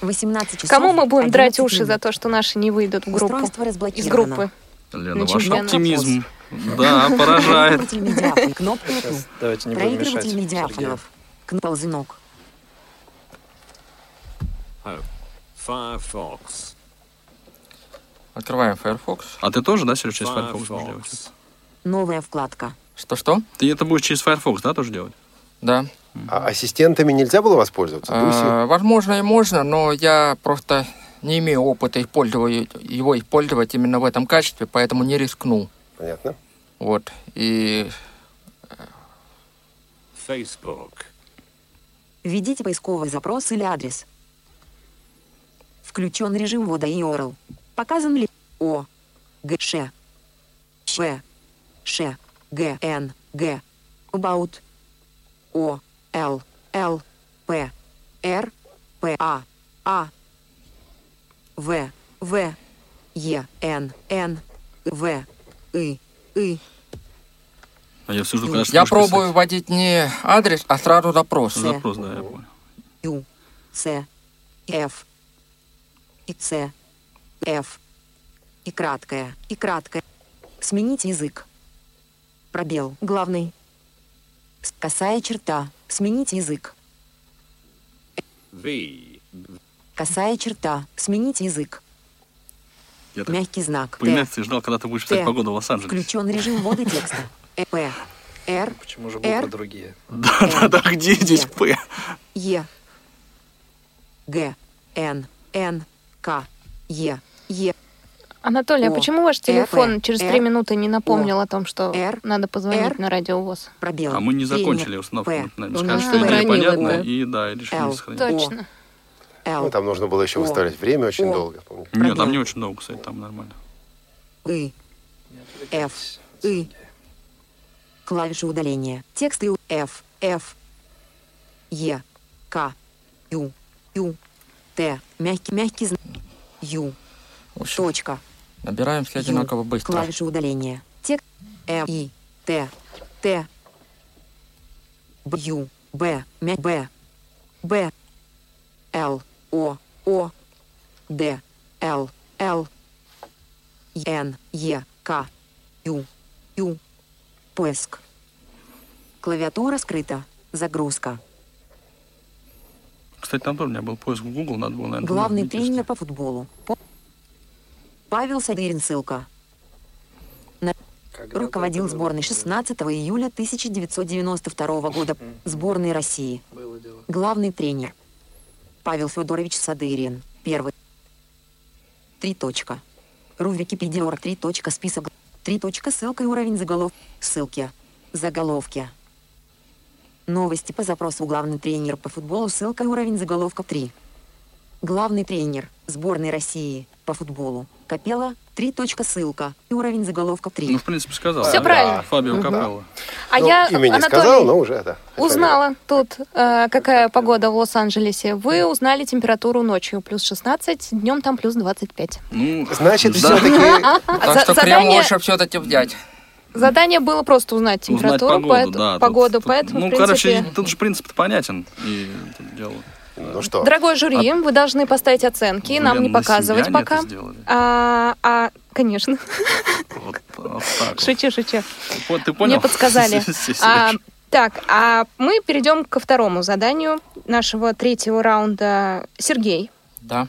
S9: 18 часов.
S3: Кому мы будем
S9: 11
S3: драть уши за
S9: минут.
S3: то, что наши не выйдут в группу?
S9: Устройство разблокировано.
S3: Из группы.
S5: Лена,
S3: На
S5: ваш
S3: чемпионат.
S5: оптимизм. Да, поражает.
S9: Проигрыватель медиафон. Кнопка
S8: Сейчас давайте не будем мешать.
S9: Проигрыватель
S8: Сергею.
S9: медиафонов. Кн- Ползунок.
S10: Home. Firefox.
S4: открываем Firefox.
S5: А ты тоже, да, Сереж, через Firefox будешь делать?
S10: Firefox.
S9: Новая вкладка.
S4: Что-что?
S5: Ты это будешь через Firefox, да, тоже делать?
S4: Да.
S2: А ассистентами нельзя было воспользоваться?
S8: А,
S2: Гуси?
S4: Э, возможно и можно, но я просто не имею опыта использовать, его использовать именно в этом качестве, поэтому не рискнул.
S2: Понятно.
S4: Вот. И
S10: Facebook.
S9: Введите поисковый запрос или адрес. Включен режим ввода и URL. Показан ли О, Г, Ш, Ш, Ш, Г, Н, Г, About, О, Л, Л, П, Р, П, А, А, В, В, Е, Н, Н, В, И, И,
S5: А я все жду, когда ты
S4: я
S5: будешь
S4: пробую вводить не адрес, а сразу запрос.
S5: писать. Запрос, да, я понял.
S9: Ю, С, Ф, и С, Ф, и краткое, и краткое. Сменить язык. Пробел, главный. С- Косая черта, сменить язык.
S10: V.
S9: Косая черта, сменить язык.
S5: Я так
S9: Мягкий знак.
S5: по
S9: Т.
S5: инерции ждал, когда ты будешь писать
S9: Т.
S5: погоду в Лос-Анджелесе.
S9: Включен режим ввода текста. Э, П, Р, Э,
S8: Почему же
S9: Р.
S5: (laughs)
S8: буквы другие?
S5: Да-да-да, где здесь П?
S9: Е. Г. Н. Н. К. Е. Е.
S3: Анатолий, а
S9: О,
S3: почему ваш телефон
S9: РП,
S3: через
S9: Р,
S3: три минуты не напомнил
S9: О,
S3: о том, что
S9: Р,
S3: надо позвонить
S9: Р.
S3: на радиовоз?
S9: Пробел.
S5: А мы не
S9: Тренер.
S5: закончили установку.
S9: П.
S5: Мы, наверное,
S3: У
S5: скажем,
S3: нас
S5: что идея
S3: сохранилось,
S5: понятна,
S3: да.
S5: и да, и решили
S9: Л.
S5: не сохранить.
S3: Точно.
S9: Л.
S2: Ну, там нужно было еще
S9: О.
S2: выставлять время очень
S9: О.
S2: долго. помню.
S5: Нет, там
S9: Пробел.
S5: не очень долго, кстати, там нормально.
S9: И. Ф. И. Клавиши удаления. Текст и у- Ф. Ф. Е. К. E, Ю. Ю. Т. Мягкий, мягкий знак. Ю.
S4: В общем,
S9: Точка.
S4: набираем все одинаково быстро.
S9: Клавиши удаления. э, Текст. М. И. Т. Т. Б. Ю. Б. Мя. Б. Б. Л. О. О. Д. Л. Л. Н. Е. К. Ю. Ю. Поиск. Клавиатура скрыта. Загрузка.
S5: Кстати, там тоже у меня был поиск в Google, надо было, наверное,
S9: Главный
S5: найти,
S9: тренер по футболу. По- Павел Садырин, ссылка. На- Руководил сборной 16 июля 1992 года сборной России. Главный тренер. Павел Федорович Садырин. Первый. Три точка. Ру Википедия орг. Три точка. Список. Три точка. Ссылка и уровень заголов. Ссылки. Заголовки. Новости по запросу главный тренер по футболу. Ссылка и уровень заголовка 3. Главный тренер сборной России по футболу. Капелла. Три точка. Ссылка и уровень заголовка 3.
S5: Ну, в принципе, сказал.
S3: Всё
S5: да?
S3: правильно.
S5: Фабио
S3: Мгм.
S5: Капелло.
S3: А
S5: Ну,
S3: я,
S2: имя не
S3: Анатолий,
S2: сказал, но уже да.
S3: узнала тут, э, какая погода в Лос-Анджелесе. Вы узнали температуру ночью плюс 16, днем там плюс 25.
S5: Ну,
S2: Значит,
S5: да.
S2: все-таки
S4: (laughs)
S3: А
S4: Так
S3: за-
S4: что крем
S3: задание,
S4: лучше все-таки взять.
S3: задание было просто узнать
S5: Узнать
S3: температуру, поэт-
S5: да, тут-
S3: погоду,
S5: тут-
S3: поэтому,
S5: Ну,
S3: в принципе...
S5: короче, тут же принцип понятен. И тут дело.
S2: Ну что?
S3: Дорогой жюри, вы должны поставить оценки, нам
S5: Блин, А Ну,
S3: не
S5: на
S3: показывать
S5: себя они
S3: пока.
S5: это сделали.
S3: А, а, конечно,
S5: Вот, вот так вот.
S3: шучу, шучу.
S5: Вот, А, ты Ну, понял? (laughs)
S3: Мне подсказали. А, так, а мы перейдем ко второму заданию нашего третьего раунда. Сергей,
S4: Да.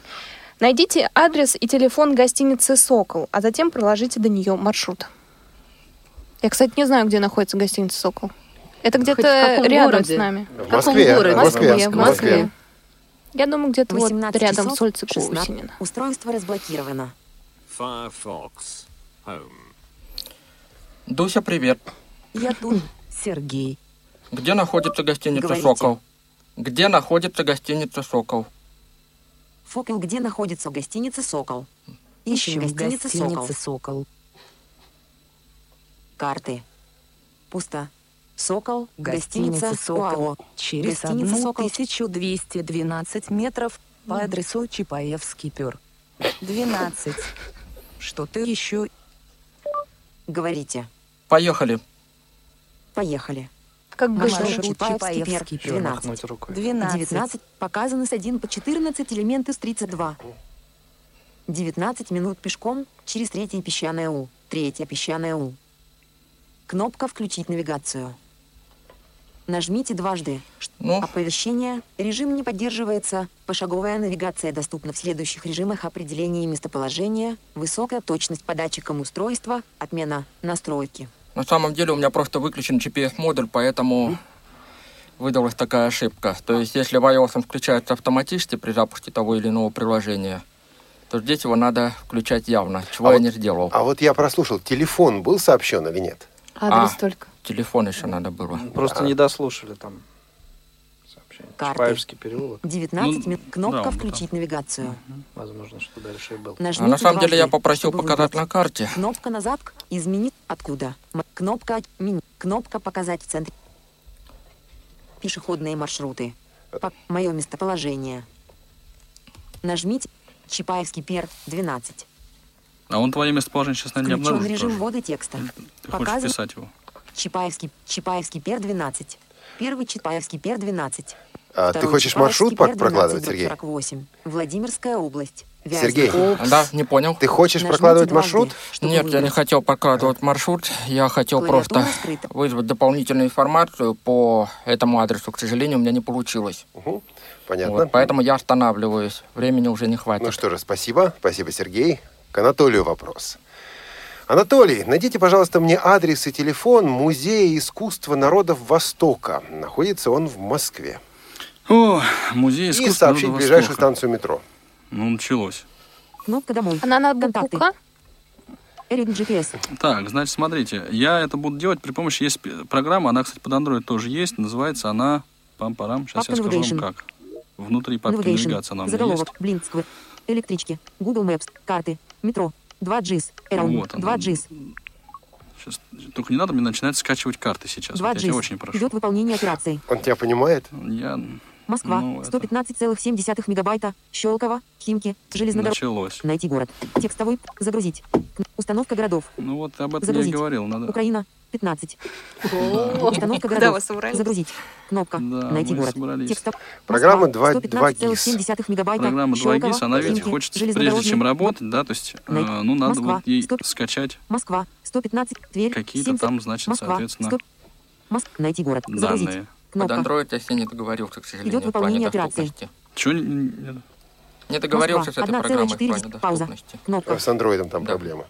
S3: найдите адрес и телефон гостиницы «Сокол», а затем проложите до нее маршрут. Я, кстати, не знаю, где находится гостиница «Сокол». Это
S6: в
S3: где-то
S6: каком
S3: рядом
S6: городе?
S3: с нами.
S2: в
S6: каком
S2: Москве,
S6: городе?
S2: в Москве,
S3: В
S2: в
S3: Москве.
S2: Москве.
S3: Я думаю, где-то вот
S9: 18
S3: рядом
S9: часов
S3: с улицей
S9: 16.
S3: Кусинина.
S9: Устройство разблокировано.
S10: Firefox. Home.
S4: Дуся, привет.
S9: Я тут. Сергей.
S4: Где находится гостиница
S9: Говорите.
S4: «Сокол»? Где находится гостиница «Сокол»?
S9: Фокел, где находится гостиница «Сокол». Ищем гостиница «Сокол». Карты. Пусто. «Сокол», гостиница «Сокол».
S12: Через
S9: Гостиница «Сокол».
S12: 1212 метров по адресу Чапаевский пер. 12. Что ты еще
S9: Говорите.
S4: Поехали.
S9: Поехали.
S3: Как
S9: Маршрут
S3: говорится,
S9: Чапаевский пер, 12.
S8: Махнуть рукой.
S12: 12.
S9: 19. Показаны с 1 по 14 элемент из 32. 19 минут пешком через третье песчаное У. Третья песчаное У. Кнопка «Включить навигацию». Нажмите дважды. Ш-
S4: Ну,
S9: Оповещение. Режим не поддерживается. Пошаговая навигация доступна в следующих режимах определения местоположения, высокая точность по датчикам устройства, отмена, настройки.
S4: на самом деле у меня просто выключен GPS-модуль, поэтому выдалась такая ошибка. То есть, если в iOS он включается автоматически при запуске того или иного приложения, то здесь его надо включать явно, чего
S2: А
S4: я
S2: вот-
S4: не сделал.
S2: А вот я прослушал, телефон был сообщен или нет?
S6: Адрес
S4: А.
S6: только.
S4: Телефон еще надо было.
S8: Просто не дослушали там сообщение.
S9: Карты.
S8: Чапаевский переулок.
S9: 19
S5: Ну,
S9: минут. Кнопка
S5: да, он бы
S9: «Включить навигацию».
S8: Возможно, что дальше и был.
S4: А
S9: Нажмите
S4: на самом деле я
S9: дважды,
S4: попросил
S9: чтобы
S4: показать
S9: выбрать.
S4: на карте.
S9: Кнопка назад. к- Изменить. Откуда? М- Кнопка от- меню. Кнопка показать в центре. Пешеходные маршруты. Мое местоположение. Нажмите Чапаевский пер 12.
S5: А он твое местоположение сейчас, наверное, не
S9: Включен
S5: обнаружит.
S9: режим
S5: тоже.
S9: ввода текста.
S5: Ты хочешь
S9: Показан
S5: писать его.
S9: Чапаевский, Чапаевский пер 12. Первый Чапаевский пер 12.
S2: А ты
S9: Второй
S2: хочешь
S9: Чапаевский
S2: маршрут
S9: пер
S2: пок- прокладывать,
S9: 12,
S2: Сергей?
S9: 48. Владимирская область.
S2: Сергей,
S4: Да, не понял?
S2: Ты хочешь
S9: Нажмите
S2: прокладывать
S9: дважды,
S2: маршрут?
S9: чтобы
S4: Нет, я не
S9: выбрать.
S4: хотел прокладывать маршрут. Я хотел
S9: Клавиатура
S4: просто
S9: скрыта.
S4: вызвать дополнительную информацию по этому адресу. К сожалению, у меня не получилось.
S2: Мгм, Понятно.
S4: Вот, поэтому я останавливаюсь. Времени уже не
S2: Ну
S4: хватит.
S2: что же, спасибо. Спасибо, Сергей. К Анатолию вопрос. Анатолий, найдите, пожалуйста, мне адрес и телефон Музея искусства народов Востока. Находится он в Москве.
S5: О, музей искусства.
S2: и сообщить
S5: Народного
S2: ближайшую
S5: Востока.
S2: станцию метро.
S5: Ну, началось.
S9: Кнопка домой.
S3: Она на
S9: Контакты.
S3: Букука?
S9: Эрик GPS.
S5: Так, значит, смотрите, я это буду делать при помощи, есть пи- программа, она, кстати, под Android тоже есть, называется она, пам-парам, сейчас
S9: Папка
S5: я скажу вам
S9: Navigation.
S5: как. Внутри папки
S9: Navigation.
S5: навигация она у меня
S9: Заголовок.
S5: есть.
S9: Blink Square. Электрички. Google Maps. Карты. Метро. 2 GIS. Around.
S5: Вот оно.
S9: 2 GIS.
S5: Сейчас, только не надо мне начинать скачивать карты сейчас,
S9: 2
S5: вот я тебя
S9: GIS.
S5: очень прошу.
S9: Идет выполнение операций.
S2: Он тебя понимает?
S5: Я...
S9: Москва.
S5: Ну, это-
S9: 115,7 мегабайта. Щелково. Химки. Железнодорожный.
S5: Началось.
S9: Найти город. Текстовой. Загрузить. Установка городов.
S5: Ну вот об этом я и
S9: Загрузить.
S5: говорил, надо...
S9: Украина. 15.
S3: О,
S9: Установка
S3: куда
S9: городов.
S3: вас собрались?
S9: Загрузить. Кнопка. Найти
S5: мы
S9: город.
S5: собрались.
S9: Текст. оп-
S2: Программа
S9: Москва,
S2: 2
S9: 115,7 мегабайта.
S5: Программа 2
S9: Щелково,
S5: ГИС, она ведь
S9: Химки,
S5: хочет, прежде
S9: железнодорожный.
S5: чем работать, да, то есть, э,
S9: Найти.
S5: ну, надо
S9: Москва.
S5: вот ей
S9: Стоп.
S5: скачать.
S9: Москва. 115. Тверь.
S5: Какие-то
S9: 70,
S5: там, значит,
S9: Москва.
S5: соответственно,
S9: 100, Моск- Найти город. Загрузить.
S5: данные.
S4: Под
S9: Кнопка.
S4: Android я с ней не договорился, к сожалению.
S9: Идет
S4: в плане
S9: выполнение операции.
S4: доступности.
S5: Чего не- не-
S4: Не договорился с
S9: Москва.
S4: этой
S9: 1,4
S4: программой в плане
S9: десятых- Пауза.
S4: доступности.
S9: Кнопка.
S2: С андроидом там проблемы.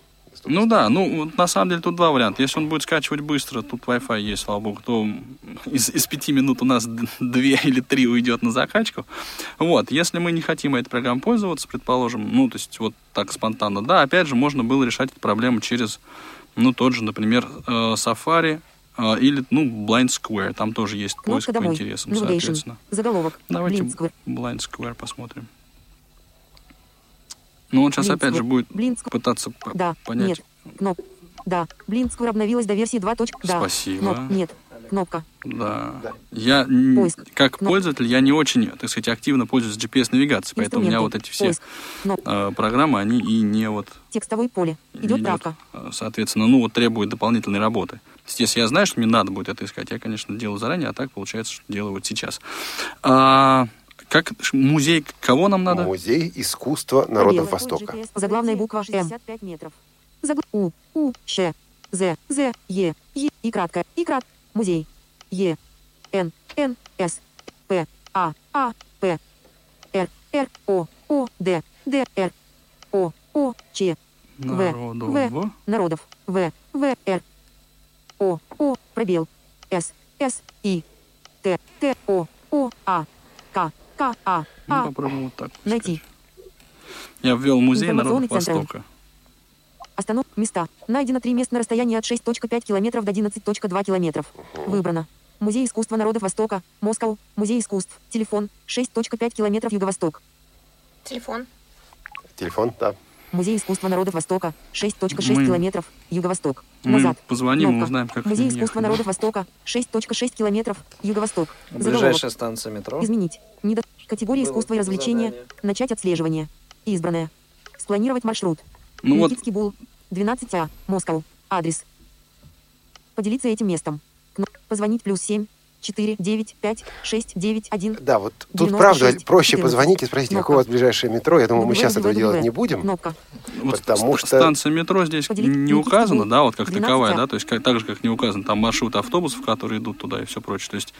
S5: Ну да, ну вот на самом деле тут два варианта. Если он будет скачивать быстро, тут Wi-Fi есть, слава богу, то из, из пяти минут у нас д- две или три уйдет на закачку. Вот, если мы не хотим этой программой пользоваться, предположим, ну то есть вот так спонтанно, да, опять же, можно было решать эту проблему через, ну тот же, например, э, Safari э, или, ну, Blind Square, там тоже есть поиск
S9: Кнопка
S5: по
S9: домой.
S5: интересам,
S9: Navigation.
S5: соответственно.
S9: Заголовок.
S5: Давайте
S9: Блинск.
S5: Blind Square посмотрим. Ну, он сейчас
S9: Блинск.
S5: опять же будет
S9: Блинск.
S5: пытаться по-
S9: Да.
S5: понять.
S9: Нет. Кноп. Да. Блинсквер обновилась до версии 2. Да.
S5: Спасибо.
S9: Кноп- Нет. Кнопка.
S5: Да. Я н-
S9: Поиск.
S5: как пользователь, я не очень, так сказать, активно пользуюсь GPS-навигацией, поэтому у меня вот
S9: Инструменты.
S5: эти все
S9: Поиск. Кноп.
S5: э, программы, они и не вот,
S9: Текстовое поле. Идет
S5: Идет.
S9: правка.
S5: э, соответственно, ну вот требуют дополнительной работы. То есть, если я знаю, что мне надо будет это искать, я, конечно, делаю заранее, а так получается, что делаю вот сейчас. А, как ш- музей кого нам надо?
S2: Музей искусства народов
S9: Белый.
S2: Востока.
S9: GPS. Заглавная буква М. 65 метров. Загр... У. У. Щ. З. З. Е. Е. И краткое. И крат. Музей. Е. Н. Н. С. П. А. А. П. Р. Р. О. О. Д. Д. Р. О. О. Ч.
S6: Ну,
S9: В. В.
S5: Народово.
S9: Народов. В. В. Р. О. О. Пробел. С. С. И. Т. Т. О. О. А. К. К. А.
S5: Ну,
S9: А.
S5: попробуем вот так.
S9: Найти.
S5: Я ввел музей
S9: Информационный
S5: народов
S9: центр.
S5: Востока.
S9: Останов. Места. Найдено три места на расстоянии от 6.5 километров до 11.2 километров. Выбрано. Музей искусства народов Востока, Москва, Музей искусств, телефон, 6.5 километров юго-восток.
S3: Телефон.
S2: Телефон, да.
S9: Музей искусства народов Востока, 6.6
S5: Мы-
S9: километров, юго-восток.
S5: Мы им
S9: Назад.
S5: позвоним и
S9: Кнопка.
S5: узнаем, как
S9: Музей
S5: к ним
S9: искусства
S5: ехать, да.
S9: народов Востока, 6.6 километров, юго-восток.
S8: Ближайшая станция метро.
S9: Изменить. Недо... Категория
S8: Было
S9: искусства и развлечения.
S8: задание.
S9: Начать отслеживание. Избранное. Спланировать маршрут.
S5: Ну вот.
S9: Никитский бул. 12А. Москва. Адрес. Поделиться этим местом. Кно- Позвонить плюс 7. 4, 9, 5, 6, 9, 1.
S2: Да, вот Тут
S9: 96,
S2: правда проще
S9: 14.
S2: позвонить и спросить, «А
S9: Кнопка.
S2: какое у вас ближайшее метро. Я думаю, мы
S9: Дубль
S2: сейчас этого
S9: дубль
S2: делать
S9: дубль.
S2: не будем.
S9: Кнопка.
S5: Вот
S2: Потому
S5: ст-
S2: что-
S5: станция метро здесь не указана, да, вот как
S9: 12,
S5: таковая,
S9: а.
S5: да, то есть как, так же, как не указан там маршрут автобусов, которые идут туда и все прочее. То есть,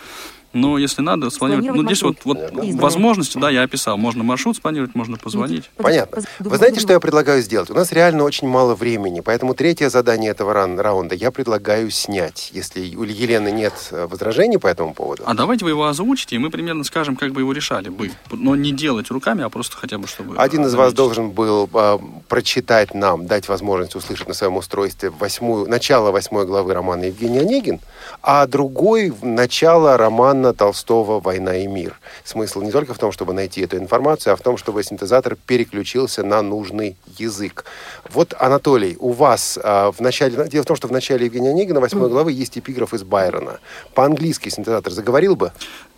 S5: но если надо спланировать, ну
S9: Спланировать
S5: здесь вот, вот
S9: маршрут. Избранное.
S5: возможности, да, я описал, можно маршрут спланировать, можно позвонить.
S2: Понятно. Вы знаете, что я предлагаю сделать? У нас реально очень мало времени, поэтому третье задание этого ран- раунда я предлагаю снять, если у Елены нет э, возражений по этому поводу.
S5: А давайте вы его озвучите, и мы примерно скажем, как бы его решали бы. Но не делать руками, а просто хотя бы чтобы...
S2: Один из вас должен был э, прочитать нам, дать возможность услышать на своем устройстве восьмую, начало восьмой главы романа Евгения Онегин, а другой в- начало романа Толстого «Война и мир». Смысл не только в том, чтобы найти эту информацию, а в том, чтобы синтезатор переключился на нужный язык. Вот, Анатолий, у вас э, в начале... Дело в том, что в начале Евгения Онегина восьмой главы есть эпиграф из Байрона. По-английски синтезатор заговорил бы?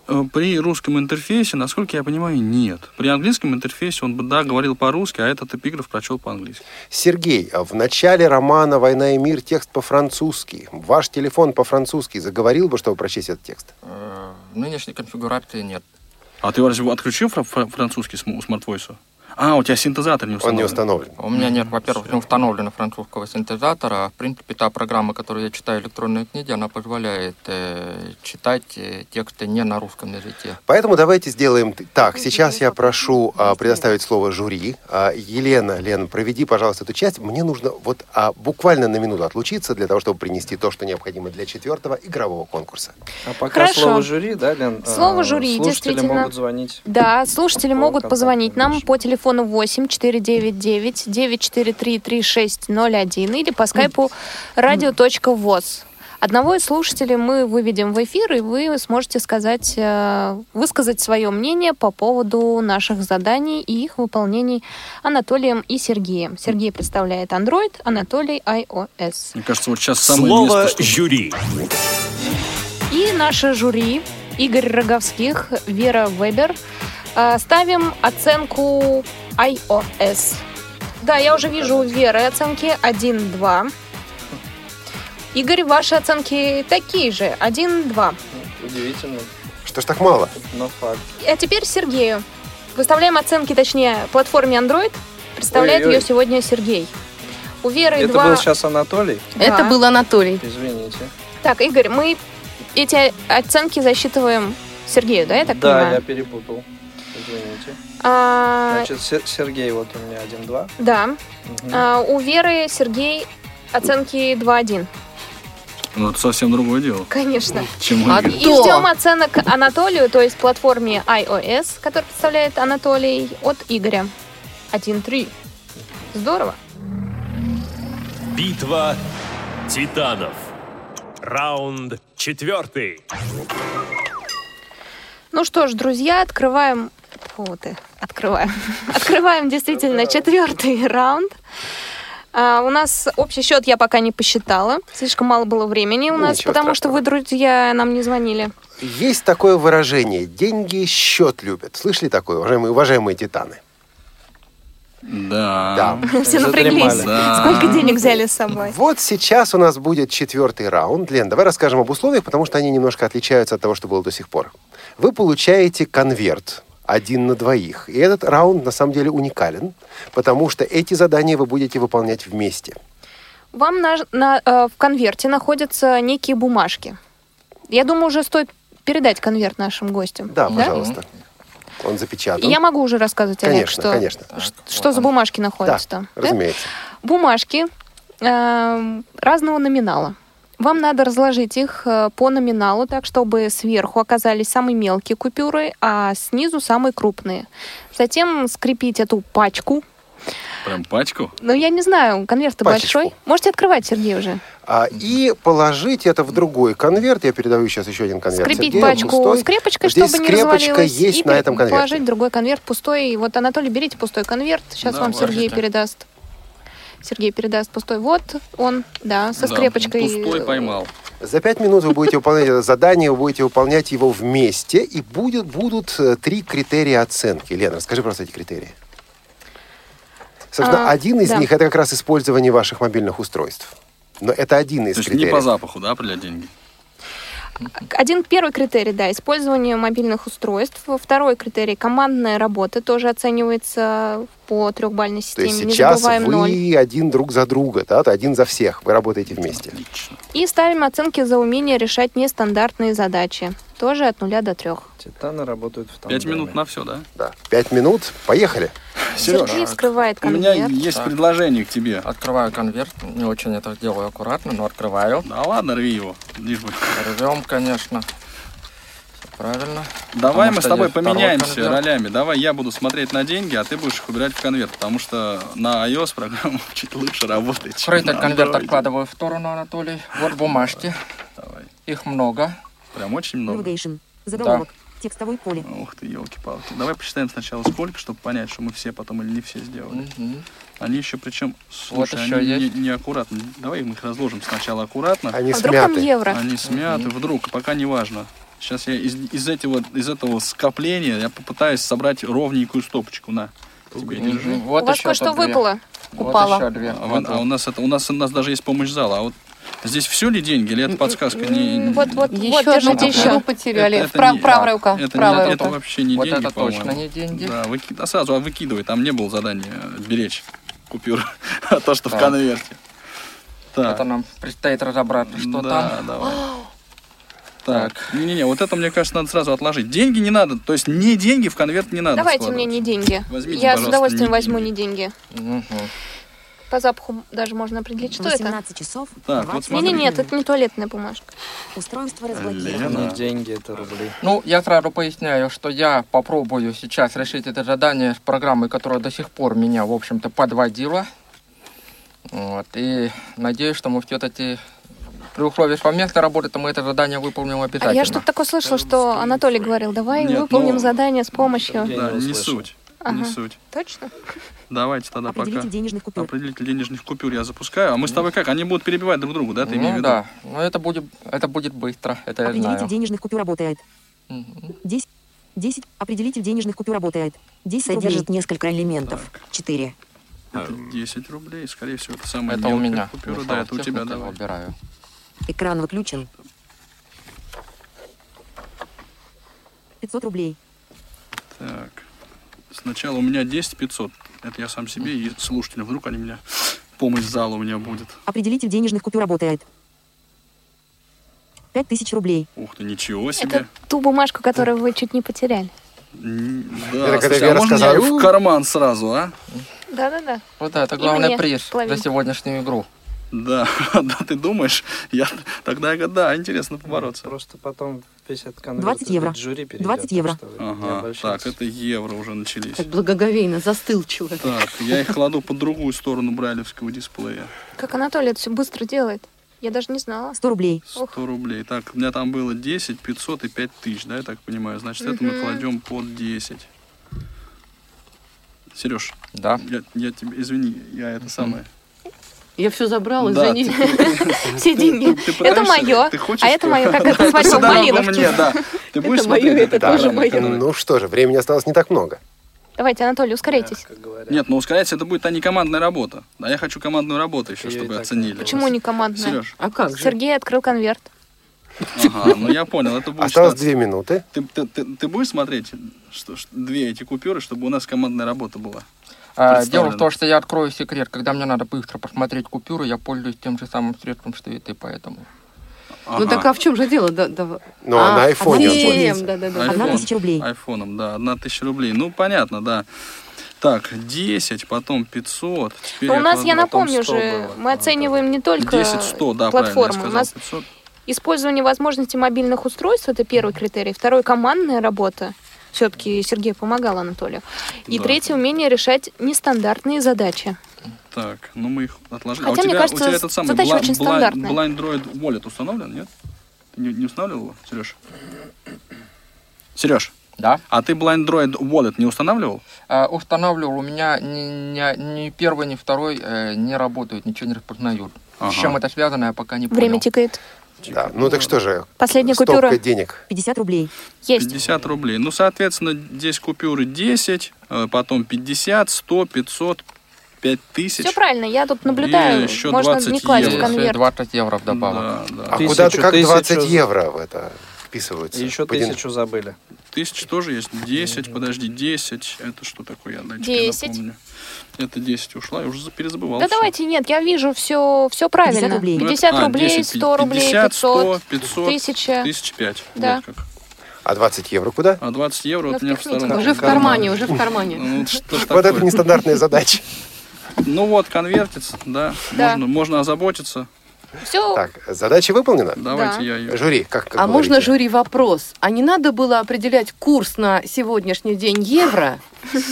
S5: Э, При русском интерфейсе, насколько я понимаю, нет. При английском интерфейсе он бы, да, говорил по-русски, а этот эпиграф прочел по-английски.
S2: Сергей, а в начале романа «Война и мир» текст по-французски. Ваш телефон по-французски заговорил бы, чтобы прочесть этот текст?
S4: Э, В нынешней конфигурации нет.
S5: А ты разве отключил фра- фра- французский с м- у смартвойса? А, у тебя синтезатор не установлен.
S4: А У меня нет, во-первых, не установлено французского синтезатора. а, В принципе, та программа, которую я читаю электронные книги, она позволяет э, читать э, тексты не на русском языке.
S2: Поэтому давайте сделаем т- так. Сейчас я прошу а, предоставить слово жюри. А, Елена, Лен, проведи, пожалуйста, эту часть. Мне нужно вот а, буквально на минуту отлучиться для того, чтобы принести то, что необходимо для четвертого игрового конкурса.
S8: А пока
S3: Хорошо.
S8: слово жюри, да, Лен?
S3: Слово
S8: А,
S3: жюри,
S8: слушатели
S3: действительно.
S8: могут звонить.
S3: Да, слушатели могут
S8: контакту
S3: позвонить нам по телефону 8 499 943 3601 или по скайпу radio.voz. Одного из слушателей мы выведем в эфир, и вы сможете сказать, э, высказать свое мнение по поводу наших заданий и их выполнений Анатолием и Сергеем. Сергей представляет Android, Анатолий iOS.
S5: Мне кажется, вот сейчас самое
S1: Слово
S5: место, чтобы-
S1: жюри.
S3: И наше жюри Игорь Роговских, Вера Вебер. э, Ставим оценку iOS. Да, я уже вижу у Веры оценки 1-2. Игорь, ваши оценки такие же. Один, два.
S8: Удивительно,
S2: Что ж так мало?
S8: но факт.
S3: А теперь Сергею. Выставляем оценки, точнее, платформе Android. Представляет
S8: Ой-ой-ой.
S3: ее сегодня Сергей. У Веры
S8: Это
S3: два...
S8: был сейчас Анатолий?
S3: Это был
S6: Анатолий.
S8: Извините.
S3: Так, Игорь, мы эти оценки засчитываем Сергею, да, я так
S8: да, я
S3: понимаю?
S8: перепутал. Извините.
S3: А,
S8: Значит, Се- Сергей вот у меня 1-2.
S3: да.
S8: Мгм.
S3: А, у Веры, Сергей, оценки 2-1.
S5: Ну, это совсем другое дело.
S3: Конечно.
S5: Чем
S6: А
S5: Игорь.
S3: И ждем оценок Анатолию, то есть платформе iOS, который представляет Анатолий, от Игоря. 1-3. Здорово.
S1: Битва титанов. Раунд четвертый.
S3: Ну что ж, друзья, открываем... Фу ты, открываем. (laughs) Открываем действительно четвертый раунд. А, у нас общий счет я пока не посчитала. Слишком мало было времени у
S2: Ну,
S3: нас,
S2: ничего
S3: потому что вы, друзья, нам не звонили.
S2: Есть такое выражение «деньги счет любят». Слышали такое, уважаемые, уважаемые титаны?
S5: Да.
S3: Все напряглись.
S5: Да.
S3: Сколько денег взяли с собой?
S2: Вот сейчас у нас будет четвертый раунд. Лен, давай расскажем об условиях, потому что они немножко отличаются от того, что было до сих пор. Вы получаете конверт один на двоих. И этот раунд на самом деле уникален, потому что эти задания вы будете выполнять вместе.
S3: Вам на- на, э, в конверте находятся некие бумажки. Я думаю, уже стоит передать конверт нашим гостям.
S2: Да, пожалуйста. Он запечатан.
S3: И я могу уже рассказывать, Олег,
S2: Конечно,
S3: что,
S2: конечно.
S3: ш- что за бумажки
S2: Да,
S3: находятся там. да?
S2: разумеется.
S3: Бумажки эм, разного номинала. Вам надо разложить их э, по номиналу, так чтобы сверху оказались самые мелкие купюры, а снизу самые крупные. Затем скрепить эту пачку.
S5: Прям пачку.
S3: Ну, я не знаю, конверт-то
S2: Пачечку.
S3: большой. Можете открывать, Сергей, уже.
S2: А, и положить это в другой конверт. Я передаю сейчас еще один конверт.
S3: Скрепить
S2: Сергею,
S3: пачку
S2: пустой.
S3: скрепочкой,
S2: Здесь
S3: чтобы не
S2: скрепочка
S3: развалилась.
S2: есть
S3: и
S2: на
S3: пер-
S2: этом конверте.
S3: положить другой конверт пустой. И вот, Анатолий, берите пустой конверт. Сейчас
S5: Да,
S3: вам Сергей
S5: положите.
S3: передаст. Сергей передаст пустой. Вот он, да,
S5: Да,
S3: со скрепочкой.
S5: Пустой поймал.
S2: За пять минут вы будете выполнять это задание, вы будете выполнять его вместе, и будет, будут э, три критерия оценки. Лена, расскажи просто эти критерии. Собственно,
S3: А,
S2: один из
S3: да.
S2: них – это как раз использование ваших мобильных устройств. Но это один из
S5: То есть не
S2: критериев.
S5: по запаху, да, определять деньги?
S3: Один первый критерий, да, использование мобильных устройств. Второй критерий – командная работа, тоже оценивается по трехбальной
S2: То
S3: системе.
S2: есть
S3: не
S2: сейчас
S3: забываем
S2: вы
S3: ноль.
S2: один друг за друга, да, один за всех, вы работаете вместе.
S3: И ставим оценки за умение решать нестандартные задачи. Тоже от нуля до трех.
S8: Титаны работают в тандеме.
S5: Пять минут на все, да?
S2: Да. Пять минут, поехали.
S3: Сергей вскрывает
S5: у меня
S3: конверт.
S5: есть
S4: Так.
S5: предложение к тебе.
S4: Открываю конверт. Не очень это делаю аккуратно, но открываю.
S5: Да ладно, рви его. Лишь бы.
S4: Рвем, конечно. Всё правильно.
S5: Давай мы
S4: Потому
S5: с
S4: что
S5: тобой
S4: есть второй
S5: поменяемся
S4: конверт.
S5: ролями. Давай я буду смотреть на деньги, а ты будешь их убирать в конверт, потому что на iOS программа (laughs) чуть лучше работает. чем
S4: Открытый
S5: на
S4: конверт
S5: Android.
S4: откладываю в сторону, Анатолий. Вот бумажки.
S5: Давай.
S4: Их много.
S5: Прям очень много.
S9: Navigation. Заголовок. Текстовое поле.
S5: Ух ты, елки-палки. Давай посчитаем сначала сколько, чтобы понять, что мы все потом или не все сделали.
S4: Мгм.
S5: Они еще причем, слушай,
S4: еще
S5: они не-
S4: есть.
S5: неаккуратно. Давай мы их разложим сначала аккуратно.
S2: Они
S3: а вдруг там
S2: смяты.
S3: евро?
S5: Они смяты вдруг, пока не важно. Сейчас я из, из этого, из этого скопления я попытаюсь собрать ровненькую стопочку. На, тебе держи.
S4: Мгм. Вот
S3: У вас
S4: еще
S3: кое-что
S4: тут две.
S3: выпало?
S4: Вот
S6: Упало.
S4: еще две.
S5: А,
S4: Вот
S5: вон- а у нас это у нас у нас даже есть помощь зала. А вот здесь все ли деньги, или это подсказка? Не- не-
S3: Вот, вот, вот,
S6: Еще одну
S3: держите еще.
S6: купюру потеряли.
S5: Это- это
S6: Прав-
S5: не-
S6: правая рука.
S5: Это, не-
S6: правая
S5: это
S6: рука.
S5: вообще не
S4: Вот
S5: деньги,
S4: это
S5: по-моему.
S4: точно не деньги.
S5: Да, выки- да, сразу а выкидывай. Там не было задания э, беречь купюры, (laughs) а то, что в
S4: Так.
S5: конверте. Так.
S4: Это нам предстоит разобраться, что
S5: да,
S4: там.
S3: (gasps)
S5: давай. Так, не-не-не, вот это, мне кажется, надо сразу отложить. Деньги не надо, то есть не деньги в конверт не надо
S3: Давайте мне не
S5: складывать.
S3: деньги.
S5: Возьмите,
S3: Я с
S5: пожалуйста,
S3: удовольствием
S5: не
S3: возьму
S5: деньги.
S3: не деньги.
S4: Мгм.
S3: По запаху даже можно определить, что это.
S9: 18 часов.
S5: Так,
S9: 20
S5: вот смотри.
S3: Не-не-не,
S9: минут.
S3: это не туалетная бумажка.
S9: Устройство
S5: Лена.
S9: разблокировано.
S8: Не
S5: Да.
S8: деньги, это рубли.
S4: Ну, я сразу поясняю, что я попробую сейчас решить это задание с программой, которая до сих пор меня, в общем-то, подводила. Вот, и надеюсь, что мы все-таки при условии совместной работы то мы это задание выполним обязательно.
S3: А я что-то такое слышала, что Анатолий говорил, давай
S5: Нет,
S3: выполним
S5: ну,
S3: задание с помощью.
S8: я
S5: Да,
S8: не
S5: не
S8: услышал.
S5: суть, не
S3: Ага.
S5: суть.
S3: Точно?
S5: Давайте тогда пока.
S9: Определитель денежных купюр.
S5: Определитель денежных купюр я запускаю. А мы с тобой как? Они будут перебивать друг друга, да? Ты имеешь в
S4: Ну
S5: виду?
S4: да, но это будет, это будет быстро, это я
S9: Определитель
S4: знаю.
S9: денежных купюр работает.
S4: Мгм.
S9: 10. 10. Определитель денежных купюр работает. 10
S12: Содержит
S9: рублей. несколько элементов. 4.
S5: Это 10 А, рублей, скорее всего, это самая
S4: Это у
S5: мелкая
S4: меня.
S5: купюра.
S4: Ну,
S5: Да, это у тебя,
S4: техника
S5: давай.
S4: Выбираю.
S9: Экран выключен. 500 рублей.
S5: Так. Сначала у меня 10 500. Это я сам себе и слушателям. Вдруг они меня... Помощь зала у меня будет.
S9: Определитель денежных купюр работает. 5000 рублей.
S5: Ух ты, ничего себе.
S3: Это ту бумажку, которую вы чуть не потеряли.
S5: М, Да,
S2: Это когда
S5: слушай, а
S2: Вера
S5: можно
S2: сказала,
S5: я в
S2: «У».
S5: карман сразу, а?
S3: Да-да-да.
S4: Вот да, это
S3: И
S4: главный
S3: мне
S4: приз за
S3: половинку.
S4: сегодняшнюю игру.
S5: Да, (laughs) да, ты думаешь? Я тогда я говорю, да, интересно побороться.
S8: Просто потом весь этот конверт
S6: 20 евро.
S8: в жюри перейдет.
S6: 20 евро.
S8: что вы не
S5: Ага,
S8: обольщайтесь.
S5: так, это евро уже начались.
S6: Так благоговейно застыл человек.
S5: Так, я их кладу по другую сторону брайлевского дисплея.
S3: Как Анатолий это все быстро делает. Я даже не знала.
S9: 100 рублей.
S5: 100 рублей. Так, у меня там было 10, 500 и 5000, да, я так понимаю. Значит, это мы
S3: Мгм.
S5: кладем под 10. Сереж,
S4: да.
S5: я, я тебе, извини, я это самое.
S6: Я все забрал,
S5: Да,
S6: извини. (laughs)
S3: Все деньги. Это
S5: пытаешься?
S3: мое.
S5: Ты хочешь
S3: А это мое,
S5: (laughs)
S3: как это с
S5: Ты
S3: Васем
S5: дорогу
S3: Малиновки.
S5: мне, да. Ты будешь
S6: Это моё,
S5: смотреть
S6: это
S5: эту
S2: Да.
S6: тоже
S5: программу?
S6: моё.
S2: Ну что же, времени осталось не так много.
S3: Давайте, Анатолий, ускоряйтесь.
S5: Нет, ну ускоряйте, это будет, а не командная работа. А я хочу командную работу еще, чтобы оценили.
S3: Почему не командная?
S5: Сереж,
S6: А как же?
S3: Сергей открыл конверт.
S5: ага, ну я понял, это будет
S2: Осталось две минуты.
S5: Ты, ты- ты- ты будешь смотреть что, ж- две эти купюры, чтобы у нас командная работа была?
S4: А,
S5: Представлено.
S4: дело в том, что я открою секрет. Когда мне надо быстро посмотреть купюры, я пользуюсь тем же самым средством, что и ты, поэтому...
S6: Ну так а в чем же дело? Да, да.
S2: Ну, а на айфоне он пользуется.
S6: да, да, да.
S5: Айфон.
S6: Она-
S9: рублей.
S5: Айфоном, да, одна тысяча рублей. Ну, понятно, да. Так, 10, потом 500. Теперь
S3: Но у
S5: я
S3: нас,
S5: кладу-
S3: я
S5: потом
S3: напомню
S5: 100
S3: же,
S5: было.
S3: мы оцениваем не только
S5: 10, 100, да,
S3: платформу. У
S5: правильно, я
S3: нас
S5: сказал, 500.
S3: использование возможностей мобильных устройств это первый критерий. Второй командная работа. Все-таки Сергей помогал Анатолию. И
S5: Да.
S3: третье умение решать нестандартные задачи.
S5: Так, ну мы их отложили. а
S3: Хотя,
S5: у
S3: мне
S5: тебя,
S3: кажется,
S5: у тебя этот самый
S3: задача
S5: бла-
S3: очень
S5: бла-
S3: стандартная.
S5: Blind Droid Wallet установлен, нет? Ты не, не устанавливал его, Сереж? Сереж,
S4: Да?
S5: а ты Blind Droid Wallet не устанавливал?
S4: А, устанавливал, у меня ни, ни- ни первый, ни второй э, не работают, ничего не распознают.
S5: Ага.
S4: С чем это связано, я пока не понял.
S3: Время тикает.
S2: Да. Ну так что же,
S3: Последняя
S2: стопка
S3: купюра
S2: денег.
S9: 50 рублей.
S3: есть.
S5: 50 рублей. Ну, соответственно, здесь купюры 10, э, потом 50, 100, 500, 5000.
S3: Все правильно, я тут наблюдаю.
S5: еще
S3: Можно
S5: 20
S3: не класть в
S5: евро.
S3: конверт.
S4: 20 евро вдобавок.
S5: Да, да.
S2: А
S8: Тысячу,
S2: куда как
S8: тысячу.
S2: 20 евро в это вписываются?
S8: И еще
S2: По дин-
S8: тысячу забыли.
S5: Тысяч тоже есть. 10, подожди, 10. Это что такое? Я дайте-ка
S3: 10.
S5: напомню. Это 10 ушла, я уже за- перезабывал.
S3: Да
S5: всё.
S3: давайте, нет, я вижу все, все правильно.
S9: 50 рублей.
S5: Ну, это-
S3: 50
S5: а,
S3: рублей,
S5: 10,
S3: 100 рублей,
S5: 50, 100,
S3: 500,
S5: 500,
S3: 1000.
S5: 1005.
S3: Да.
S5: Вот как.
S2: А 20 евро куда?
S5: А 20 евро
S3: Ну,
S5: вот у меня в
S3: впихните.
S5: сторонке.
S6: Уже в кармане, уже в кармане.
S5: Ну, вот что ж
S2: (laughs) Вот это
S5: такое.
S2: нестандартная задача.
S6: (laughs)
S5: Ну вот, конвертится, да.
S3: Да.
S5: Можно, можно озаботиться.
S3: Все
S2: Так, задача выполнена.
S5: Давайте
S3: Да.
S5: я ее...
S2: Жюри, как, как
S6: А можно
S2: говорите?
S6: жюри вопрос? А не надо было определять курс на сегодняшний день евро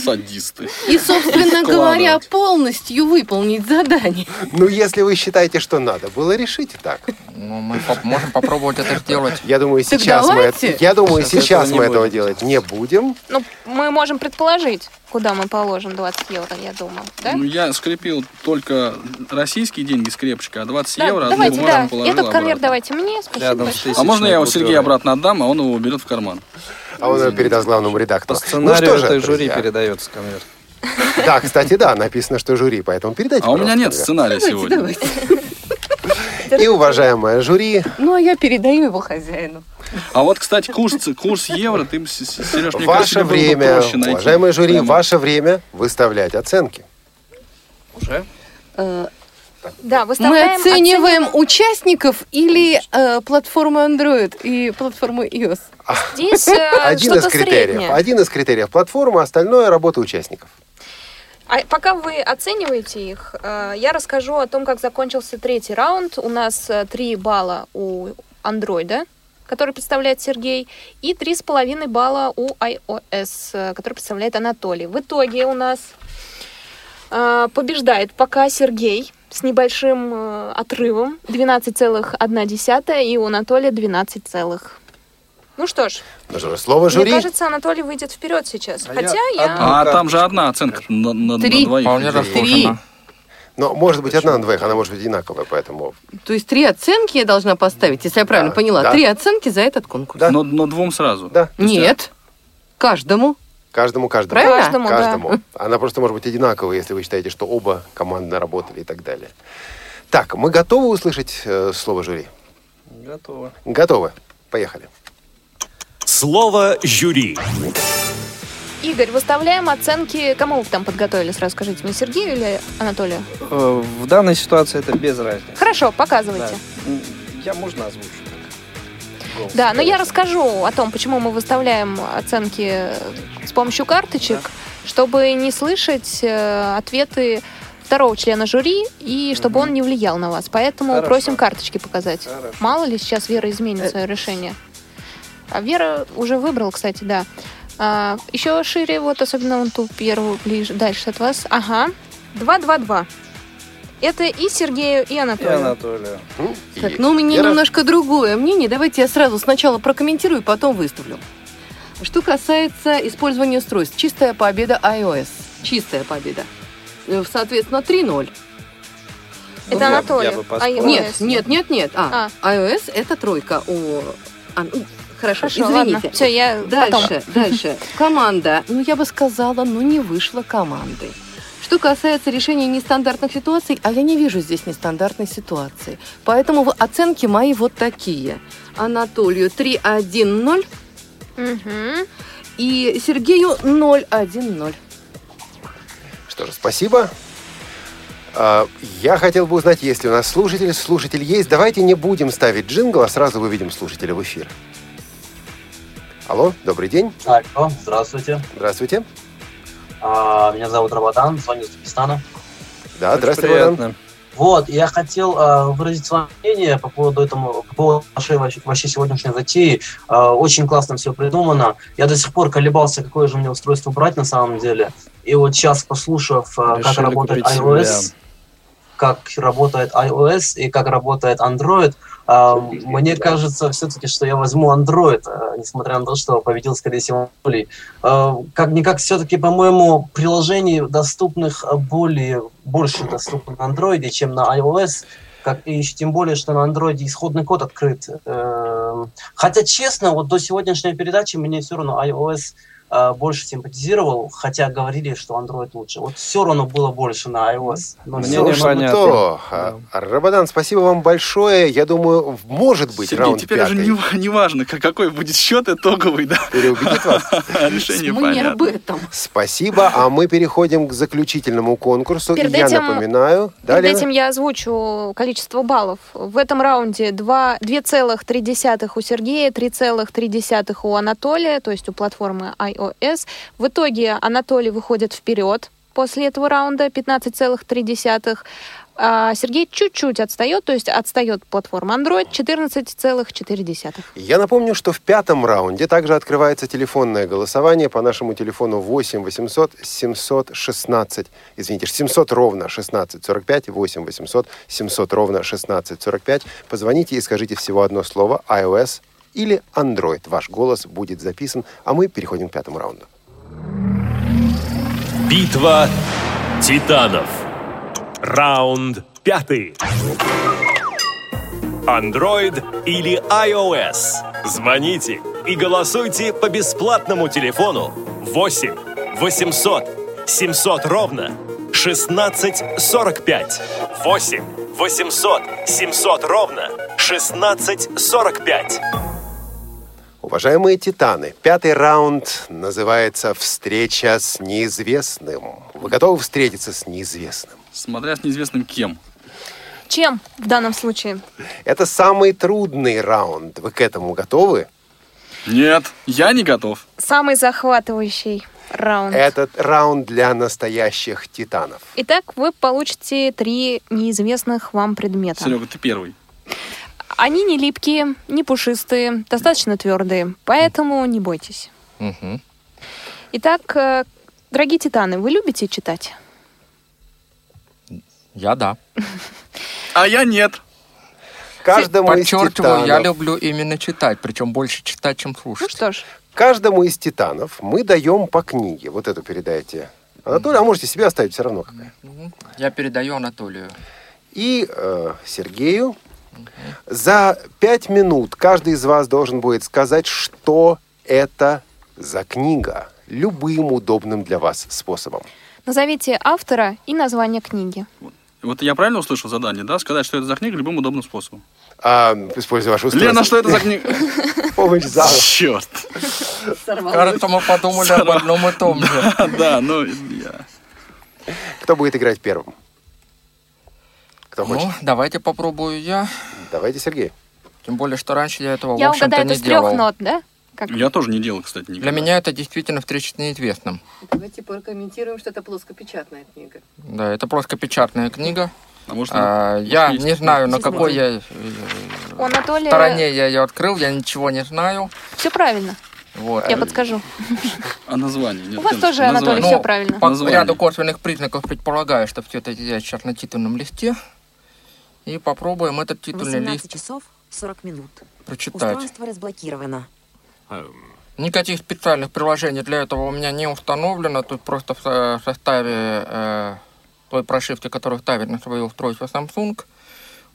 S5: Садисты.
S6: и, собственно говоря,
S5: Складывать.
S6: полностью выполнить задание?
S2: Ну, если вы считаете, что надо было, решите так.
S4: Ну, мы поп- можем попробовать это сделать.
S2: Я думаю,
S6: Так
S2: сейчас мы, это-
S6: давайте.
S2: я думаю,
S8: Сейчас
S2: сейчас,
S8: этого не
S2: мы этого
S8: будет.
S2: делать не будем.
S3: Ну, мы можем предположить, куда мы положим 20 евро, я думаю, да?
S5: Ну, я скрепил только российские деньги скрепочка, а 20
S3: Да,
S5: евро одну
S3: давайте,
S5: бумажку
S3: да.
S5: положил
S3: Этот конверт
S5: обратно.
S3: давайте мне, спасибо
S8: Рядом с
S3: большое.
S8: тысячной
S5: А можно я его Сергею
S8: купюрой.
S5: обратно отдам, а он его уберет в карман?
S2: А он ее передаст главному
S8: По
S2: редактору. Ну
S8: сценарию
S2: что же,
S8: это жюри
S2: друзья.
S8: передается конверт.
S2: Да, кстати, да, написано, что жюри, поэтому передайте.
S5: А у меня
S2: пожалуйста,
S5: нет
S2: конверт.
S5: сценария сегодня.
S6: Давайте.
S2: И уважаемое жюри,
S6: Ну, а я передаю его хозяину.
S5: А вот, кстати, курс, курс евро, ты, Сереж, мне кажется,
S2: ваше
S5: тебе было бы
S2: время,
S5: проще найти.
S2: уважаемое жюри,
S5: Прямо.
S2: ваше время выставлять оценки.
S6: Э,
S3: Да,
S6: Мы
S3: выставляем
S6: оцениваем участников или э, платформу Android и платформу iOS?
S3: оцен- здесь э,
S2: (laughs) Один из
S3: что-то
S2: критериев.
S3: среднее.
S2: Один из критериев платформы, а остальное работа участников.
S3: А пока вы оцениваете их, э, я расскажу о том, как закончился третий раунд. У нас э, три балла у андроида, который представляет Сергей, и три с половиной балла у iOS, э, который представляет Анатолий. В итоге у нас э, побеждает пока Сергей с небольшим э, отрывом 12,1 и у Анатолия 12 целых. Ну что ж,
S2: Ну что же, слово
S3: мне
S2: жюри.
S3: кажется, Анатолий выйдет вперед сейчас.
S8: А я
S3: Хотя я...
S8: одна
S5: А там же одна оценка на, на- на
S6: Три.
S5: двоих.
S4: Вполне
S5: людей.
S4: заслуженно.
S2: Но может быть одна на двоих, она может быть одинаковая, поэтому
S6: То есть три оценки я должна поставить, если я правильно
S2: Да,
S6: поняла.
S2: да.
S6: Три оценки за этот конкурс.
S2: Да.
S5: Но, но двум сразу.
S2: Да.
S6: Нет. Каждому.
S2: каждому каждому.
S6: Правильно?
S3: Каждому, да.
S2: каждому. Она просто может быть одинаковая, если вы считаете, что оба командно работали и так далее. Так, мы готовы услышать э, слово жюри?
S8: Готово.
S2: Готово. Поехали.
S1: Слово жюри.
S3: Игорь, выставляем оценки. Кому вы там подготовили? Сразу скажите мне, Сергею или Анатолию?
S8: Э, В данной ситуации это без разницы.
S3: Хорошо, показывайте.
S8: Да. М, Я можно озвучить? Голос.
S3: Да, но я расскажу о том, почему мы выставляем оценки с помощью карточек, чтобы не слышать э, ответы второго члена жюри и чтобы он не влиял на вас. Поэтому
S6: Хорошо.
S3: просим карточки показать.
S6: Хорошо.
S3: Мало ли сейчас Вера изменит свое решение. А Вера уже выбрала, кстати, да. А, еще шире, вот особенно вон ту первую, ближе, дальше от вас. Ага. 2-2-2. Это и Сергею, и
S8: И
S3: Анатолию.
S8: Анатолия.
S6: Так, ну у меня немножко другое мнение. Давайте я сразу сначала прокомментирую, потом выставлю. Что касается использования устройств. Чистая победа iOS. Чистая победа. Э, Соответственно, 3.0.
S3: Это
S6: Ну, я-
S3: Анатолий.
S6: я бы
S3: А iOS?
S6: Нет, нет, нет, нет. А, iOS это тройка. О, а, ну, хорошо,
S3: Хорошо,
S6: извините.
S3: ладно. Всё, я
S6: дальше,
S3: потом.
S6: (laughs) дальше.
S4: (laughs)
S6: Команда. Ну, я бы сказала, ну не вышла командой. Что касается решения нестандартных ситуаций, а я не вижу здесь нестандартной ситуации. Поэтому в- оценки мои вот такие. Анатолию 3-1-0 и Сергею 0-1-0.
S2: Что же, спасибо. А, Я хотел бы узнать, есть ли у нас слушатель. Слушатель есть. Давайте не будем ставить джингл, а сразу выведем слушателя в эфир. Алло, добрый день.
S13: Алло, здравствуйте.
S2: Здравствуйте.
S13: А, Меня зовут Рабадан, звоню из Пакистана.
S2: Да, здравствуйте.
S13: приятно.
S2: Валерий.
S13: Вот, я хотел а, выразить свое мнение по поводу этому, по поводу нашей вообще, вообще сегодняшней затеи. А, очень классно все придумано. Я до сих пор колебался, какое же мне устройство брать на самом деле. И вот сейчас, послушав, а, как
S8: Решили
S13: работает
S8: купить
S13: iOS,
S8: себе.
S13: как работает iOS и как работает Android, а, мне кажется все-таки, что я возьму Android, а, несмотря на то, что победил, скорее всего, Анатолий. А, Как-никак, все-таки, по-моему, приложений доступных а, более, больше доступно на Android, чем на iOS. Как, и еще тем более, что на Android исходный код открыт. Эм, Хотя, честно, вот до сегодняшней передачи мне все равно iOS а, больше симпатизировал, хотя говорили, что Android лучше. Вот все равно было больше на iOS. Но всё
S2: Слушай,
S13: равно-
S2: ну то, а, Рабадан, спасибо вам большое. Я думаю, в- может быть,
S5: Сергей,
S2: раунд
S5: теперь
S2: пятый.
S5: уже не, ва- не важно, как- какой будет счет итоговый, да?
S2: Переубедит вас?
S5: (laughs) Решение понятно.
S6: этом.
S2: Спасибо, а мы переходим к заключительному конкурсу.
S3: Перед
S2: И я
S3: этим-
S2: напоминаю... Да,
S3: Перед
S2: Лена?
S3: этим я озвучу количество баллов. В этом раунде два- 2,3 у Сергея, 3,3 у Анатолия, то есть у платформы iOS. В итоге Анатолий выходит вперед после этого раунда 15,3. А Сергей чуть-чуть отстает, то есть отстает платформа Android 14,4.
S2: Я напомню, что в пятом раунде также открывается телефонное голосование по нашему телефону 8 800 716, извините, 700 ровно 1645, 8 800 700 ровно 1645. Позвоните и скажите всего одно слово iOS или Android. Ваш голос будет записан, а мы переходим к пятому раунду.
S1: Битва титанов. Раунд пятый. Android или iOS? Звоните и голосуйте по бесплатному телефону 8 800 700 ровно 1645. 8 800 700 ровно 1645.
S2: Уважаемые титаны, пятый раунд называется «Встреча с неизвестным». Вы готовы встретиться с неизвестным?
S5: Смотря с неизвестным кем.
S3: Чем в данном случае?
S2: Это самый трудный раунд. Вы к этому готовы?
S5: Нет, я не готов.
S3: Самый захватывающий раунд.
S2: Этот раунд для настоящих титанов.
S3: Итак, вы получите три неизвестных вам предмета.
S5: Серега, ты первый.
S3: Они не липкие, не пушистые, достаточно твердые, поэтому не бойтесь.
S4: Мгм.
S3: Итак, э, дорогие титаны, вы любите читать?
S4: Я да.
S5: А я нет.
S2: Каждому из
S4: Подчеркиваю, я
S2: титанов.
S4: люблю именно читать, причем больше читать, чем слушать.
S3: Ну что ж.
S2: Каждому из титанов мы даем по книге. Вот эту передайте. Анатолий, а можете себе оставить все равно. какая.
S4: Я передаю Анатолию.
S2: И э, Сергею. За пять минут каждый из вас должен будет сказать, что это за книга. Любым удобным для вас способом.
S3: Назовите автора и название книги.
S5: Вот я правильно услышал задание, да? Сказать, что это за книга любым удобным способом.
S2: а, используя ваше устройство.
S5: Лена, что это за
S2: (laughs)
S5: книга?
S2: Помощь зала.
S5: Черт.
S4: Кажется, мы подумали об одном и том же.
S5: Да, ну...
S2: Кто будет играть первым? Кто хочет?
S4: Ну, давайте попробую я.
S2: Давайте, Сергей.
S4: Тем более, что раньше я этого,
S3: Я
S4: в общем-то,
S3: угадаю это
S4: не
S3: с трех
S4: делал.
S3: нот, да? Как?
S5: Я тоже не делал, кстати, никогда.
S4: Для меня это действительно встреча с неизвестным.
S6: Давайте прокомментируем, что это плоскопечатная книга.
S4: Да, это просто печатная книга.
S5: что
S4: А,
S5: она-
S4: я
S5: может,
S4: не
S5: есть-
S4: знаю, на
S5: Здесь
S4: какой
S5: можно.
S4: я э,
S3: У Анатолия
S4: стороне я ее открыл, я ничего не знаю.
S3: все правильно.
S4: Вот.
S3: Я подскажу.
S5: А название? Нет,
S3: У вас
S5: конечно,
S3: тоже, Анатолий,
S5: название.
S3: всё правильно.
S4: Ну, По
S5: Название.
S4: ряду косвенных признаков предполагаю, что все это я сейчас на титульном листе. И попробуем этот титульный
S9: 18
S4: лист
S9: часов 40 минут.
S4: прочитать.
S9: Устройство разблокировано.
S4: Никаких специальных приложений для этого у меня не установлено. Тут просто в со- составе э, той прошивки, которую ставит на свое устройство Samsung,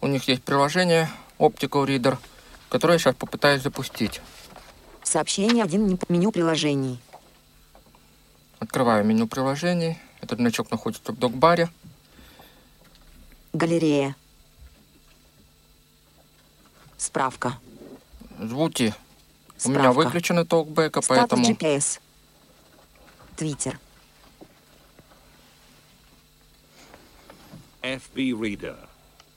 S4: у них есть приложение Optical Reader, которое я сейчас попытаюсь запустить.
S9: Сообщение 1. Меню приложений.
S4: Открываю меню приложений. Этот значок находится в док-баре.
S9: Галерея. Справка.
S4: Звуки у
S9: Справка.
S4: меня выключены толкбека,
S9: Статус
S4: поэтому...
S9: GPS. Твиттер.
S10: FB Reader.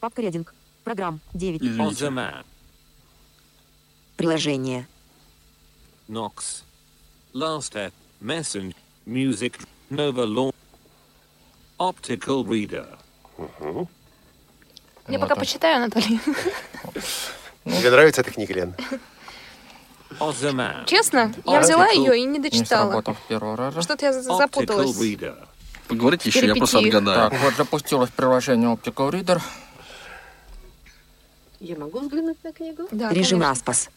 S9: Папка рединг. Программ 9.
S10: Ottoman.
S9: Приложение.
S10: Knox. Last F. Messenger. Music. Nova Law. Optical Reader.
S3: Я пока почитаю, Анатолий. (laughs)
S2: Тебе нравится эта книга, Лен?
S10: Ottoman.
S3: Честно,
S4: А
S3: я взяла ее и не дочитала.
S4: сработал с первого раза.
S3: Что-то я за- запуталась.
S5: Поговорите еще, я
S3: Перипетии.
S5: просто отгадаю.
S4: Так, вот запустилось приложение Optical Reader.
S6: Я могу взглянуть на книгу?
S3: Да,
S9: Режим
S3: конечно.
S9: Распас.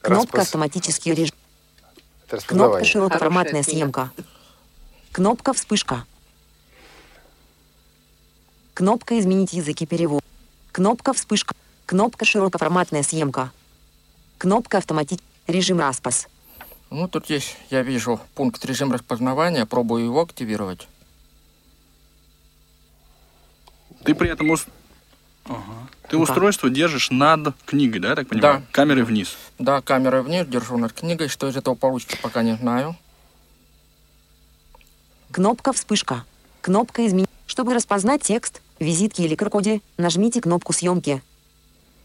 S9: Кнопка
S2: Распас.
S9: автоматический режим.
S2: Это
S9: Кнопка
S2: распознавание.
S9: широкоформатная
S6: Хорошая книга.
S9: съемка. Кнопка вспышка. Кнопка изменить языки перевода. Кнопка вспышка. Кнопка широкоформатная съемка. Кнопка автоматический режим распас.
S4: Ну, тут есть, я вижу, пункт режим распознавания. Пробую его активировать.
S5: Ты при этом... ус- Ага. Ты устройство держишь над книгой, да, я так понимаю?
S4: Да.
S5: Камерой вниз.
S4: Да, камерой вниз, держу над книгой. Что из этого получится, пока не знаю.
S9: Кнопка вспышка. Кнопка изменить. Чтобы распознать текст, визитки или крокоди, нажмите кнопку съемки.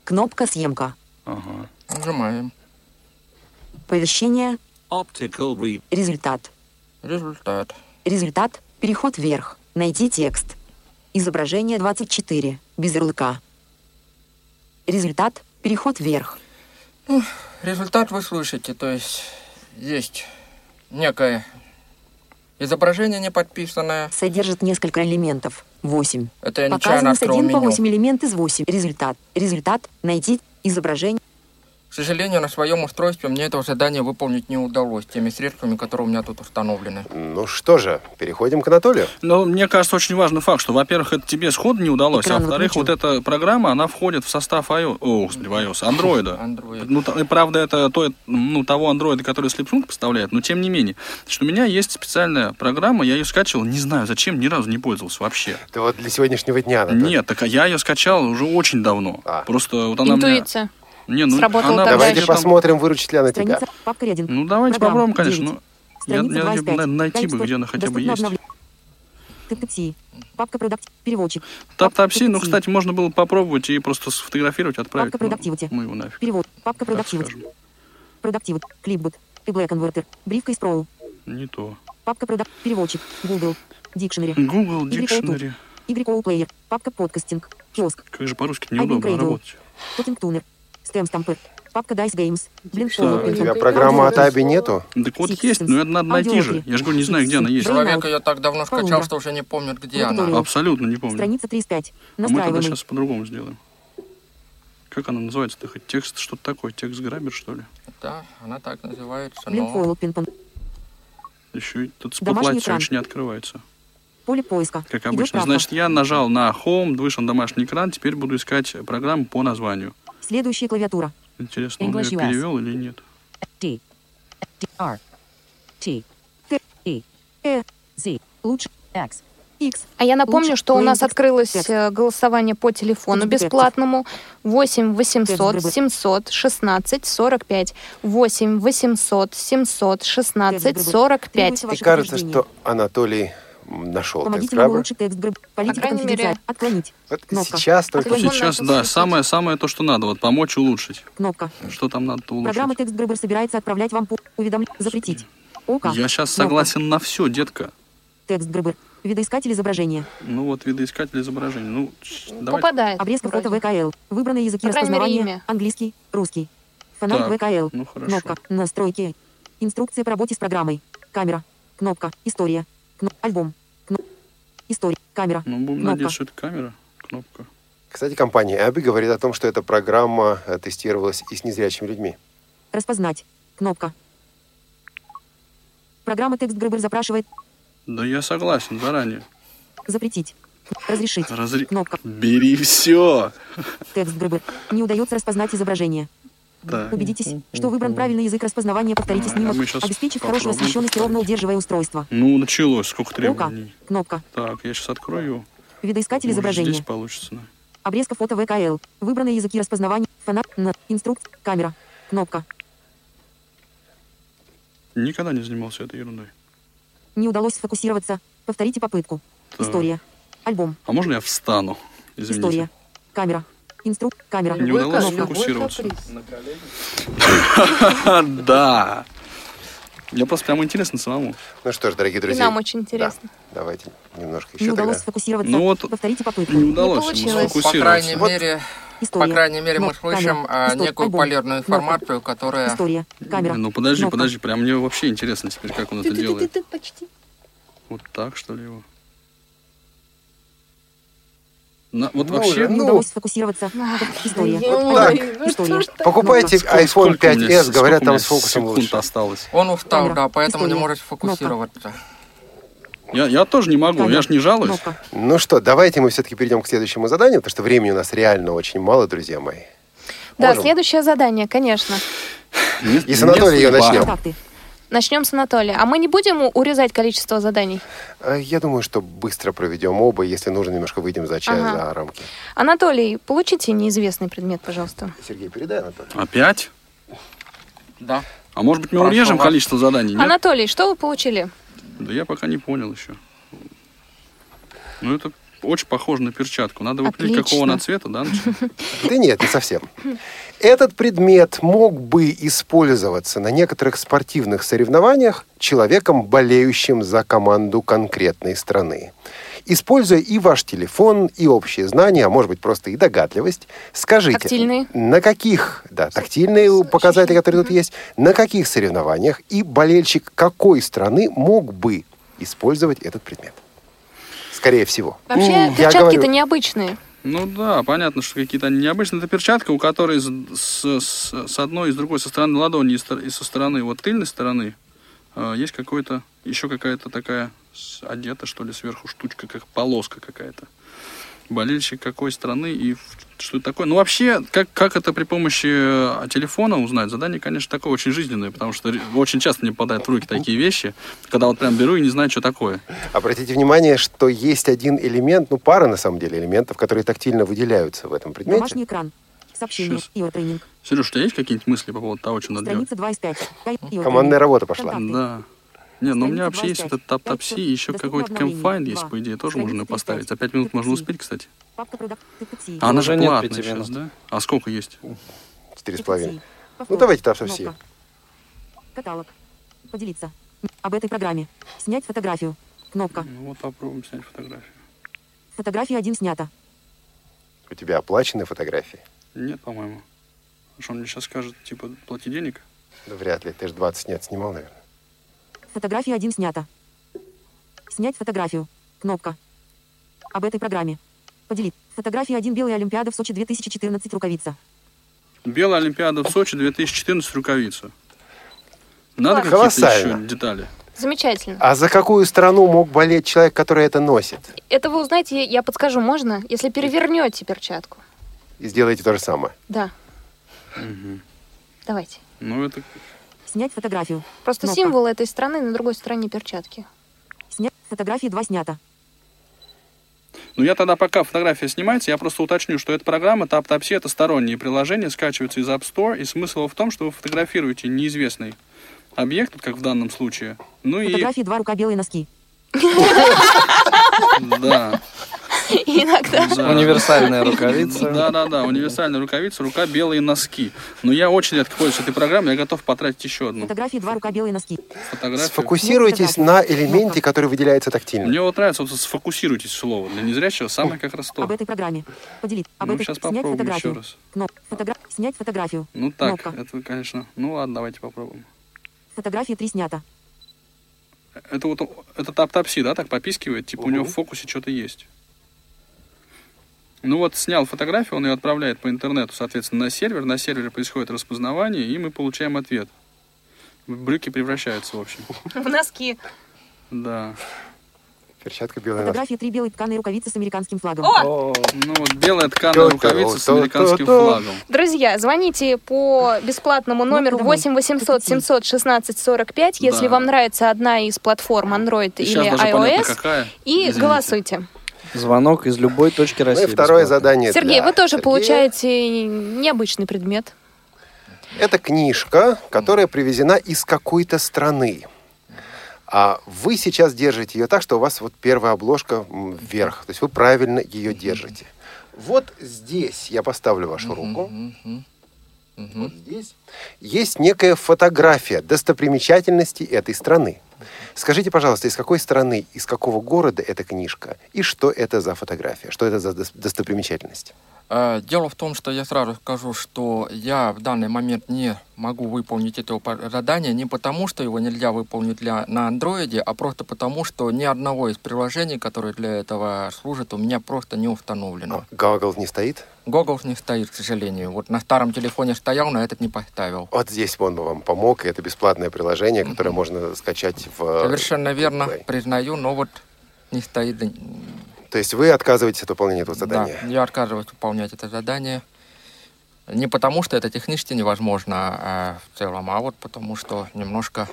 S9: Кнопка съемка.
S5: Ага.
S4: Нажимаем.
S9: Повещение.
S10: Optical Reader.
S9: Результат.
S4: Результат.
S9: Результат. Переход вверх. Найти текст. Изображение 24. Без ярлыка. Результат. Переход вверх.
S4: Результат вы слышите, то есть есть некое изображение не подписанное.
S9: Содержит несколько элементов. 8.
S4: Это я нечаянно
S9: Показан с
S4: открыл
S9: 1 по
S4: меню.
S9: 8 элемент из 8. Результат. Результат. Найти изображение.
S4: К сожалению, на своем устройстве мне этого задания выполнить не удалось теми средствами, которые у меня тут установлены.
S2: Ну что же, переходим к Анатолию.
S5: Но мне кажется, очень важный факт, что, во-первых, это тебе сходу не удалось, а
S9: Экран
S5: во-вторых, вот эта программа, она входит в состав iOS, о, господи, iOS, андроида.
S4: Android.
S5: Ну, та- и правда, это то, ну, того андроида, который Slipsung поставляет, но тем не менее. Что у меня есть специальная программа, я ее скачивал, не знаю зачем, ни разу не пользовался вообще.
S2: Это вот для сегодняшнего дня, Анатолий.
S5: Нет, так а я ее скачал уже очень давно.
S2: А.
S5: Просто вот она мне...
S3: Интуиция.
S5: Не, ну,
S3: Сработала
S5: она вообще
S3: тогда
S2: Давайте
S3: еще.
S5: там-
S2: посмотрим, выручит ли она тебя.
S9: Страница. Папка 1.
S5: Ну, давайте
S9: Программа.
S5: попробуем, конечно.
S9: Девять.
S5: ну,
S9: Страница
S5: я, я- я-
S9: 25.
S5: на- найти бы,
S9: Тайм-стоп.
S5: где она хотя бы
S9: Доступно
S5: есть.
S9: обновление. Тапси. Папка продакт. Переводчик.
S5: Тап-тапси, ну,
S9: Тапси.
S5: кстати, можно было попробовать и просто сфотографировать, отправить.
S9: Папка
S5: Ну,
S9: Productivity.
S5: Ну, его нафиг.
S9: Перевод. Папка
S5: Так
S9: продактивити.
S5: скажем.
S9: Продактивит. Клипбут. Пиблэк конвертер. Бривка и скролл.
S5: Ну, Не то.
S9: Папка продакт. Переводчик. Google. Дикшнери.
S5: Google
S9: Или
S5: Dictionary.
S9: YOL Player. Папка подкастинг. Киоск.
S5: Как же по-русски
S9: Один
S5: неудобно
S9: Cradle.
S5: работать.
S9: Токинг тунер. Стэм стампер. Папка Dice Games. Блин,
S5: Что,
S2: У тебя программа от Аби нету?
S5: Так вот есть, но это надо найти же. Я же говорю, не знаю, где она есть.
S4: Человек ее так давно скачал,
S9: Полуга.
S4: что уже не помнит, где она.
S9: Аудитория.
S5: Абсолютно не помню.
S9: Страница 35.
S5: А мы тогда
S9: Настраиваемый.
S5: сейчас по-другому сделаем. Как она называется-то хоть? Текст что-то такое? Текст грабер, что ли?
S4: Да, она так называется,
S9: Блин,
S4: но...
S9: фойл пинг-понг.
S5: Еще и тут
S9: Домашний
S5: Spotlight все
S9: экран.
S5: очень не открывается.
S9: Поле поиска.
S5: Как
S9: Идет
S5: обычно.
S9: правка.
S5: Значит, я нажал на Home, вышел на домашний экран, теперь буду искать программу по названию.
S9: Следующая клавиатура.
S5: Интересно, он ее
S9: English US.
S5: перевел или нет?
S9: T. T. R. T. T. E. E. Z. Лучше. X.
S3: А я напомню,
S12: Лучше
S3: что у нас
S12: Яндекс.
S3: открылось э, голосование по телефону бесплатному 8 800 700 16 45. 8 800 700 16 45.
S2: Мне кажется, что Анатолий нашел
S9: Помогите нам
S2: Тескрабер.
S9: улучшить текст Грэб. Политика
S3: крайней мере,
S9: конфиденциальна. Отклонить. Кнопка.
S2: Сейчас только...
S5: Сейчас, да, самое, самое то, что надо, вот помочь улучшить.
S9: Кнопка.
S5: Что там надо улучшить?
S9: Программа текст Грэбер собирается отправлять вам по уведомлениям. Запретить. ОК.
S5: Я
S9: Кнопка.
S5: сейчас согласен на все, детка.
S9: Текст Грэбер. Видоискатель изображения.
S5: Ну вот, видоискатель изображений. Ну, ч- давайте.
S3: Попадает.
S9: Обрезка фото ВКЛ. Выбранные языки
S3: По крайней мере,
S9: распознавания. Английский, русский. Фонарь
S5: Так,
S9: ВКЛ.
S5: ну хорошо.
S9: Кнопка. Настройки. Инструкция по работе с программой. Камера. Кнопка. История. Кно- Альбом. Кно- История. Камера.
S5: Ну, будем
S9: Кнопка.
S5: надеяться, что это камера. Кнопка.
S2: Кстати, компания Abbey говорит о том, что эта программа э, тестировалась и с незрячими людьми.
S9: Распознать. Кнопка. Программа текст Грэбер запрашивает.
S5: Да я согласен заранее.
S9: Запретить. Разрешить.
S5: Разре-
S9: Кнопка.
S5: Бери все.
S9: Текст Грэбер. Не удается распознать изображение.
S5: Так.
S9: Убедитесь, что выбран правильный язык распознавания. Повторите снимок,
S5: А мы щас
S9: обеспечив хорошую
S5: попробуем
S9: освещенность, ровно удерживая устройство.
S5: Ну, началось. Сколько требований?
S9: Кнопка.
S5: Так, я сейчас открою его.
S9: Видоискатель
S5: Может,
S9: изображения.
S5: Ну, Здесь получится. на.
S9: Обрезка фото ВКЛ. Выбранные языки распознавания. Фонарь. На. Инструкт. Камера. Кнопка.
S5: Никогда не занимался этой ерундой.
S9: Не удалось сфокусироваться. Повторите попытку.
S5: Так.
S9: История. Альбом.
S5: А можно я встану? А. Извините.
S9: История. Камера. Инструкт. Камера.
S5: Не удалось
S9: Кнопка.
S5: сфокусироваться. (laughs) Да. Мне просто прям интересно самому.
S2: Ну что ж, дорогие
S3: И
S2: друзья,
S3: нам очень интересно.
S2: давайте немножко
S9: Не
S2: еще
S9: удалось
S2: тогда.
S9: сфокусироваться.
S2: Ну вот,
S9: Повторите попытку.
S2: не удалось Не ему получилось.
S4: По крайней мере, по
S9: История.
S4: крайней мере, мы
S9: Кнопка.
S4: слышим
S9: Камера.
S4: э,
S9: История.
S4: некую
S9: Альбом.
S4: полярную
S9: Кнопка.
S4: информацию, которая
S9: История. Камера.
S5: Не, Ну подожди,
S9: Кнопка.
S5: подожди, прям мне вообще интересно теперь, как он это делает.
S9: Ты-ты-ты-ты, Почти.
S5: Вот так, что ли, его? На- вот
S2: Ну
S5: вообще...
S2: же,
S9: Не удалось сфокусироваться. История. Альбом. История.
S2: Покупайте
S9: Кнопка.
S2: iPhone
S5: Сколько у меня-
S2: 5s, говорят,
S5: сколько у
S2: там
S5: меня
S2: с фокусом
S5: секунд
S2: лучше.
S5: осталось.
S4: Он устал,
S9: Камера.
S4: да, поэтому не
S9: История.
S4: может фокусироваться.
S5: Я, я тоже не могу, я же не жалуюсь.
S2: Ну что, давайте мы все-таки перейдем к следующему заданию, потому что времени у нас реально очень мало, друзья мои.
S3: Да,
S2: Можем.
S3: следующее задание, конечно.
S2: И с Анатолия
S5: судьба.
S2: начнем.
S3: Начнем с Анатолия. А мы не будем у- урезать количество заданий.
S2: Э, Я думаю, что быстро проведем оба, если нужно, немножко выйдем за чай,
S3: Ага.
S2: за рамки.
S3: Анатолий, получите неизвестный предмет, пожалуйста.
S2: Сергей, передай Анатолию.
S5: Опять?
S4: Да.
S5: А может быть мы
S4: Прошу
S5: урежем
S4: вас.
S5: количество заданий, нет?
S3: Анатолий, что вы получили?
S5: Да я пока не понял еще. Ну это очень похоже на перчатку. Надо определить, какого
S3: Отлично.
S5: она цвета, да? начать?
S2: Да нет, не совсем. Этот предмет мог бы использоваться на некоторых спортивных соревнованиях человеком, болеющим за команду конкретной страны. Используя и ваш телефон, и общие знания, а может быть просто и догадливость, скажите,
S3: Тактильные.
S2: на каких, да, тактильные показатели, которые тут есть, на каких соревнованиях и болельщик какой страны мог бы использовать этот предмет? Скорее всего.
S3: Вообще,
S2: Я говорю-
S3: перчатки-то необычные.
S5: Ну да, понятно, что какие-то они необычные. Это перчатка, у которой с, с- с- с одной и с другой, со стороны ладони и, стор- и со стороны вот тыльной стороны э, есть какой-то, еще какая-то такая с- одета, что ли, сверху штучка, как полоска какая-то. Болельщик какой страны и в- что это такое. Ну вообще, как, как это при помощи э, телефона узнать? Задание, конечно, такое очень жизненное, потому что ре- очень часто мне попадают в руки такие вещи, когда вот прям беру и не знаю, что такое.
S2: Обратите внимание, что есть один элемент, ну, пара, на самом деле, элементов, которые тактильно выделяются в этом предмете.
S9: Домашний экран. Сообщение.
S5: Щас.
S9: Ио тренинг.
S5: Сереж, у тебя есть какие-нибудь мысли по поводу того, что надо делать?
S9: Страница 2 из 5.
S2: Командная работа пошла.
S5: Да. Не, ну у
S9: Страница
S5: меня вообще есть
S9: 25.
S5: этот таптапси, и еще
S9: Доступно
S5: какой-то
S9: обновление.
S5: кэмфайн есть,
S9: Два.
S5: по идее, тоже
S9: Страница
S5: можно
S9: 35.
S5: поставить. За пять минут можно успеть, кстати.
S9: Папка продак- Текстиль.
S5: А она же
S8: Уже нет
S5: платная
S8: пяти
S5: сейчас,
S8: минут.
S5: да? А сколько есть?
S2: Четыре с
S9: Текстиль.
S2: половиной.
S9: Повтор.
S2: Ну, давайте таптапси.
S9: Кнопка. Каталог. Поделиться. Об этой программе. Снять фотографию. Кнопка.
S5: Ну вот попробуем снять фотографию.
S9: Фотография 1 снята.
S2: У тебя оплачены фотографии?
S5: Нет, по-моему. Потому Что он мне сейчас скажет, типа, плати денег?
S2: Да вряд ли, ты же 20 нет снимал, наверное.
S9: Фотография 1 снята. Снять фотографию. Кнопка. Об этой программе. Поделить. Фотография 1 Белая Олимпиада в Сочи 2014 рукавица.
S5: Белая Олимпиада в Сочи 2014, рукавица. Надо
S2: Класс.
S5: какие-то
S2: Колоссально.
S5: еще детали.
S3: Замечательно.
S2: А за какую страну мог болеть человек, который это носит?
S3: Это вы узнаете, я подскажу, можно, если перевернете перчатку.
S2: И сделайте то же самое.
S3: Да. Давайте.
S5: Ну это...
S9: Снять фотографию.
S3: Просто
S9: Ну-ка.
S3: символ этой страны на другой стороне перчатки.
S9: Снять фотографии 2 снято.
S5: Но Ну, я тогда, пока фотография снимается, я просто уточню, что эта программа TapTapSee это сторонние приложения, скачиваются из App Store, и смысл в том, что вы фотографируете неизвестный объект, вот как в данном случае. Ну и
S9: Фотографии два рука белые носки.
S5: да.
S3: Иногда.
S5: Да.
S8: Универсальная рукавица.
S5: Да-да-да, универсальная рукавица, рука белые носки. Но я очень редко пользуюсь этой программой, я готов потратить еще одну
S9: Фотографии два рука белые носки.
S5: фотографию.
S2: Сфокусируйтесь на элементе, который выделяется тактильно.
S5: Мне вот нравится, вот сфокусируйтесь слово. Для незрячего самое как раз
S9: Об
S5: то.
S9: этой программе. Поделить. Об
S5: Ну,
S9: этой.
S5: щас
S9: Снять
S5: попробуем
S9: фотографию.
S5: еще раз.
S9: Кноп- фотогра- Снять фотографию.
S5: Ну так,
S9: Кнопка.
S5: это, конечно. Ну ладно, давайте попробуем.
S9: Фотография три снята.
S5: Это вот это тап-тапси, да, так попискивает? Типа у него в фокусе что-то есть. Ну вот, снял фотографию, он ее отправляет по интернету, соответственно, на сервер. На сервере происходит распознавание, и мы получаем ответ. Брюки превращаются, в общем.
S3: (laughs) В носки.
S5: Да.
S2: Перчатка белая.
S9: Фотографии три белые тканые рукавицы с американским флагом.
S5: Ну вот белая тканая
S2: Ту-ту,
S5: рукавица с
S2: ту-ту-ту.
S5: американским флагом.
S3: Друзья, звоните по
S9: Ну,
S3: бесплатному номеру 8 800 716 45, если
S5: Да.
S3: вам нравится одна из платформ Android
S8: Сейчас
S3: или
S8: даже понятно,
S3: iOS,
S8: какая.
S3: и
S8: Извините.
S3: голосуйте.
S8: Звонок из любой точки России.
S2: Ну второе задание
S3: Сергей, вы тоже получаете необычный предмет.
S2: Это книжка, которая привезена из какой-то страны. А вы сейчас держите ее так, что у вас вот первая обложка м, вверх. То есть вы правильно ее держите. Вот здесь я поставлю вашу руку. Вот здесь есть некая фотография достопримечательности этой страны. Скажите, пожалуйста, из какой страны, из какого города эта книжка и что это за фотография, что это за дос- достопримечательность?
S4: Э, Дело в том, что я сразу скажу, что я в данный момент не могу выполнить это упо- задание не потому, что его нельзя выполнить для, на андроиде, а просто потому, что ни одного из приложений, которые для этого служат, у меня просто не установлено.
S2: Гогол не стоит?
S4: Google не стоит, к сожалению. Вот на старом телефоне стоял, но этот не поставил.
S2: Вот здесь он вам помог, и это бесплатное приложение, которое можно скачать в...
S4: Совершенно верно, признаю, но вот не стоит. да,
S2: То есть вы отказываетесь от выполнения этого
S4: Да,
S2: задания?
S4: я отказываюсь выполнять это задание. Не потому, что это технически невозможно а в целом, а вот потому, что немножко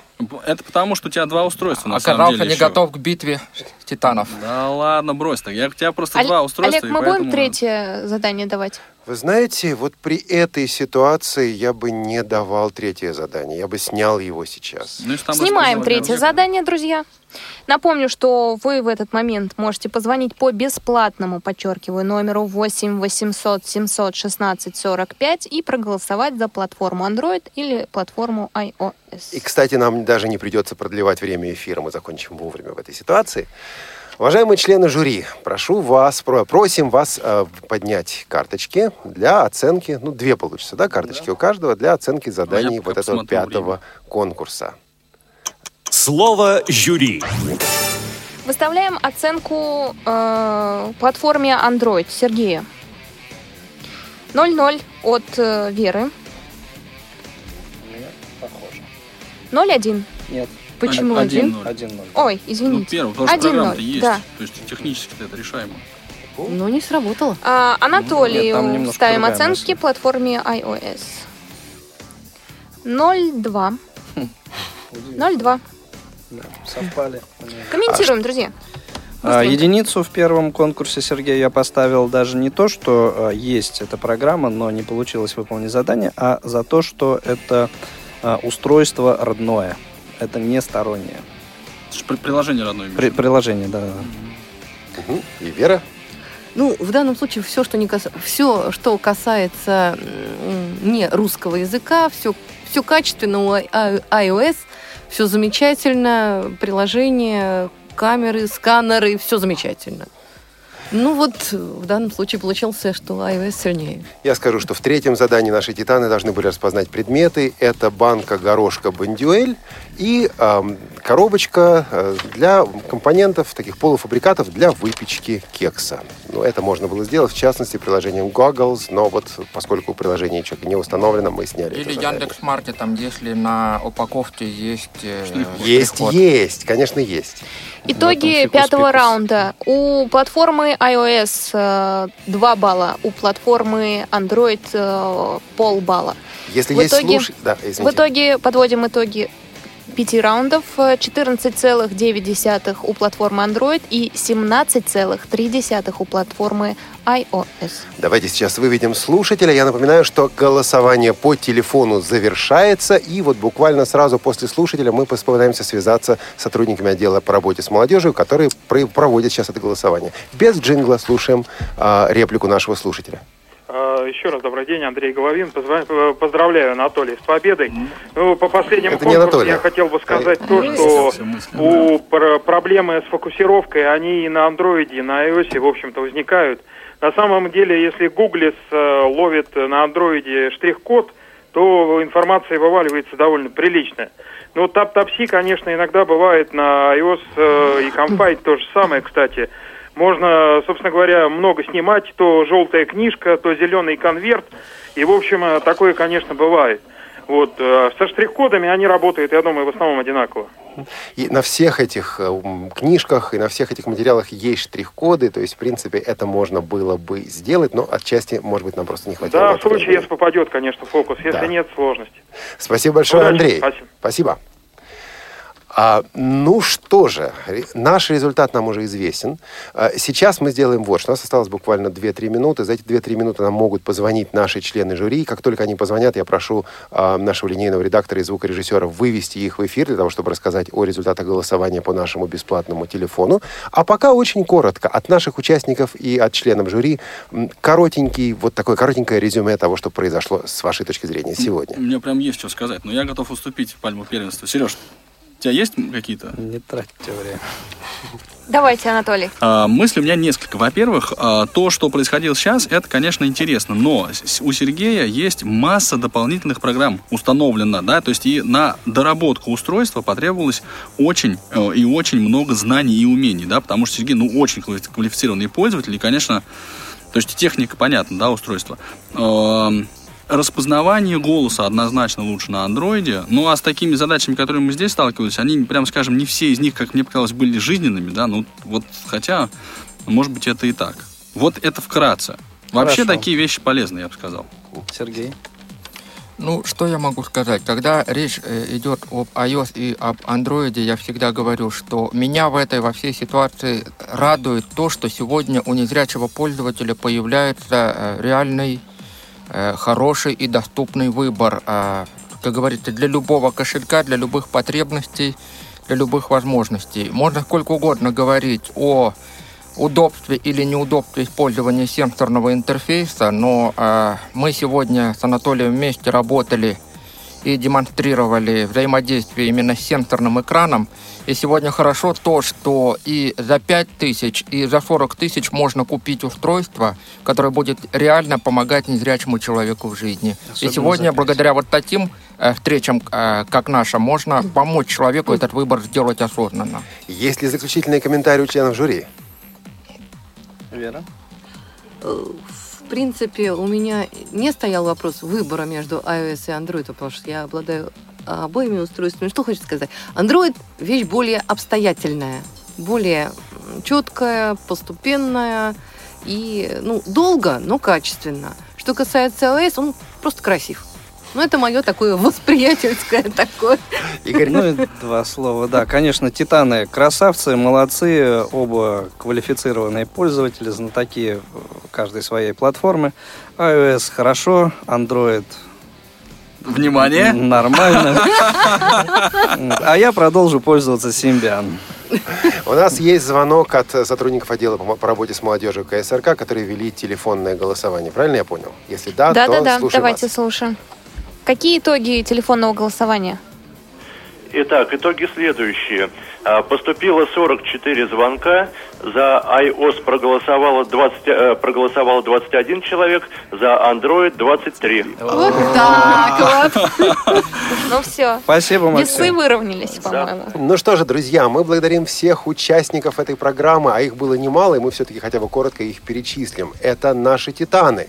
S5: Это потому, что у тебя два устройства, на самом
S4: оказался
S5: деле,
S4: А не
S5: еще.
S4: готов к битве титанов.
S5: Да ладно, брось так. Я у тебя просто
S3: Олег,
S5: два устройства.
S3: Олег, мы будем третье задание давать?
S2: Вы знаете, вот при этой ситуации я бы не давал третье задание, я бы снял его сейчас.
S3: Снимаем третье задание, друзья. Напомню, что вы в этот момент можете позвонить по бесплатному, подчеркиваю, номеру 8 800 716 45 и проголосовать за платформу Android или платформу iOS.
S2: И, кстати, нам даже не придется продлевать время эфира, мы закончим вовремя в этой ситуации. Уважаемые члены жюри, прошу вас, про- просим вас э, поднять карточки для оценки, ну, две получится, да, карточки у каждого для оценки заданий вот этого пятого конкурса.
S1: Слово жюри.
S3: Выставляем оценку э, платформе Android Сергея. 0-0 от э, Веры.
S8: Похоже.
S3: 0-1.
S8: Нет.
S3: Почему один? Ой, извините.
S5: Ну, первый, потому что
S3: 1-0,
S5: программа-то есть.
S3: Да.
S5: То есть технически-то это решаемо.
S6: Ну, не сработало.
S3: А,
S5: Нет,
S3: Анатолию
S5: там немножко
S3: ставим
S5: другая
S3: оценки платформе iOS. 0-2. 0-2.
S8: Совпали.
S3: Комментируем, друзья.
S8: А, единицу в первом конкурсе Сергея я поставил даже не то, что э, есть эта программа, но не получилось выполнить задание, а за то, что это э, устройство родное. Это не стороннее.
S5: Это ж при- приложение
S2: Ну,
S5: родное.
S8: При- приложение, да.
S2: И Вера?
S6: Ну, в данном случае все, что не кас... все, что касается м, не русского языка, все, все качественно у i- i- iOS, все замечательно, приложение, камеры, сканеры, все замечательно. Ну вот в данном случае получился, что iOS сильнее.
S2: Я скажу, что в третьем задании наши титаны должны были распознать предметы. Это банка горошка бандюэль и эм, коробочка э, для компонентов, таких полуфабрикатов для выпечки кекса. Ну, это можно было сделать, в частности, приложением Goggles, но вот поскольку приложение что-то не установлено, мы сняли это
S4: Или
S2: задание.
S4: Яндекс Маркетом, если на упаковке есть... э,
S2: Есть,
S4: приход.
S2: есть, конечно, есть.
S3: Итоги пятого раунда. У платформы iOS 2 балла, у платформы Android э, полбалла.
S2: Если
S3: В
S2: есть
S3: итоге-
S2: слуш- Да,
S3: В
S2: извините.
S3: итоге подводим итоги пяти раундов, э, 14,9 у платформы Android и 17,3 у платформы iOS.
S2: Давайте сейчас выведем слушателя. Я напоминаю, что голосование по телефону завершается. И вот буквально сразу после слушателя мы попытаемся связаться с сотрудниками отдела по работе с молодежью, которые про- проводят сейчас это голосование. Без джингла слушаем а, реплику нашего слушателя.
S7: Э, Еще раз добрый день, Андрей Головин. Позва- э, Поздравляю Анатолий с победой. Ну, по последнему
S2: Это не
S7: конкурсу
S2: Анатолий.
S7: я хотел бы сказать то, что у пр- проблемы с фокусировкой, они и на андроиде, и на iOS, в общем-то, возникают. На самом деле, если Гуглис э, ловит на андроиде штрих-код, то информация вываливается довольно прилично. Ну, тап-тапси, конечно, иногда бывает на iOS э, и Confide то же самое, кстати. Можно, собственно говоря, много снимать, то желтая книжка, то зеленый конверт. И, в общем, э, такое, конечно, бывает. Вот. э, Со штрих-кодами они работают, я думаю, в основном одинаково.
S2: И на всех этих э, м, книжках и на всех этих материалах есть штрих-коды. То есть, в принципе, это можно было бы сделать, но отчасти, может быть, нам просто не хватило.
S7: Да,
S2: бы
S7: в случае, если попадет, конечно, фокус. Если
S2: Да.
S7: нет, сложности.
S2: Спасибо большое,
S7: Удачи,
S2: Андрей.
S7: спасибо.
S2: А, ну что же, ре- наш результат нам уже известен. А, сейчас мы сделаем вот что. У нас осталось буквально 2-3 минуты. За эти 2-3 минуты нам могут позвонить наши члены жюри. И как только они позвонят, я прошу а, нашего линейного редактора и звукорежиссера вывести их в эфир для того, чтобы рассказать о результатах голосования по нашему бесплатному телефону. А пока очень коротко от наших участников и от членов жюри м, коротенький, вот такое коротенькое резюме того, что произошло с вашей точки зрения сегодня.
S5: У меня прям есть что сказать, но я готов уступить в пальму первенства. Сереж, у тебя есть какие-то?
S8: Не тратьте время.
S3: Давайте, Анатолий.
S5: А, мыслей у меня несколько. Во-первых, а, то, что происходило сейчас, это, конечно, интересно, но с- у Сергея есть масса дополнительных программ установлена, да, то есть и на доработку устройства потребовалось очень э, и очень много знаний и умений, да, потому что Сергей, ну, очень квали- квалифицированный пользователь, и, конечно, то есть техника понятна, да, устройство. Эм, Распознавание голоса однозначно лучше на андроиде. Ну а с такими задачами, которыми мы здесь сталкивались, они, прям скажем, не все из них, как мне показалось, были жизненными, да, ну вот хотя, может быть, это и так. Вот это вкратце. Вообще
S4: Хорошо.
S5: такие вещи полезны, я бы сказал.
S8: Сергей?
S4: Ну, что я могу сказать? Когда речь э, идет об iOS и об Android, я всегда говорю, что меня в этой во всей ситуации радует то, что сегодня у незрячего пользователя появляется э, реальный, э, хороший и доступный выбор, э, как говорится, для любого кошелька, для любых потребностей, для любых возможностей. Можно сколько угодно говорить о удобстве или неудобстве использования сенсорного интерфейса, но э, мы сегодня с Анатолием вместе работали и демонстрировали взаимодействие именно с сенсорным экраном. И сегодня хорошо то, что и за 5 тысяч, и за 40 тысяч можно купить устройство, которое будет реально помогать незрячему человеку в жизни.
S8: Особенно
S4: и сегодня,
S8: за
S4: благодаря вот таким э, встречам, э, как наша, можно помочь человеку этот выбор сделать осознанно.
S2: Есть ли заключительные комментарии у членов жюри?
S8: Вера?
S6: В принципе, у меня не стоял вопрос выбора между iOS и Android, потому что я обладаю обоими устройствами. Что хочется сказать? Android – вещь более обстоятельная, более четкая, постепенная и, ну, долго, но качественно. Что касается iOS, он просто красив. Ну, это мое такое восприятельское (laughs) такое.
S8: Ну и два слова. Да, конечно, титаны красавцы, молодцы, оба квалифицированные пользователи, знатоки э, каждой своей платформы. iOS хорошо, Android
S5: Внимание!
S8: нормально. А я продолжу пользоваться Symbian.
S2: У нас есть звонок от э, сотрудников отдела по мо- по работе с молодежью КСРК, которые вели телефонное голосование. Правильно я понял? Если да,
S3: Да, да,
S2: то
S3: да,
S2: слушаем
S3: давайте
S2: вас.
S3: слушаем. Какие итоги телефонного голосования?
S14: Итак, итоги следующие. А, Поступило 44 звонка, за iOS проголосовало, 20, э, проголосовало 21 человек, за Android 23.
S3: Вот так вот. Ну все.
S8: Спасибо,
S3: Весы выровнялись, по-моему.
S2: Ну что же, друзья, мы благодарим всех участников этой программы, а их было немало, и мы все-таки хотя бы коротко их перечислим. Это наши титаны.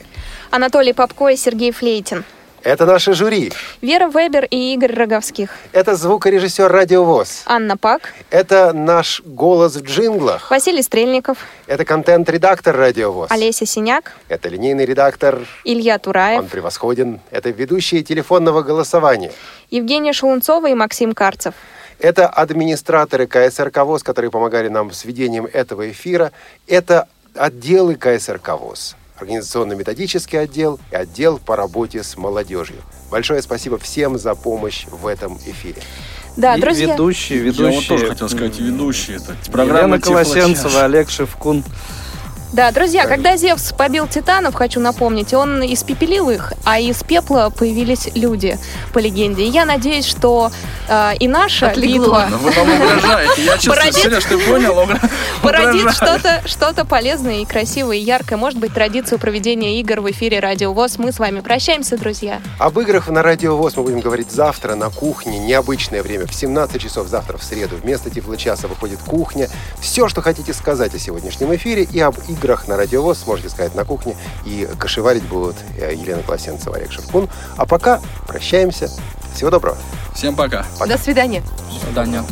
S3: Анатолий Попко и Сергей Флейтин.
S2: Это наше жюри.
S3: Вера Вебер и Игорь Роговских.
S2: Это звукорежиссер Радиовоз.
S3: Анна Пак.
S2: Это наш голос в джинглах.
S3: Василий Стрельников.
S2: Это контент-редактор Радиовоз.
S3: Олеся Синяк.
S2: Это линейный редактор.
S3: Илья Тураев.
S2: Он превосходен. Это ведущие телефонного голосования.
S3: Евгения Шелунцова и Максим Карцев.
S2: Это администраторы КСРК ВОЗ, которые помогали нам с ведением этого эфира. Это отделы КСРК ВОЗ. Организационно-методический отдел и отдел по работе с молодежью. Большое спасибо всем за помощь в этом эфире.
S3: Да,
S8: И
S3: друзья.
S8: ведущие,
S5: Я вот
S8: ведущие.
S5: тоже хотел сказать, ведущие. Это программа
S8: Елена Колосенцева, Олег Шевкун.
S3: Да, друзья, когда Зевс побил титанов, хочу напомнить, он испепелил их, а из пепла появились люди, по легенде. И я надеюсь, что э, и наша битва
S5: Вы нам угрожаете. Я чувствую,
S3: Породит-
S5: Сереж, ты понял? Угра-
S3: породит
S5: угрожаете.
S3: что-то что полезное и красивое, и яркое. Может быть, традицию проведения игр в эфире Радио ВОЗ. Мы с вами прощаемся, друзья.
S2: Об играх на Радио ВОЗ мы будем говорить завтра на кухне. Необычное время. В 17 часов завтра в среду. Вместо Тифлочаса выходит кухня. Все, что хотите сказать о сегодняшнем эфире и об играх на Радио ВОЗ сможете сказать на кухне. И кошеварить будут э, Елена Класенцева, Олег Шевкун. А пока прощаемся. Всего доброго.
S5: Всем пока.
S6: До свидания.
S4: До свидания.